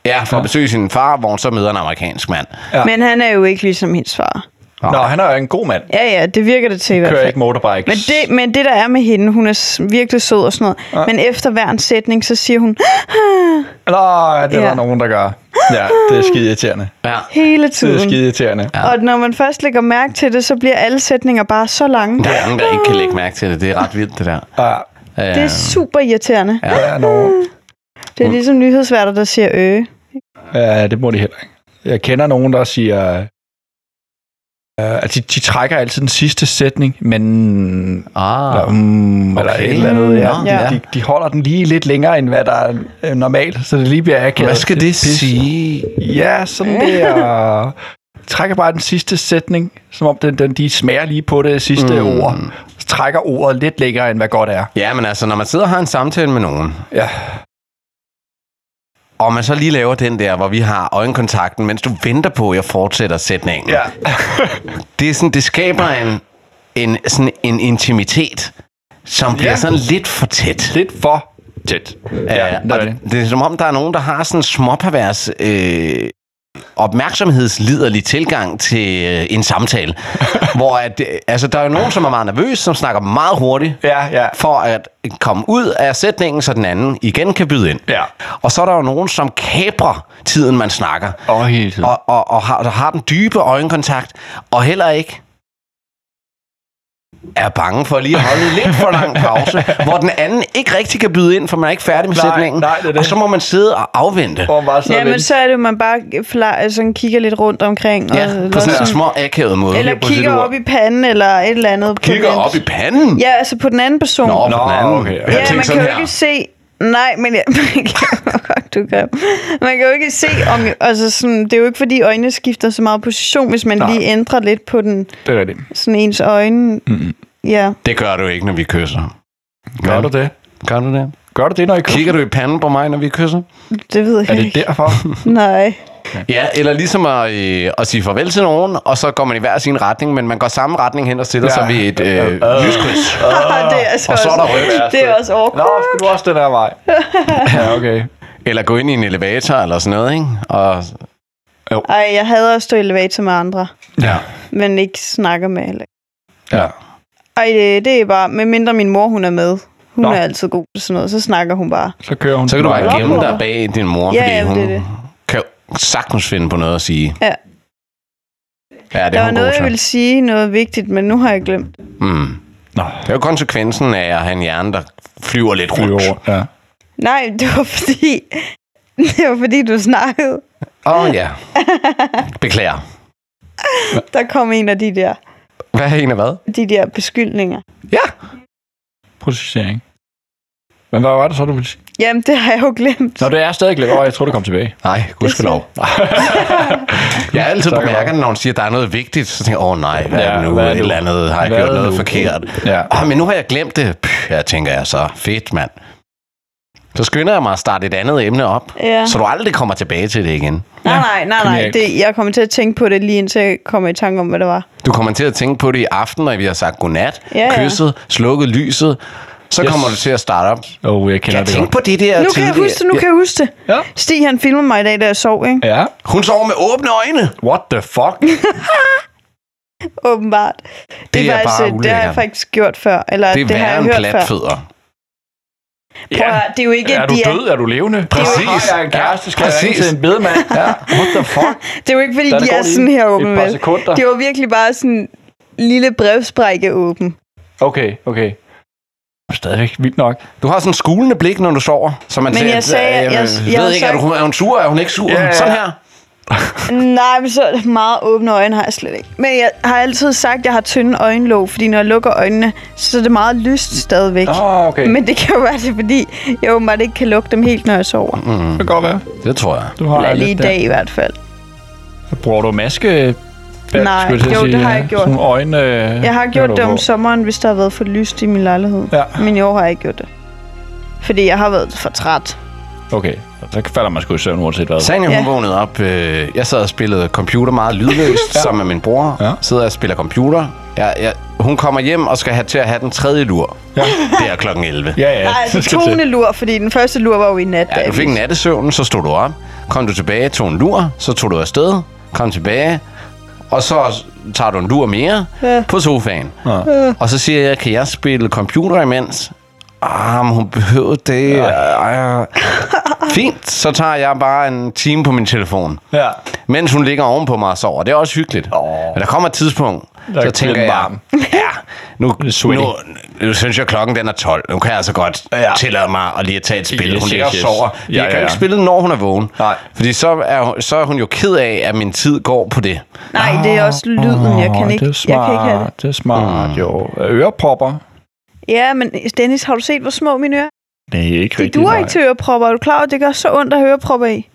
C: Ja, for at besøge sin far, hvor hun så møder en amerikansk mand.
A: Ja.
B: Men han er jo ikke ligesom hendes far.
A: Nå, han er jo en god mand.
B: Ja, ja, det virker det til i hvert
A: Kører
B: fald.
A: ikke motorbikes.
B: Men det, men det, der er med hende, hun er s- virkelig sød og sådan noget. Ja. Men efter hver en sætning, så siger hun
A: Nå, ja, det er
B: Ja.
A: der nogen, der gør. Ja, det er skide irriterende.
C: Ja.
B: hele
A: Det er
B: tiden.
A: skide irriterende. Ja.
B: Og når man først lægger mærke til det, så bliver alle sætninger bare så lange.
C: Der er nogen, der ikke kan lægge mærke til det. Det er ret vildt, det der. Øh,
B: Det er super irriterende. Ja.
A: Ja, no.
B: Det er ligesom nyhedsværter, der siger øh.
A: ja, det må de heller ikke. Jeg kender nogen, der siger... Øh, at de, de trækker altid den sidste sætning, men...
C: ah.
A: Eller, mm, okay. eller
C: okay.
A: et eller andet, ja.
C: Nå,
A: ja.
C: ja.
A: De, de holder den lige lidt længere, end hvad der er øh, normalt, så det lige bliver akavet.
C: Hvad skal det
A: pis.
C: sige?
A: Ja, [LAUGHS] sådan der. Trækker bare den sidste sætning, som om den, den, de smager lige på det sidste mm. ord. Så trækker ordet lidt længere, end hvad godt er.
C: Ja, men altså, når man sidder og har en samtale med nogen,
A: Ja.
C: Og man så lige laver den der, hvor vi har øjenkontakten, mens du venter på, at jeg fortsætter sætningen.
A: ja.
C: Det, er sådan, det skaber en, en, sådan en intimitet, som bliver
A: Ja.
C: sådan lidt for tæt.
A: Lidt for tæt. Ja, det
C: og
A: er det.
C: det er som om, der er nogen, der har sådan en småpervers øh, opmærksomhedsliderlig tilgang til øh, en
A: [LAUGHS]
C: samtale. hvor at, øh, altså, der er jo nogen, som er meget nervøs, som snakker meget hurtigt,
A: Ja, ja.
C: for at komme ud af sætningen, så den anden igen kan byde ind.
A: Ja.
C: Og så er der jo nogen, som kaprer tiden, man snakker.
A: Og hele tiden.
C: altså, og, og, og har, der har den dybe øjenkontakt, og heller ikke er bange for lige at holde en lidt for lang pause, [LAUGHS] hvor den anden ikke rigtig kan byde ind, for man er ikke færdig med
A: Nej,
C: sætningen.
A: nej, det er det.
C: Og så må man sidde og afvente.
A: Hvor man bare sidder
B: Ja, men
A: lidt-
B: så er det jo, man bare fly, sådan kigger lidt rundt omkring.
C: Ja,
B: og,
C: på sådan en små akavet måde.
B: Øh, eller
C: På sit
B: kigger
C: ur.
B: op i panden, eller et eller andet. på
C: kigger
B: den-
C: op i panden?
B: Ja, altså på den anden person.
C: Nå,
A: Nå,
C: på den anden.
A: okay.
C: Jeg
A: Ja,
B: ja,
C: tænkte
B: man kan
C: sådan
B: jo
C: her.
B: ikke se... Nej, men ja, [LAUGHS] man kan, Fuck, du kan. man kan jo ikke se, om... Altså, sådan, det er jo ikke, fordi øjnene skifter så meget position, hvis man
A: Nej.
B: lige ændrer lidt på den,
A: Det er rigtigt.
B: sådan ens øjne.
A: Mm-mm.
B: Ja.
C: Det gør du ikke, når vi kysser.
A: Gør
C: Ja.
A: du det?
C: Gør du det?
A: Gør du det, når I kigger?
C: Kigger du i panden på mig, når vi kysser?
B: Det ved jeg
A: Er det
B: ikke.
A: [LAUGHS] derfor?
B: Nej.
C: Ja, eller ligesom at, øh, at sige farvel til nogen, og så går man i hver sin retning, men man går samme retning hen og stiller
A: Ja.
C: ja. sig ved et øh,
A: Øh.
C: lyskryds.
B: Ah, det er altså
C: og så er der
B: også, [LAUGHS]
C: rødt.
B: Det er også
A: Nå,
B: awkward.
A: skal du også den her vej? [LAUGHS] Ja, okay.
C: Eller gå ind i en elevator eller sådan noget, ikke? Og,
B: Ej, jeg hader at stå i elevator med andre,
C: ja.
B: men ikke snakke med heller.
C: ja.
B: Ej, det, det er bare, medmindre min mor, hun er med. Hun
A: Nå.
B: Nå. er altid god til sådan noget, så snakker hun bare.
A: Så kører hun.
C: Så kan du
A: den
C: bare
A: vej.
B: Nå.
C: gemme dig bag din mor,
B: Ja,
C: fordi
B: jamen,
C: hun
B: det er det.
C: kan jo sagtens finde på noget at sige.
B: Ja.
C: Ja, det
B: Der
C: er
B: var
C: hun god
B: noget, jeg
C: til.
B: ville sige, noget vigtigt, men nu har jeg glemt. det.
C: Mm.
A: Nå,
C: Det er jo konsekvensen af at have en hjerne, der flyver lidt rundt.
A: flyver rundt. Ja.
B: Nej, [LAUGHS] det var fordi, det var fordi du snakkede.
C: Åh oh, ja. Beklager.
B: Der kom en af de der,
C: Hvad er en af hvad?
B: de der beskyldninger.
C: Ja.
A: Processering. Men hvad var det så, du ville sige?
B: Jamen, det har jeg jo glemt.
A: Nå, det er stadig glemt. Åh, jeg tror, du kom tilbage.
C: Nej, gudskelov. jeg er altid på mærkerne, når hun siger, at der er noget vigtigt. Så tænker jeg, åh oh, nej, hvad ja, er det nu? Hvad er det Et
A: nu?
C: eller andet, har jeg
A: Hvad er
C: gjort
A: det
C: noget
A: nu?
C: forkert?
A: Ja.
C: Ah, men nu har jeg glemt det. Pff, jeg tænker jeg så, fedt mand. Så skynder jeg mig at starte et andet emne op,
B: Ja.
C: så du aldrig kommer tilbage til det igen.
B: Nej, nej, nej, nej.
A: genialt.
B: Det, jeg kommer til at tænke på det lige indtil jeg kommer i tanke om, hvad det var.
C: Du kommer til at tænke på det i aften, når vi har sagt godnat,
B: Ja, ja.
C: kysset, slukket lyset. Så
A: Yes.
C: yes. kommer du til at starte op.
A: Åh, oh, jeg kender
C: Jeg
A: det
C: tænkte
A: godt.
C: på det der
B: Nu kan jeg
C: tidligere.
B: huske det, nu kan jeg huske det.
A: Ja.
B: Stig, han filmede mig i dag, da jeg sov, ikke?
A: Ja.
C: Hun sover med åbne øjne.
A: What the fuck?
B: Åbenbart. Det, øh, det
C: er bare
B: har jeg
C: ulækkert.
B: faktisk gjort før. Eller
C: Det er
B: det, har
C: værre
B: jeg
C: end
B: hørt før.
C: platfødder.
B: Prøv at høre, det er jo ikke,
A: Er du
B: de er,
A: død? Er du levende?
C: Præcis.
A: Har jeg en kæreste? Skal jeg
C: Præcis.
A: ringe til en [LAUGHS] bedemand? Ja. What the fuck?
B: det er jo ikke fordi,
A: Der er det
B: de er
A: godt
B: sådan
A: lige
B: her
A: et
B: åbne.
A: par
B: vel?
A: sekunder.
B: Det var virkelig bare sådan lille brevsprække åben.
A: Okay, okay. Stadigvæk vildt nok.
C: Du har sådan en skulende blik, når du sover. Så man
B: Men
C: tænker,
B: jeg sagde, jeg- jeg-
C: ved
B: jeg har
C: ikke, er,
B: sagt-
C: du, er hun sur? Er hun ikke sur?
A: Ja, ja.
C: Sådan her.
B: Nej, men så meget åbne øjne har jeg slet ikke. Men jeg har altid sagt, at jeg har tynde øjenlåg, fordi når jeg lukker øjnene, så er det meget lyst stadigvæk.
A: Åh, okay.
B: Men det kan jo være det, er fordi jeg åbenbart ikke kan lukke dem helt, når jeg sover.
A: det kan godt være.
C: Det tror jeg.
A: Du har
B: Eller lige i
A: lidt der.
B: dag i hvert fald.
A: Bruger du maske?
B: Nej,
A: skulle jeg til at
B: jo, det
A: sige,
B: har
A: ja.
B: jeg gjort.
A: Sådan nogle øjne, øh,
B: Jeg har
A: du
B: gjort det
A: på.
B: om sommeren, hvis der har været for lyst i min lejlighed.
A: Ja.
B: Men i år har jeg ikke gjort det. Fordi jeg har været for træt.
A: Okay, så falder man sgu i søvn uanset hvad.
C: Sanja, hun
B: Ja.
C: vågnede op. Øh, jeg sad og spillede computer meget lydløst ja. sammen med min bror.
A: Ja.
C: Ja. Sidder og spiller computer. Jeg, jeg, hun kommer hjem og skal have til at have den tredje lur. Ja. Det er klokken 11.
A: Ja, ja.
B: Nej,
A: det
B: det
A: skal
B: tone
A: til.
B: lur, fordi den første lur var jo i nat.
C: Ja, du fik nattesøvnen, så stod du op. Kom du tilbage, tog en lur, så tog du afsted. Kom tilbage, og så tager du en lur mere ja. på sofaen. Ja. Og så siger jeg, kan jeg spille computer imens? Ah, men hun behøvede det. Ja. Fint, så tager jeg bare en time på min telefon.
A: Ja.
C: Mens hun ligger ovenpå mig og sover. Det er også hyggeligt.
A: Åh.
C: Men der kommer et tidspunkt,
A: Der
C: så
A: bliver
C: tænker
A: den
C: jeg,
A: varm.
C: ja, nu,
A: er sweaty.
C: nu, nu synes jeg, klokken den er 12. Nu kan jeg altså godt
A: Ja.
C: ja. tillade mig at lige at tage et spil.
A: Yes,
C: hun ligger
A: yes, yes.
C: og sover.
A: Ja,
C: Ja, jeg kan
A: ja,
C: ja,
A: ja.
C: ikke spille, når hun er vågen.
A: Nej.
C: Fordi så er, hun, så er hun jo ked af, at min tid går på det.
B: Nej, det er også lyden. Jeg kan
A: Åh,
B: ikke,
A: det er
B: jeg kan ikke have det.
A: smart, det. er smart, jo. Ørepropper?
B: Ja, men Dennis, har du set, hvor små mine ører?
A: Nej, ikke
B: De duer ikke til ørepropper. Er du klar over, at det gør så ondt at høre ørepropper
A: [LAUGHS]
B: i?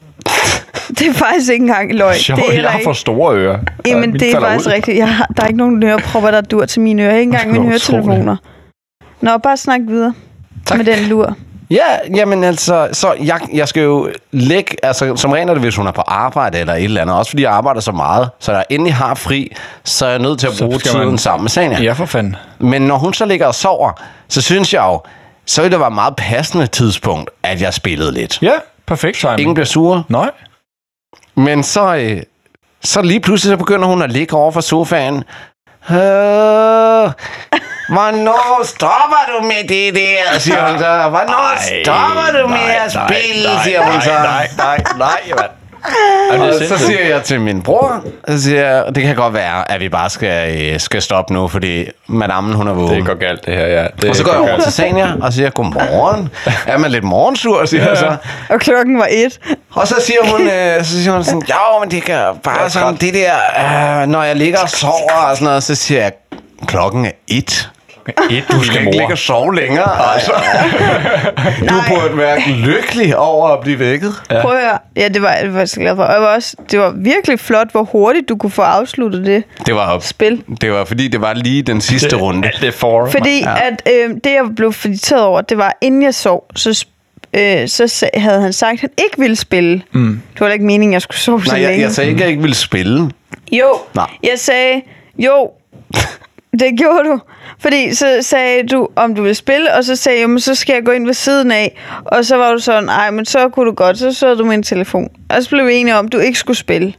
B: Det er faktisk ikke engang løgn.
A: Sjovt,
B: det er
A: jeg
B: der
A: har
B: ikke.
A: for store ører. Ja,
B: Jamen,
A: mine
B: det er
A: falder
B: faktisk
A: ud.
B: rigtigt. Jeg har, der er ikke nogen ørepropper, der dur til mine ører. Ikke engang
A: Det er
B: mine
A: utroligt.
B: høretelefoner. Nå, bare snak videre
C: Tak.
B: med den lur.
C: Ja, jamen altså, så jeg, jeg skal jo lægge, altså som regel er det, hvis hun er på arbejde eller et eller andet, også fordi jeg arbejder så meget, så når jeg endelig har fri, så er jeg nødt til at
A: Så
C: bruge
A: skal
C: tiden
A: man-
C: sammen med Sanja.
A: Ja, for fanden.
C: Men når hun så ligger og sover, så synes jeg jo, så ville det være et meget passende tidspunkt, at jeg spillede lidt.
A: Ja, perfekt timing.
C: Ingen bliver sure.
A: Nej.
C: Men så, øh, så lige pludselig så begynder hun at ligge over for sofaen. Øh, hvornår stopper du med det der, siger hun så. Hvornår
A: Ej,
C: stopper du med
A: nej,
C: at
A: nej,
C: spille,
A: nej,
C: siger hun
A: nej,
C: så.
A: Nej, nej, nej, mand. Jamen, det er
C: Og så
A: sindssygt.
C: siger jeg til min bror, så siger jeg, det kan godt være, at vi bare skal, øh, skal stoppe nu, fordi madammen hun er vågen.
A: Det går galt, det her, ja. Det
C: og så går jeg over
A: galt.
C: til Sanja og siger, godmorgen. Er man lidt morgensur, siger jeg så.
B: Og klokken var et.
C: Og så siger hun, øh, så siger hun sådan, jo, men det kan bare sådan, det der, øh, når jeg ligger og sover og sådan noget, så siger jeg, klokken er et.
A: Et, du
C: Du skal
A: skal
C: ikke ligge
A: mor.
C: og sove længere, altså. Du burde være lykkelig over at blive vækket.
B: Ja. Prøv at høre. Ja, det var, det var jeg så glad for. Og jeg var også, det var virkelig flot, hvor hurtigt du kunne få afsluttet det.
C: Det var op.
B: Spil.
C: Det var, fordi det var lige den sidste det, runde.
A: Alt det for.
B: Fordi ja. at, øh, det, jeg blev friteret over, det var, inden jeg sov, så, sp- øh, så sag, havde han sagt, at han ikke ville spille. Mm. Det var da ikke meningen, at jeg skulle sove så
C: Nej, jeg,
B: længe.
C: jeg sagde ikke, at jeg ikke ville spille.
B: Jo,
C: Nej.
B: jeg sagde, jo, det gjorde du. Fordi så sagde du, om du ville spille, og så sagde jeg, "Jamen, så skal jeg gå ind ved siden af. Og så var du sådan, nej, men så kunne du godt, så så du min telefon. Og så blev vi enige om, at du ikke skulle spille.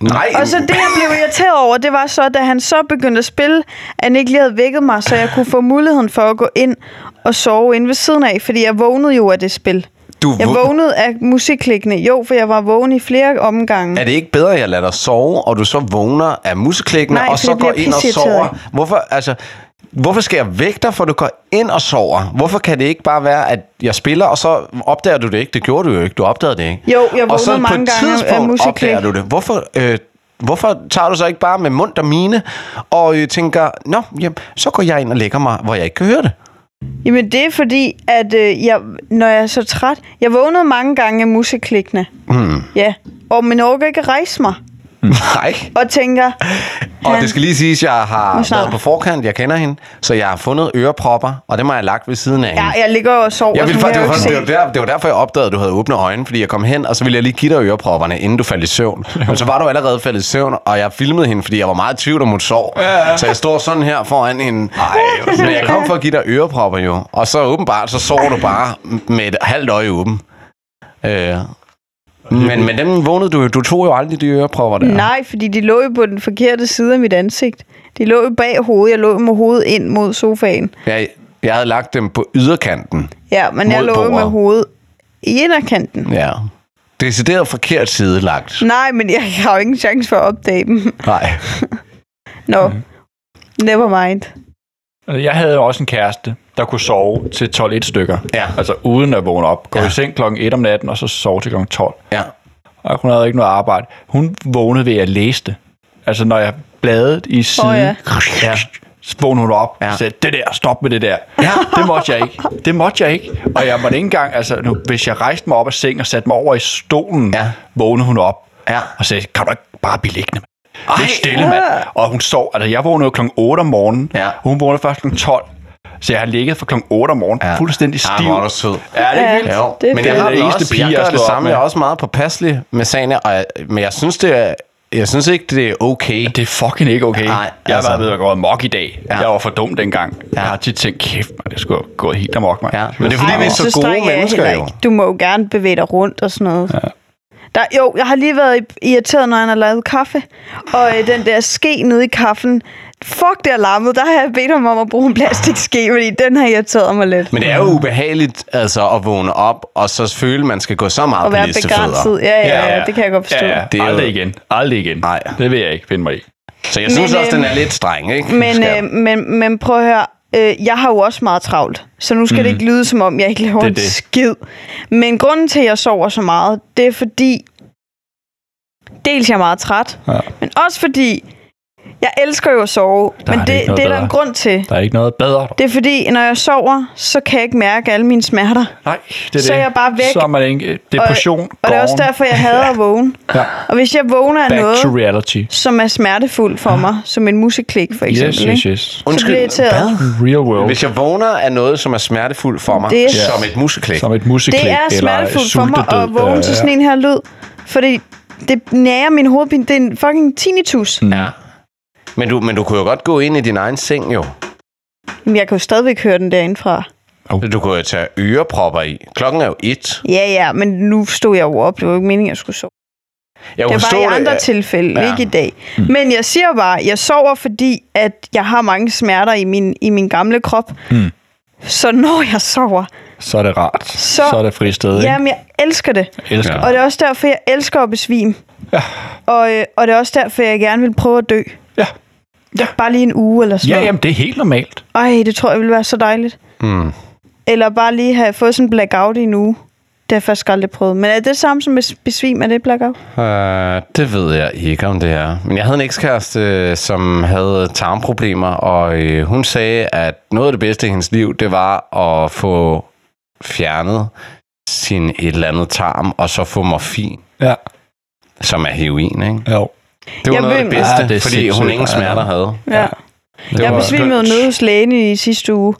C: Nej,
B: Og så det, jeg blev irriteret over, det var så, da han så begyndte at spille, at han ikke lige havde vækket mig, så jeg kunne få muligheden for at gå ind og sove inde ved siden af, fordi jeg vågnede jo af det spil.
C: du,
B: Jeg
C: våg-
B: vågnede af musikklikkene, jo, for jeg var vågen i flere omgange.
C: Er det ikke bedre, at jeg lader dig sove, og du så vågner af musklikken,
B: Nej,
C: og
B: for
C: så
B: det
C: går
B: bliver
C: ind og
B: pisseirriteret.
C: sover? Hvorfor, altså, hvorfor skal jeg vække dig, for du går ind og sover? Hvorfor kan det ikke bare være, at jeg spiller, og så opdager du det ikke? Det gjorde du jo ikke. Du opdagede det ikke.
B: Jo, jeg vågnede
C: Og så på
B: mange
C: et
B: gange af
C: tidspunkt
B: musikklik.
C: opdager du det. Hvorfor, øh, hvorfor tager du så ikke bare med mund og mine, og øh, tænker, nå, jamen, så går jeg ind og lægger mig, hvor jeg ikke kan høre det?
B: Jamen det er fordi, at øh, jeg, når jeg er så træt, jeg vågnede mange gange af museklikkene.
C: Hmm.
B: Mm. Ja, og min orker ikke at rejse mig.
C: Nej.
B: Og tænker,
C: Og
B: Ja.
C: det skal lige siges, at jeg
B: Nu
C: har
B: snart.
C: været på forkant, jeg kender hende, så jeg har fundet ørepropper, og dem har jeg lagt ved siden af hende.
B: ja, jeg ligger og sover,
C: Jeg ville,
B: så
C: faktisk,
B: kan
C: det, var,
B: jeg
C: faktisk-
B: jo
C: det,
B: ikke
C: var
B: se.
C: der, det var derfor, jeg opdagede, at du havde åbne øjne, fordi jeg kom hen, og så ville jeg lige give dig ørepropperne, inden du faldt i [LAUGHS] søvn. Men så var du allerede faldet i søvn, og jeg filmede hende, fordi jeg var meget i tvivl om, hun sov. Så jeg står sådan her foran hende. Ej, men jeg kom for at give dig ørepropper jo. Og så åbenbart, så sov du bare med et halvt øje åben. Øh. Men, men dem vågnede du jo. Du tog jo aldrig de ørepropper der.
B: Nej, fordi de lå jo på den forkerte side af mit ansigt. De lå jo bag hovedet, jeg lå med hovedet ind mod sofaen.
C: Jeg, jeg havde lagt dem på yderkanten.
B: Ja, men jeg
C: Mod
B: lå jo med
C: bordet.
B: hovedet i inderkanten.
C: Ja. Decideret forkert side lagt.
B: Nej, men jeg har jo ingen chance for at opdage dem.
C: Nej.
B: Nå, no. never mind.
A: Jeg havde også en kæreste, der kunne sove til 12-1 stykker.
C: Ja.
A: Altså uden at vågne op. Gå ja. i seng klokken 1 om natten, og så sove til klokken 12.
C: Ja.
A: Og hun havde ikke noget arbejde. Hun vågnede ved at læse det. Altså, når jeg bladede i siden, oh,
B: ja.
A: ja. Ja, så vågnede hun op ja.
C: Ja.
A: og sagde, det der, stop med det der. Ja. [LAUGHS] Det måtte jeg ikke. Det måtte jeg ikke. Og jeg måtte ikke engang, altså, nu, hvis jeg rejste mig op af sengen og satte mig over i stolen,
C: Ja.
A: ja. vågnede hun op
C: Ja.
A: og sagde, kan du ikke bare blive liggende, mand? Det
C: Ej.
A: er stille, mand. Og hun sov, altså jeg vågnede jo kl. 8 om morgenen.
C: Ja.
A: Hun vågnede først kl. 12. Så jeg har ligget fra kl. 8 om morgenen, ja. fuldstændig stiv.
C: Ja, hvor er du sød.
A: Ja, det er
B: Ja.
A: vildt.
B: Ja.
C: Jo,
B: Det er
C: men jeg
B: fedt.
C: har
A: Det
C: det
A: er
C: også,
A: eneste pige,
C: jeg
A: jeg
C: gør
A: har
C: det
A: slået op
C: samme.
A: med.
C: Jeg er også meget påpasselig med sagen, og jeg, men jeg synes, det er, jeg synes ikke, det er okay.
A: Det er fucking ikke okay.
C: Nej,
A: Nej, jeg
C: altså.
A: altså. var ved at gå amok i dag.
C: Ja.
A: Ja. Jeg var for dum dengang. Ja. Jeg har tit tænkt, kæft, man, det skulle have gået helt amok, man.
C: Ja, men det er fordi,
B: Ej,
C: vi er
B: men
C: så gode
B: streng er jeg
C: mennesker,
B: heller
C: jo.
B: ikke. Du må jo gerne bevæge dig rundt og sådan noget. Ja. Der, jo, jeg har lige været irriteret, når han har lavet kaffe. Og øh, den der ske nede i kaffen. Fuck, det alarmet. Der har jeg bedt ham om at bruge en plastikske, fordi den har irriteret mig lidt.
C: Men det er jo ubehageligt altså, at vågne op, og så føle, man skal gå så meget
B: at
C: på
B: være
C: listefødder.
B: begrænset. Ja ja, ja, ja, det kan jeg godt forstå.
A: Ja, ja.
C: Det er jo-
A: Aldrig igen. Aldrig igen.
C: Nej.
A: Det vil jeg ikke finde mig i.
C: Så jeg synes
B: Men,
C: også, den
B: øhm,
C: er lidt streng, ikke?
B: Men,
C: Skal-
B: øh, men, men prøv at høre, øh, jeg har jo også meget travlt, så nu skal mm. det ikke lyde, som om jeg ikke laver
A: Det er
B: en
A: det.
B: skid. Men grunden til, at jeg sover så meget, det er fordi, dels jeg er meget træt, ja.
A: Ja.
B: men også fordi, jeg elsker jo at sove,
A: Der
B: men
A: er
B: det,
A: det ikke
B: det,
A: noget
B: er der en
A: bedre.
B: grund til.
A: Der er ikke noget bedre.
B: Det er fordi, når jeg sover, så kan jeg ikke mærke alle mine smerter.
A: Nej, det er
B: Så
A: det.
B: er jeg bare væk.
A: Så er man ikke...
B: Og,
A: Depression,
B: og det er også
A: gone,
B: derfor, jeg hader at vågne.
A: [LAUGHS] Ja.
B: Og hvis jeg vågner af
A: Back
B: noget,
A: to reality.
B: som er smertefuldt
A: Ah.
B: for mig, som en musiklik for eksempel,
A: Yes, yes,
B: ikke?
A: yes.
B: så bliver jeg irriteret.
C: hvad?
A: Real world.
C: Hvis jeg vågner af noget, som er smertefuldt for mig,
B: Det er-
C: som et museklæg.
A: Som et øh, musiklæg.
B: Det er smertefuldt for mig at vågne til sådan
A: en...
B: en her lyd, fordi det nærer min hovedpine. Det er en fucking tinnitus.
A: Mm.
C: Ja. Men du, men du kunne jo godt gå ind i din egen seng, jo.
B: Men jeg kan jo stadigvæk høre den derindefra.
C: Du kunne jo tage ørepropper i. Klokken er jo et.
B: Ja, ja, men nu stod jeg jo op. Det var jo ikke meningen, at jeg skulle sove.
C: Jeg
B: Det
C: kunne
B: var
C: forstå
B: bare i andre tilfælde,
C: ja.
B: ja. ikke i dag. Mm. Men jeg siger bare, at jeg sover, fordi at jeg har mange smerter i min, i min gamle krop. Mm. Så når jeg sover,
A: så er det rart. Så,
B: Så-
A: så er det fristed, ikke?
B: Jamen, jeg elsker det.
A: Jeg elsker
C: Ja.
A: ja.
B: Og det er også derfor, jeg elsker at besvime.
A: Ja.
B: Og, øh, og det er også derfor, jeg gerne vil prøve at dø.
A: Ja. Ja.
B: Bare lige en uge eller sådan
A: ja,
B: noget.
A: jamen, det er helt normalt.
B: Ej, det tror jeg ville være så dejligt.
C: Mm.
B: Eller bare lige have fået sådan en blackout i en uge. Det har jeg faktisk aldrig prøvet. Men er det samme som bes- besvim? Er det blackout?
C: Øh, det ved jeg ikke, om det er. Men jeg havde en ekskæreste, øh, som havde tarmproblemer, og øh, hun sagde, at noget af det bedste i hendes liv, det var at få fjernet sin et eller andet tarm, og så få morfin,
A: Ja.
C: som er heroin, ikke?
A: Jo.
C: Det var
B: Jeg
C: noget af det
B: ved-
C: bedste,
A: Ja,
C: ja,
A: Ah, det er
C: det fordi hun
A: sindssygt.
C: ingen smerter
A: Ja.
C: havde.
A: Ja.
C: Det
B: Jeg
C: var
B: besvimede
C: skønt.
B: noget hos lægen i sidste uge.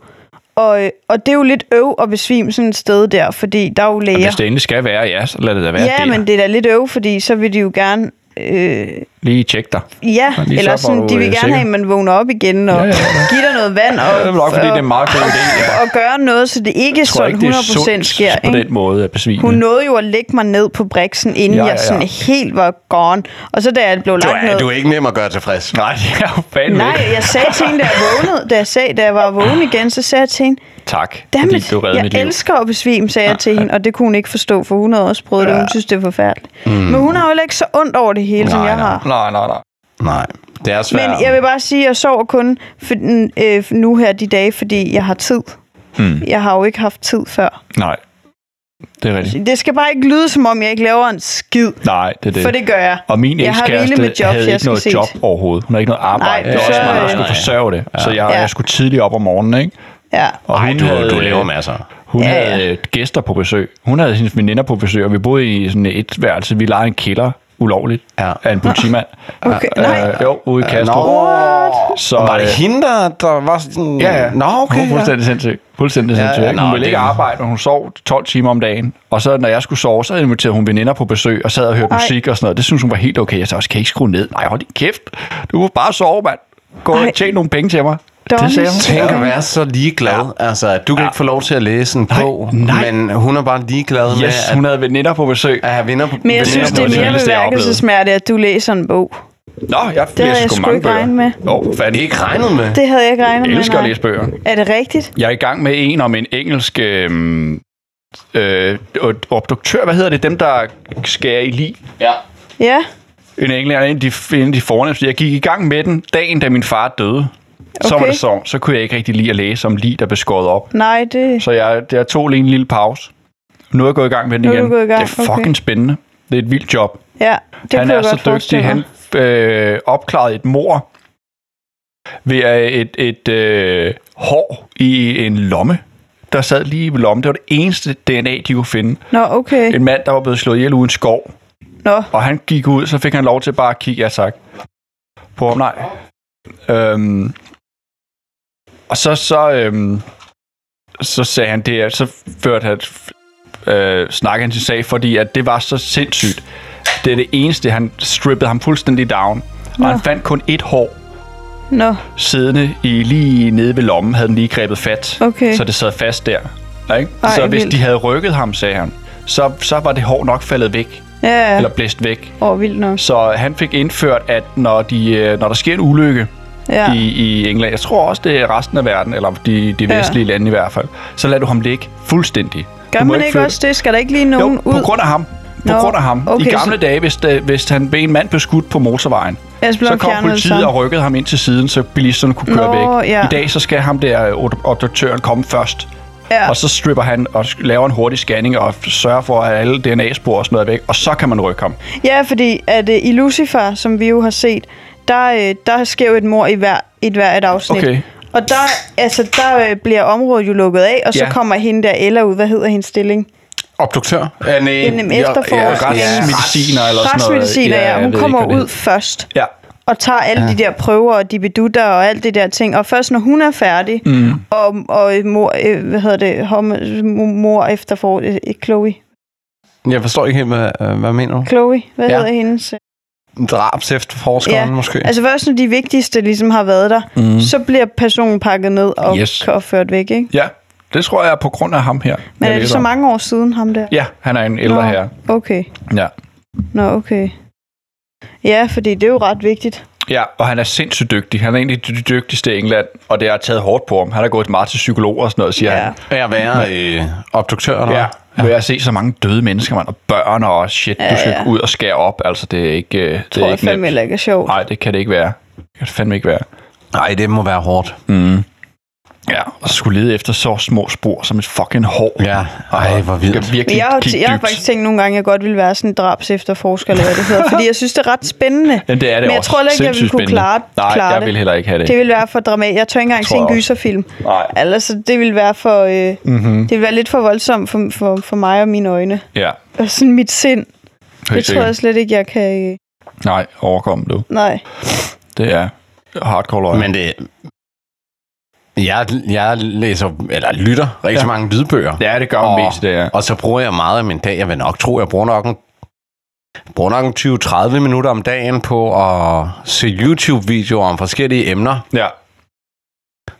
B: Og, øh, og det er jo lidt øv at besvime sådan et sted der, fordi der er jo
A: Og
B: læger.
A: hvis det endelig skal være, ja, så lad det da være
B: Ja,
A: det.
B: men det er da lidt øv, fordi så vil de jo gerne... Øh,
A: Lige tjek dig.
B: ja,
A: Og lige
B: eller
A: så var du,
B: sådan, de vil
A: øh,
B: gerne
A: sikker.
B: have, at man vågner op igen og
A: Ja,
B: ja,
A: ja,
B: ja,
A: ja.
B: giver dig noget vand. Og,
A: Ja, det er nok, fordi det er en meget god idé. Jeg
B: og gøre noget, så det ikke
A: tror
B: sådan
A: ikke, det er
B: 100%
A: sundt
B: sker.
A: på
B: ikke?
A: den måde at besvime.
B: Hun nåede jo at lægge mig ned på briksen, inden
A: Ja, ja,
B: ja, ja, ja. jeg
A: ja.
B: sådan helt var gone. Og så da jeg blev
C: Du
B: lagt
C: er,
B: ned...
C: du er ikke nem at gøre tilfreds.
A: Nej, det er jo fandme
B: Nej,
A: ikke.
B: jeg sagde til hende, da jeg vågnede, da jeg, sagde, da jeg var vågen igen, så sagde jeg til hende,
A: Tak, fordi
B: Dammit,
A: du reddede mit
B: jeg
A: liv.
B: elsker at besvime, sagde jeg til hende, og det kunne hun ikke forstå, for hun havde også prøvet det, og hun synes, det er forfærdeligt. Mm. Men hun har jo heller ikke så ondt over det hele, nej, som
C: Nej,
B: jeg
C: nej.
B: har.
A: Nej, nej, nej.
C: Nej, det er svært.
B: Men jeg vil bare sige, at jeg sover kun for, den, øh, nu her de dage, fordi jeg har tid.
A: Hmm.
B: Jeg har jo ikke haft tid før.
A: Nej. Det er rigtigt.
B: Det skal bare ikke lyde, som om jeg ikke laver en skid,
A: Nej, det er det.
B: for det gør jeg.
A: Og min
B: Jeg har rigeligt
A: ekskæreste
B: med jobs,
A: havde
B: jeg
A: ikke
B: skal
A: noget
B: se
A: job
B: til.
A: overhovedet. Hun har ikke noget arbejde. det
B: Nej,
A: var også
B: så,
A: mig, der
B: øh,
A: skulle forsørge det. Så jeg,
B: Ja.
A: jeg skulle tidligt op om morgenen, ikke?
B: Ja.
A: Og
C: Ej,
A: hun
C: du,
A: havde-
C: du lever masser.
A: Hun ja,
B: Ja, ja.
A: havde øh, gæster på besøg. Hun havde hendes veninder på besøg, og vi boede i sådan et værelse. Vi lejede en kælder ulovligt
C: Ja.
A: af en
C: [LAUGHS]
A: politimand.
B: Okay, nej.
A: Øh, jo, ude i Kastrup. Så,
C: Så, var det
A: øh,
C: hende, der, der var sådan...
A: Ja, ja.
C: Nå, okay.
A: Hun var
C: ja.
A: fuldstændig sindssyg. Fuldstændig
C: Ja,
A: sindssyg.
C: ja,
A: ikke? hun
C: nå,
A: ville
C: det-
A: ikke arbejde, men hun sov 12 timer om dagen. Og så, når jeg skulle sove, så inviterede hun veninder på besøg, og sad og hørte
B: Ej.
A: musik og sådan noget. Det synes hun var helt okay. Jeg sagde også, kan I ikke skrue ned? Nej, hold din kæft. Du må bare sove, mand. Gå
B: Ej.
A: og tjene nogle penge til mig. Det sagde
B: Dårligt.
A: hun.
C: Tænk at være så ligeglad. Ja. Altså, at du kan ja. ikke få lov til at læse en bog,
A: nej.
C: men hun er bare ligeglad yes, med,
A: Yes,
C: at,
A: hun havde veninder på besøg.
C: at have vinder på
B: Men jeg
C: vinder
B: synes,
C: på
B: det er mere
A: vildeste, jeg har oplevet.
B: bemærkelsesmærte, at du læser en bog.
A: Nå, jeg
B: Det havde
A: læser
B: jeg
A: sgu
B: sgu
A: mange
B: ikke
A: bøger.
B: regnet med.
A: Jo,
C: Det er
A: fandme.
C: ikke regnet med.
B: Det havde jeg ikke regnet
A: Jeg
B: med.
A: elsker at
B: nej.
A: læse bøger.
B: Er det rigtigt?
A: Jeg er i gang med en om en engelsk øh, øh, obduktør. Hvad hedder det? Dem, der skærer i lige.
C: Ja.
B: Ja.
A: En englænder, en af de, en af de fornemste. Jeg gik i gang med den dagen, da min far døde. Okay. Så var
B: Okay.
A: det så. Så kunne jeg ikke rigtig lide at læse om lige, der blev skåret op.
B: Nej, det...
A: Så jeg, jeg tog lige en lille pause. Nu er jeg gået i gang med den
B: Nu er
A: igen.
B: du gået i gang,
A: Det er fucking
B: okay.
A: spændende. Det er et vildt job.
B: Ja, det
A: han
B: kunne
A: er
B: jeg
A: så
B: godt forestille
A: dygtig. Han
B: mig.
A: øh, opklarede et mor ved at et, et øh, hår i en lomme, der sad lige ved lommen. Det var det eneste DNA, de kunne finde.
B: Nå, okay.
A: En mand, der var blevet slået ihjel uden skov.
B: Nå,
A: Og han gik ud, så fik han lov til bare at kigge, ja tak, på ham. Nej. Øhm, og så, så, øhm, så sagde han det, at så førte han, øh, snakkede han sin sag, fordi at det var så sindssygt. Det er det eneste, han strippede ham fuldstændig down. Og han fandt kun et hår
B: nå.
A: siddende i, lige nede ved lommen, havde den lige grebet fat.
B: Okay.
A: Så det sad fast der. Ikke?
B: Ej,
A: så hvis
B: vildt.
A: de havde rykket ham, sagde han, så, så var det hår nok faldet væk.
B: Ja, ja.
A: Eller blæst væk.
B: Åh, oh, vildt nok.
A: Så han fik indført, at når, de, øh, når der sker en ulykke
B: Ja.
A: ja. i, i England, jeg tror også, det er resten af verden, eller de, de
B: Ja.
A: vestlige lande i hvert fald, så lader du ham ligge fuldstændig.
B: Gør
A: du må
B: man ikke
A: flytte-
B: også det? Skal der ikke lige nogen
A: jo,
B: ud?
A: på grund af ham. På
B: Nå,
A: grund af ham. Okay, I
B: okay,
A: gamle dage, hvis, det, hvis han blev en mand blev skudt på motorvejen,
B: Ja, så blev
A: så
B: han
A: kom
B: fjernet
A: politiet
B: sammen.
A: og rykkede ham ind til siden, så bilisterne kunne køre
B: Nå,
A: væk.
B: ja.
A: I dag så skal ham der øh, ob- obduktøren komme først.
B: Ja.
A: Og så stripper han og sk- laver en hurtig scanning og f- sørger for, at alle DNA-spor og sådan noget er væk. Og så kan man rykke ham.
B: Ja, fordi at øh, i Lucifer, som vi jo har set, der, øh, der sker jo et mor i hver et, hver et afsnit.
A: Okay.
B: Og der, altså, der øh, bliver området jo lukket af, og så
A: Ja.
B: kommer hende der Ella ud. Hvad hedder hendes stilling?
C: Obduktør? Ja, nej.
B: Jamen, efterforskning.
A: Retsmediciner eller sådan noget.
B: Retsmediciner, ja.
A: jeg
B: Hun
A: ved
B: kommer
A: ikke, hvad
B: ud
A: det
B: først
A: hedder. Ja.
B: og tager alle ja. de der prøver og de bedutter og alt det der ting. Og først når hun er færdig, mm. og, og mor, øh, hvad hedder det, hom, mor efter for, øh, Chloe.
C: Jeg forstår ikke helt, hvad, øh, hvad mener du?
B: Chloe, hvad
C: Ja.
B: ja. hedder hendes?
C: Drabs efterforskeren, ja. måske?
B: Altså først når de vigtigste ligesom har været der, mm. så bliver personen pakket ned og,
A: Yes.
B: yes. og ført væk, ikke?
A: Ja, det tror jeg er på grund af ham her.
B: Men
A: jeg
B: er det
A: læser
B: så
A: om.
B: mange år siden, ham der?
A: Ja, han er en ældre her.
B: Okay.
A: Ja.
B: Nå, okay. Ja, fordi det er jo ret vigtigt.
A: Ja, og han er sindssygt dygtig. Han er egentlig det dygtigste i England, og det har taget hårdt på ham. Han har gået meget til psykologer og sådan noget, siger
B: Ja.
A: han.
C: Er jeg være øh, obduktør, eller
A: Ja,
C: ja.
A: hvor jeg se så mange døde mennesker, man, og børn og shit, ja, du skal
B: ja.
A: ja. ud og skære op. Altså, det er ikke, øh, det
B: tror
A: er
B: jeg
A: ikke
B: fandme
A: nemt.
B: heller ikke er sjovt.
A: Nej, det kan det ikke være. Det kan det fandme ikke være.
C: Nej, det må være hårdt.
A: Ja, og skulle lede efter så små spor som et fucking hår.
C: Ja. Ej, hvor vildt.
A: Skal virkelig
B: Men jeg har,
A: kigge
B: jeg har
A: dybt.
B: faktisk tænkt nogle gange, at jeg godt ville være sådan en drabs efterforsker, eller hvad det hedder, fordi jeg synes, det er ret spændende.
A: Jamen, det er det
B: Men jeg
A: også.
B: tror heller ikke, jeg ville
A: Sindssygt
B: kunne
A: spændende.
B: klare,
A: Nej,
B: klare
A: jeg
B: det.
A: ville heller ikke have det.
B: Det ville være for dramatisk. Jeg tør ikke engang
A: Tror
B: se en
A: jeg også.
B: gyserfilm.
A: Nej.
B: Altså, det ville være for, øh, mm-hmm. det ville være lidt for voldsomt for, for, for mig og mine øjne.
A: Mhm. Ja,
B: Og sådan mit sind. Det
A: helt
B: tror jeg
A: sikkert.
B: slet ikke, jeg kan... Øh,
A: Nej, overkom du.
B: nej.
A: Det er hardcore løgn.
C: Men det... Jeg, jeg læser, eller lytter rigtig
A: Ja.
C: ja. mange lydbøger.
A: Ja, det gør man
C: Og-
A: mest, det er.
C: Og så bruger jeg meget af min dag. Jeg vil nok tro, jeg bruger nok en, bruger nok en 20-30 minutter om dagen på at se YouTube-videoer om forskellige emner.
A: Ja.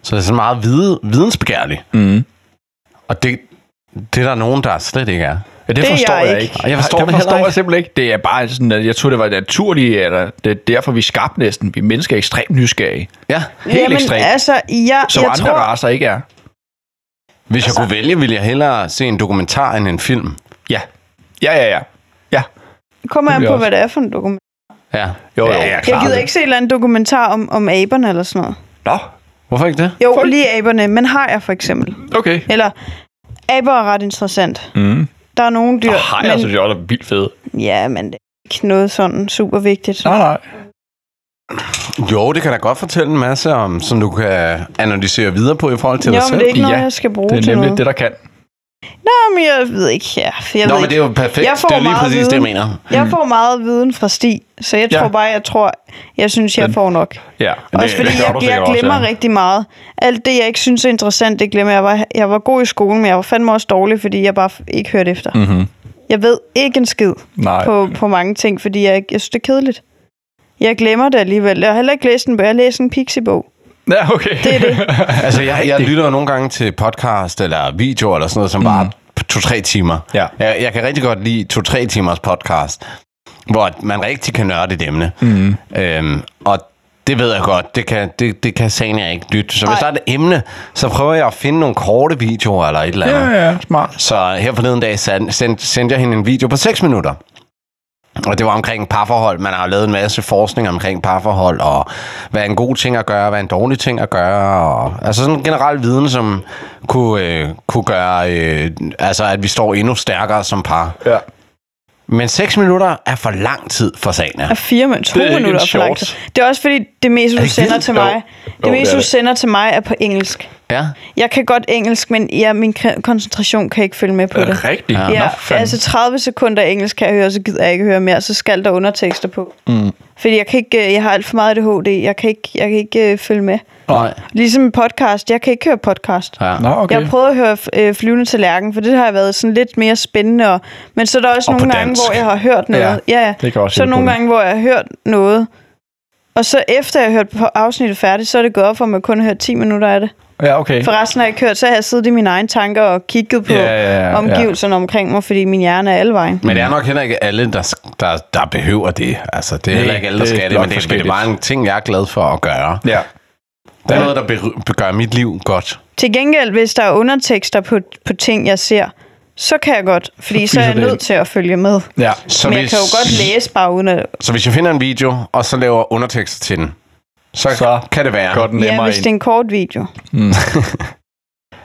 C: Så det er sådan meget vide, vidensbegærligt.
A: Mm.
C: Og det, det er der nogen, der slet ikke er.
A: Ja, det,
B: er
A: forstår
B: jeg
A: jeg,
B: ikke.
A: ikke.
C: Og jeg forstår
A: det
C: det heller
A: forstår
C: ikke.
A: jeg simpelthen ikke. Det er bare sådan, at jeg tror, det var naturligt, eller det er derfor, vi er skabte næsten. Vi mennesker er ekstremt nysgerrige.
C: Ja.
A: Helt ekstremt.
B: altså, jeg,
A: Som
B: jeg
A: andre
B: tror...
A: raser ikke er.
C: Hvis jeg kunne vælge, ville jeg hellere se en dokumentar end en film.
A: Ja. Ja, ja, ja. Ja.
B: Kommer
A: Det
B: an
A: vil
B: på,
A: jeg
B: hvad det er for en dokumentar.
C: Ja.
A: Jo, jo.
C: Ja, ja,
B: Jeg
C: klart.
B: gider ikke se en eller anden dokumentar om, om aberne eller sådan noget.
A: Nå,
C: Hvorfor ikke det?
B: Jo, lige aberne, men har jeg for eksempel.
A: okay.
B: Eller, aber er ret interessant.
A: Mm.
B: Der er nogle dyr,
A: Og hajer, synes jeg også er vildt fede.
B: ja, men det er ikke noget sådan super vigtigt.
A: Nej, nej.
C: Jo, det kan da godt fortælle en masse om, som du kan analysere videre på i forhold til
B: Jo,
C: dig
B: men
C: selv.
B: det er ikke noget,
A: Ja,
B: jeg skal bruge
A: Det er
B: til
A: nemlig
B: noget.
A: det, der kan.
B: Nå, men jeg ved ikke, ja. Jeg
C: Nå,
B: ved
C: men det er
B: ikke.
C: jo perfekt.
B: Jeg får
C: det er lige
B: meget
C: præcis det,
B: viden.
C: jeg mener.
B: Jeg får meget viden fra Stig, så jeg
A: Ja.
B: tror bare, jeg tror, jeg synes, jeg
A: Den-
B: får nok.
A: Ja.
B: Også fordi jeg, jeg glemmer rigtig meget. Alt det, jeg ikke synes er interessant, det glemmer jeg. jeg. Var, jeg var god i skolen, men jeg var fandme også dårlig, fordi jeg bare f- ikke hørte efter.
A: Mhm.
B: Jeg ved ikke en skid
A: Nej.
B: på, på mange ting, fordi jeg, ikke- jeg synes, det er kedeligt. Jeg glemmer det alligevel. Jeg har heller ikke læst en bog. Jeg læser en pixie-bog.
A: Ja, okay.
B: Det er
A: [LAUGHS]
B: det.
C: [LAUGHS] Altså, jeg, jeg lytter jo nogle gange til podcast eller video eller sådan noget, som mm. bare to-tre timer.
A: Ja.
C: Jeg, jeg kan rigtig godt lide to-tre timers podcast, hvor man rigtig kan nørde et emne. Mm. Øhm, og det ved jeg godt, det kan, det, det kan sagen jeg ikke lytte. Så hvis
B: Ej.
C: der er et emne, så prøver jeg at finde nogle korte videoer eller et eller andet.
A: Ja, ja, smart.
C: Så her forleden dag sendte send, sendte jeg hende en video på 6 minutter. Og det var omkring parforhold. Man har jo lavet en masse forskning omkring parforhold, og hvad er en god ting at gøre, hvad er en dårlig ting at gøre. Og, altså sådan en generel viden, som kunne, øh, kunne gøre, øh, altså at vi står endnu stærkere som par.
A: Ja.
C: Men 6 minutter er for lang tid for Sana.
B: Og fire minutter, to
A: Det er ikke en
B: minutter er for lang tid.
A: short.
B: Det er også fordi, det meste, du
C: det
B: sender
C: vildt?
B: til
A: Jo.
B: mig,
A: Jo,
B: det
A: det
B: meste,
A: er
B: du
A: det.
B: sender til mig, er på engelsk.
C: Ja.
B: Jeg kan godt engelsk, men ja, min k- koncentration kan ikke følge med på det.
A: Rigtigt.
C: Ja.
B: Ja,
A: Nå, fanden.
B: altså 30 sekunder engelsk kan jeg høre, så gider jeg ikke høre mere, så skal der undertekster på. Mm. Fordi jeg, kan ikke, øh, jeg har alt for meget ADHD, jeg kan ikke, jeg kan ikke øh, følge med.
C: Nej.
B: Ligesom en podcast, jeg kan ikke høre podcast.
C: Ja.
A: Nå, okay.
B: Okay. Jeg prøvede at høre øh, Flyvende Tallerken, for det har været sådan lidt mere spændende. Og, men så er der også
C: Og
B: nogle
C: på
B: gange,
C: dansk.
B: hvor jeg har hørt noget.
A: Ja,
B: ja.
A: det kan også
B: Så er
A: hjælpe
B: nogle
A: på det.
B: gange, hvor jeg har hørt noget. Og så efter jeg har hørt på afsnittet færdigt, så er det gået op for, at man kun har hørt 10 minutter af det.
A: Ja, okay.
B: For resten har jeg ikke hørt, så har jeg siddet i mine egne tanker og kigget på
A: Ja, ja, ja.
B: omgivelserne omkring mig, fordi min hjerne er alle vejen.
C: Men det er nok heller ikke alle, der, der, der behøver det. Altså, det er
A: Nej,
C: heller ikke alle, der
A: det er
C: skal det,
A: blot
C: men det, det er
A: forskelligt.
C: bare en ting, jeg er glad for at gøre.
A: Ja.
C: Det er noget, der ber- gør mit liv godt.
B: Til gengæld, hvis der er undertekster på, på ting, jeg ser, så kan jeg godt, fordi så,
A: Så
B: er jeg
A: fiser det
B: nødt
A: ind.
B: til at følge med.
A: Ja.
C: Så
B: Men jeg kan jo godt læse bare uden at...
C: Så hvis jeg finder en video, og så laver undertekster til den, så,
A: Så
C: så kan det være.
A: Godt
B: Ja,
A: nemmere
B: hvis det er
A: end.
B: en kort video.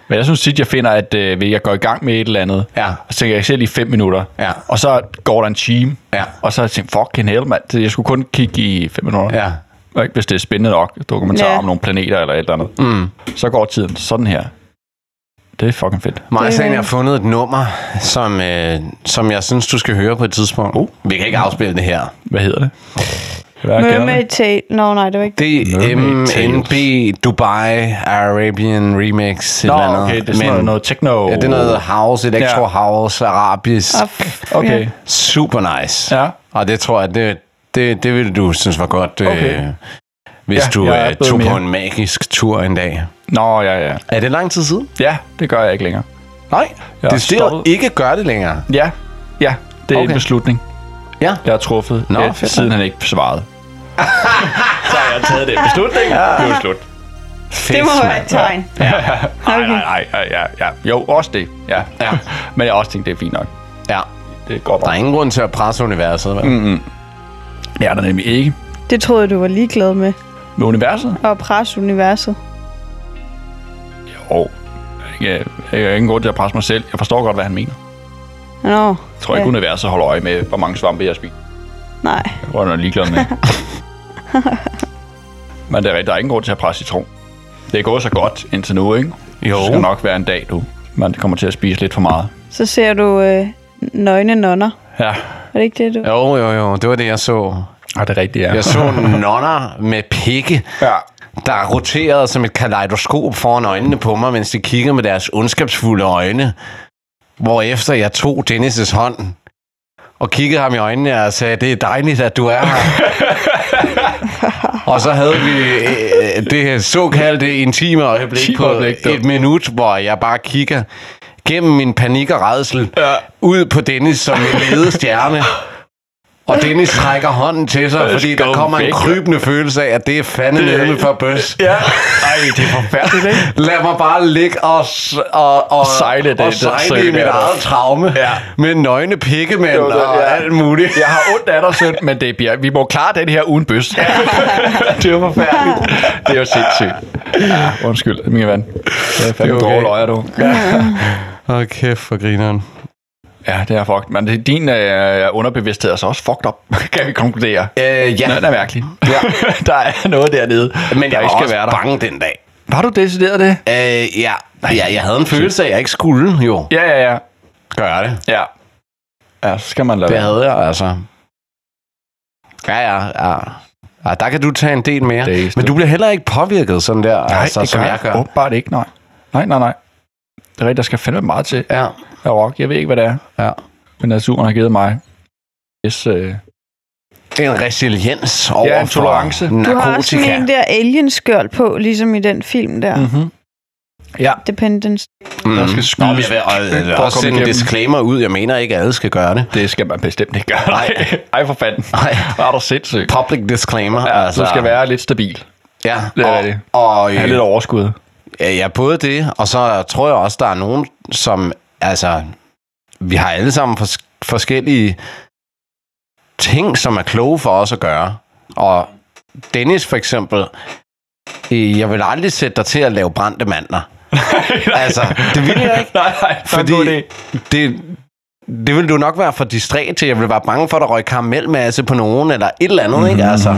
A: Men jeg synes tit, jeg finder, at øh, jeg går i gang med et eller andet.
C: [LAUGHS] Ja.
A: Og så tænker jeg, jeg ser lige fem minutter.
C: Ja.
A: Og så går der en time.
C: Ja.
A: Og så har jeg tænkt, fucking hell, mand. Jeg skulle kun kigge i fem minutter.
C: Ja.
A: Og ikke, hvis det er spændende nok, dokumentar
B: Ja.
A: ja. om nogle planeter eller et eller andet.
C: Mm.
A: Så går tiden sådan her. Det er fucking fedt.
C: Maja Sagen
B: Det-
C: har fundet et nummer, som, øh, som jeg synes, du skal høre på et tidspunkt. Uh. Vi kan ikke afspille det her.
A: Hvad hedder det? Hvad kender det?
B: Mermaid Tale. Nå, nej, det var ikke...
C: DMNB Dubai Arabian Remix. et
A: Nå,
C: eller andet.
A: okay, det er sådan noget, noget techno.
C: Ja, det er noget house, electro
A: Ja.
C: house, arabisk.
B: Ah, f-
A: [LAUGHS] Okay.
B: ja.
C: Super nice.
A: Ja.
C: Og det tror jeg, det, det, det ville du synes var godt, okay.
A: Okay.
C: øh, hvis
A: Ja,
C: ja, du
A: jeg er
C: øh,
A: blevet
C: tog mere. på
A: mere.
C: en magisk tur en dag.
A: Nå, ja, ja.
C: Er det lang tid siden?
A: Ja, det gør jeg ikke længere.
C: Nej,
A: Jeg
C: jeg
A: er
C: det stiger
A: stoppet.
C: ikke gør det længere.
A: Ja, ja. Det er okay.
C: Okay.
A: en beslutning,
C: Ja.
A: jeg har truffet,
C: Nå,
A: øh,
C: fedt. [LAUGHS]
A: siden han ikke svarede.
C: så har jeg taget den beslutning. Det er jo slut.
B: Det må
C: Fedt,
B: være et
C: mand.
B: tegn.
A: Nej,
B: Okay.
A: nej, nej, nej, ja, ja. Jo, også det. Ja.
C: Ja.
A: [LAUGHS] Men jeg har også tænkt, det er fint nok.
C: Ja.
A: Det går
C: Der
A: bare.
C: er ingen grund til at presse universet, vel? Mm.
A: Det er der nemlig ikke.
B: Det troede jeg, du var ligeglad med.
A: Med universet?
B: Og presse universet.
A: Jo. Jeg, jeg har ingen grund til at presse mig selv. Jeg forstår godt, hvad han mener.
B: Nå.
A: Jeg tror ikke,
B: ja.
A: universet holder øje med, hvor mange svampe jeg spiser.
B: Nej.
A: Jeg tror, han er ligeglad med. [LAUGHS] Men der er, der er ingen grund til at presse citron. Det er gået så godt indtil nu, ikke?
C: Jo.
A: Det skal nok være en dag, du. Man kommer til at spise lidt for meget.
B: Så ser du øh, nøgne nonner.
A: Ja.
B: Er det ikke det, du...
C: Jo, jo, jo. Det var det, jeg så.
A: Ja, det er rigtigt, ja.
C: Jeg [LAUGHS] så nonner med pikke,
A: Ja.
C: der roterede som et kaleidoskop foran øjnene på mig, mens de kiggede med deres ondskabsfulde øjne. Hvorefter jeg tog Dennis' hånd og kiggede ham i øjnene og sagde, det er dejligt, at du er her. og så havde vi øh, det såkaldte intime øjeblik
A: Intime
C: på
A: øjeblik, du.
C: et minut, hvor jeg bare kigger gennem min panik og redsel ja. ud på Dennis som en ledestjerne. Og Dennis trækker hånden til sig,
A: Let's
C: fordi der
A: go,
C: kommer en
A: Vic.
C: krybende følelse af, at det er fandme nemme for bøs.
A: ja. Ej, det er forfærdeligt, ikke?
C: Lad mig bare ligge og, s- og, og
A: Sejle det,
C: og
A: det
C: sejle i
A: sølle
C: mit
A: der.
C: eget traume
A: Ja.
C: med nøgne pikkemænd
A: Det var det,
C: og
A: ja.
C: alt muligt.
A: Jeg har ondt af dig, søn, men det bliver, vi må klare den her uden bøs. [LAUGHS] det er jo forfærdeligt. Det er jo sindssygt. Ja, undskyld, min ven. Det er fandme
C: okay.
A: okay. dårlig øjer, du.
C: Åh, kæft for grineren.
A: Ja, det er fucked. Men det- din øh, underbevidsthed er så også fucked up, [LAUGHS] kan vi konkludere.
C: Øh, ja.
A: Den er mærkelig. [LAUGHS] Ja. der er noget dernede, der
C: Men jeg
A: ikke
C: var
A: skal
C: også
A: være der.
C: bange den dag.
A: Var du decideret det?
C: Øh, ja. ja. Jeg havde en følelse af, at jeg ikke skulle jo
A: Ja, ja, ja.
C: gøre det.
A: Ja, ja så skal man lade
C: Det
A: være.
C: havde jeg altså. Ja, ja, ja. Ja, der kan du tage en del mere.
A: Det er
C: Men du bliver heller ikke påvirket sådan der,
A: Nej,
C: altså,
A: det
C: som jeg gør.
A: Åbenbart ikke, nej. Nej, nej, nej. Det er rigtigt, der skal fandme meget til
C: Ja,
A: af rock. Jeg ved ikke, hvad det er.
C: Ja.
A: Men naturen har givet mig. Hvis, øh,
C: det er en resiliens over
A: en tolerance.
C: for
B: Du har også
C: narkotika. Mm.
B: sådan en der alien-skjold på, ligesom i den film der.
A: Mhm.
B: Mm.
A: ja.
B: Dependence.
A: Der skal
C: Mm. Nå,
A: skydes
C: men jeg vil og,
A: for at
C: øh,
A: komme
C: også sende en
A: igennem.
C: disclaimer ud. Jeg mener ikke, at alle skal gøre det.
A: Det skal man bestemt ikke gøre.
C: Nej.
A: [LAUGHS] Ej, for fanden.
C: Nej.
A: Hvor er du sindssyg.
C: Public disclaimer.
A: Ja, altså, du skal være lidt stabil.
C: Ja,
A: Det er
C: og,
A: det.
C: og
A: Have lidt
C: øh,
A: overskud.
C: ja, både det, og så tror jeg også, der er nogen, som... Altså, vi har alle sammen fors- forskellige ting, som er kloge for os at gøre. Og Dennis for eksempel, øh, jeg vil aldrig sætte dig til at lave brændte
A: [LAUGHS]
C: mandler. altså, det vil jeg ikke.
A: Nej, nej.
C: Fordi det, det ville du nok være for distræt til. Jeg ville være bange for, at der røg karamelmasse på nogen, eller et eller andet, mm-hmm. ikke? Altså,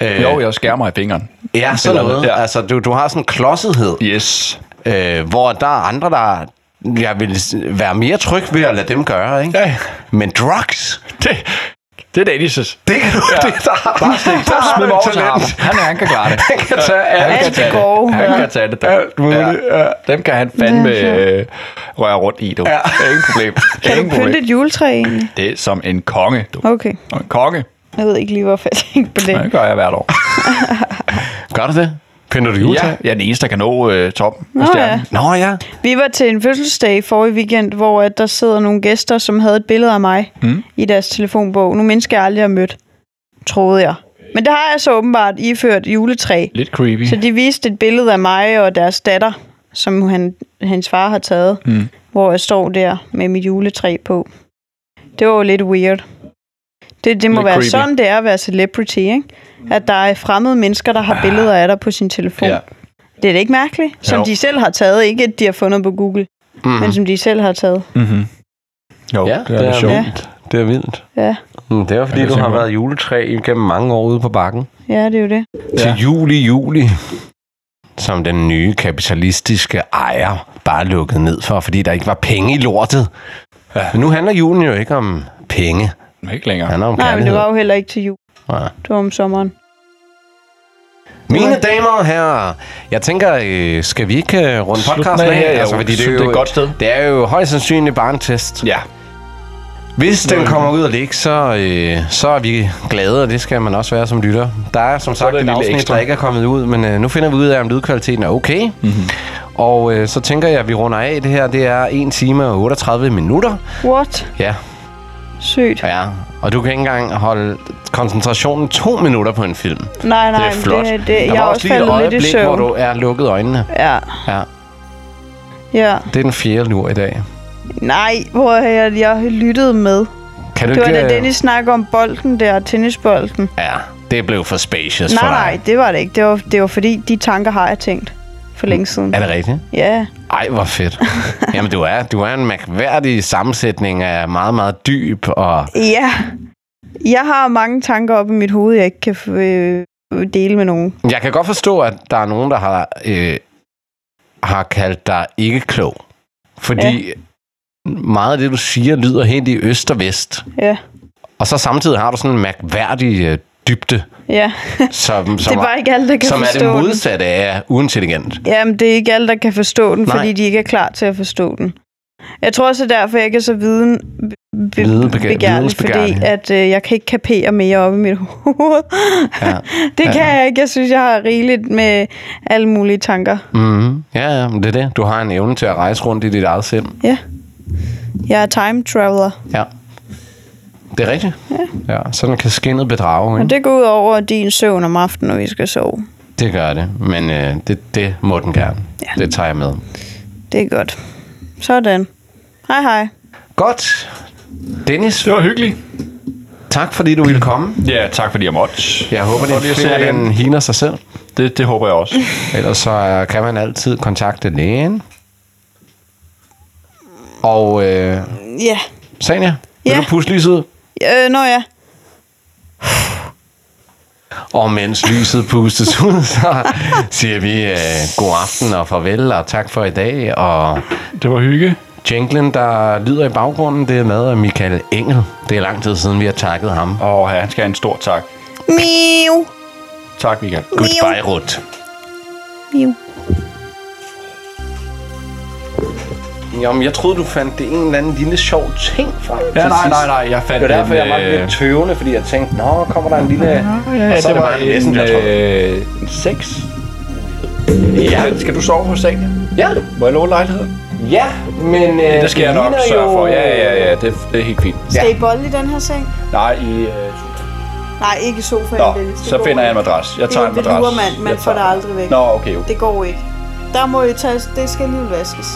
C: øh,
A: Mhm. Jo, jeg skærer mig i fingeren.
C: ja, sådan
A: eller-
C: noget. Ja.
A: ja.
C: Altså, du, du har sådan en klodsethed,
A: Yes.
C: øh, hvor der er andre, der jeg vil være mere tryg ved at lade dem gøre, ikke?
A: Ja,
C: Men drugs,
A: det, det er Danises.
C: det kan du, ja. det, der har,
A: Bare stik.
C: der har
A: Smid mig
C: du et
A: over til ham.
C: talent.
A: Han, han kan klare det.
C: Han kan tage alt.
A: Han
B: Alt
A: kan tage
B: det
A: det.
B: gode.
A: Han
B: Ja.
A: kan tage det.
C: Alt muligt, ja.
A: Dem kan han fandme øh, røre rundt i, du. Ja. Ingen problem.
B: Kan du
A: Ingen
B: pynte
A: problem.
B: et juletræ egentlig?
A: Det er som en konge, du.
B: Okay.
A: Og en konge,
B: Jeg ved ikke lige, hvorfor jeg tænkte på det.
A: det gør jeg hvert år.
C: [LAUGHS] Gør du det? Pinder du
A: Ja, jeg er den eneste, der kan nå øh, toppen af stjernen.
C: Nå ja.
B: Vi var til en fødselsdag i forrige weekend, hvor at der sidder nogle gæster, som havde et billede af mig mm. i deres telefonbog. Nu mennesker, jeg aldrig har mødt, troede jeg. Men det har jeg så åbenbart iført juletræ.
A: Lidt creepy.
B: Så de viste et billede af mig og deres datter, som han, hans far har taget, mm. hvor jeg står der med mit juletræ på. Det var jo lidt weird. Det, det må
A: Lidt
B: lidt være
A: creepy.
B: creepy. sådan, det er at være celebrity, ikke? At der er fremmede mennesker, der
C: Ah.
B: har billeder af dig på sin telefon.
A: Ja.
B: Ja. Det er da ikke mærkeligt, som
A: Jo.
B: jo. de selv har taget. Ikke at de har fundet på Google,
C: Mm-hmm.
B: mm. men som de selv har taget.
A: Mm-hmm. Jo,
C: Ja, det er,
A: sjovt.
C: vildt. Det er vildt.
B: Ja,
C: Mm, Det er fordi,
A: Ja, det
C: du har
A: tænker jeg.
C: været juletræ igennem mange år ude på bakken.
B: ja det er jo det.
C: til
A: Ja.
C: juli juli, som den nye kapitalistiske ejer bare lukkede ned for, fordi der ikke var penge i lortet.
A: Ja.
C: Ja. Men nu handler julen jo ikke om penge.
A: Men Ikke længere.
C: Den handler om
B: Nej, men det
C: kærlighed.
B: var jo heller ikke til jul.
C: Ja.
B: Det var om sommeren.
C: Mine damer og herrer, jeg tænker, øh, skal vi ikke øh, runde
A: Slut
C: podcasten
A: med
C: af?
A: her, jo. Slut, det er et godt sted.
C: Det er jo højst sandsynligt bare en test.
A: Ja,
C: Hvis den kommer ud og ligge, så, øh, så er vi glade, og det skal man også være som lytter. Der er som sagt
A: er der
C: et
A: en lille
C: afsnit,
A: ekstra.
C: der ikke er kommet ud, men øh, nu finder vi ud af, om lydkvaliteten er okay. Mm-hmm. Og øh, så tænker jeg, at vi runder af. Det her det er 1 time og 38 minutter.
B: What?
C: Ja,
B: Sygt. Ja.
C: Ja, og du kan ikke engang holde koncentrationen to minutter på en film. Det
B: Nej, nej,
C: er flot.
B: det, det,
C: der
B: jeg er
C: var
B: også
C: lige et
B: faldet lidt i
C: øjeblik, hvor
B: søvn.
C: du er lukket øjnene.
B: Ja,
C: Ja,
B: ja.
C: det er den fjerde lur i dag.
B: Nej, hvor jeg, jeg lyttede med.
C: Kan du
B: Det var
C: ikke...
B: da
C: øh,
B: Dennis snakkede om bolden der, tennisbolden.
C: Ja, det blev for spacious
B: Nej,
C: for dig.
B: nej, det var det ikke. Det var, det var fordi, de tanker har jeg tænkt for længe siden.
C: Er det rigtigt?
B: Ja,
C: Ej, hvor
B: [LAUGHS]
C: fedt. Jamen, du er, du er en mærkværdig sammensætning af meget, meget dyb og...
B: ja. Jeg har mange tanker op i mit hoved, jeg ikke kan øh, dele med nogen.
C: Jeg kan godt forstå, at der er nogen, der har, øh, har kaldt dig ikke klog. Fordi meget af det, du siger, lyder helt i øst og vest.
B: Ja,
C: Og så samtidig har du sådan en mærkværdig øh,
B: [LAUGHS]
C: dybde,
B: ja.
C: som, som,
B: det er bare ikke alle, der kan
C: som er
B: forstå
C: det
B: den.
C: modsatte af uintelligent.
B: Jamen, det er ikke alle, der kan forstå den,
C: Nej.
B: Nej. fordi de ikke er klar til at forstå den. Jeg tror også, det er derfor, jeg ikke er så viden be- be-
C: Videbega-
B: begærlig, fordi
C: vidensbegærlig.
B: at, øh, jeg kan ikke kapere mere op i mit hoved.
C: Ja.
B: [LAUGHS] det
C: Ja.
B: kan jeg ikke. Jeg synes, jeg har rigeligt med alle mulige tanker. Mhm.
C: Mm-hmm. Ja, ja, men det er det. Du har en evne til at rejse rundt i dit eget sind.
B: Ja. Jeg er time traveler.
C: Ja. Det er rigtigt. Ja. ja sådan kan skinnet bedrage,
B: Og
C: ikke?
B: det går ud over din søvn om aftenen, når vi skal sove.
C: Det gør det, men øh, det, det må den gerne. Ja.
B: Ja.
C: Det tager jeg med.
B: Det er godt. Sådan. Hej hej.
C: Godt. Dennis,
A: Det var hyggeligt.
C: tak fordi du ville komme.
A: Ja, tak fordi jeg måtte.
C: Jeg håber,
A: Godt lige
C: din
A: at se
C: finger
A: jer igen.
C: den hiner sig selv.
A: Det, det håber jeg også.
C: Ellers så øh, kan man altid kontakte lægen. Og øh,
B: Ja.
C: Sanja, vil
B: Ja.
C: du puste lyset?
B: Øh, nå ja.
C: Og mens lyset pustes [LAUGHS] ud, så siger vi øh, god aften og farvel, og tak for i dag. Og
A: Det var hygge.
C: Jinglen, der lyder i baggrunden, det er lavet af Michael Engel. Det er lang tid siden, vi har takket ham.
A: Og han skal have en stor tak.
B: Miu.
A: Tak, Michael.
C: Goodbye, Ruth.
B: Miu.
C: Jamen, jeg troede, du fandt det en eller anden lille sjov ting frem.
A: Ja, nej, nej, nej. Jeg fandt
C: Det var derfor,
A: en, øh,
C: jeg var lidt tøvende, fordi jeg tænkte, nå, kommer der en lille...
A: Ja,
C: Og så
A: det,
C: er det
A: var
C: bare en
A: en,
C: messenger, tror
A: øh, en seks. Ja. Skal du sove hos sengen?
C: Ja,
A: Må jeg låne lejligheden?
C: ja, men... Øh,
A: Det skal jeg nok
C: ligner
A: sørge
C: jo-
A: for. Ja, ja, ja. Det, det er helt fint.
C: Ja.
B: Skal I bolle i den her seng?
A: Nej, i... Øh,
B: Nej, ikke i sofaen.
A: Nå,
B: Dennis. Det
A: så
B: går
A: finder jeg en
B: ikke.
A: madras. Jeg
B: Det er
A: tager
B: jo
A: en
B: det
A: madras.
B: lurer man. Man
A: Jeg
B: får
A: tager-
B: det aldrig væk.
A: Nå, okay, okay.
B: Det går ikke. Der må I tage... Det skal lige vaskes.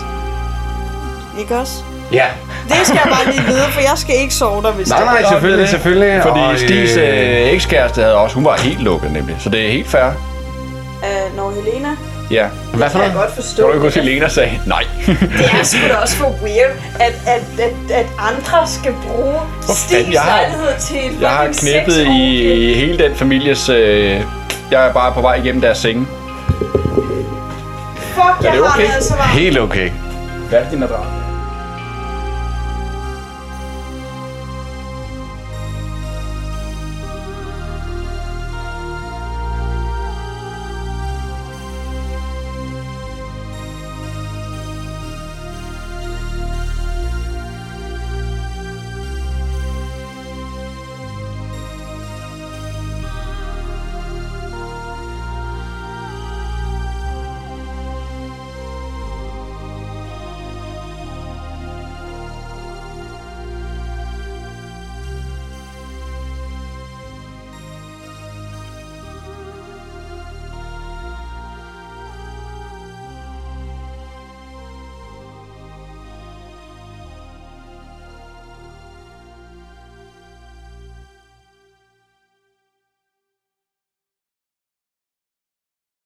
B: Ikke også?
C: Ja.
B: Det skal jeg bare lige vide, for jeg skal ikke sove der, hvis
C: Nej,
B: det
C: nej, selvfølgelig,
A: det.
C: selvfølgelig.
A: Fordi
C: og, øh,
A: Stis øh, ekskæreste havde også, hun var helt lukket nemlig, så det er helt fair.
B: Øh, når Helena...
A: Ja.
C: Hvad for
B: Jeg kan
C: noget?
B: godt forstå,
A: Kan du ikke huske, at Lena sagde
B: [LAUGHS]
A: nej?
B: det er sgu da også for weird, at, at, at, at andre skal bruge Stis
A: jeg har-
B: lejlighed til et
A: Jeg har
B: fucking
A: knippet i,
B: sexorgie.
A: i hele den families... Øh, jeg er bare på vej igennem deres senge.
B: Fuck, jeg
A: det
B: har
A: okay?
B: det altså varmt.
C: Helt okay.
A: Hvad er din madras?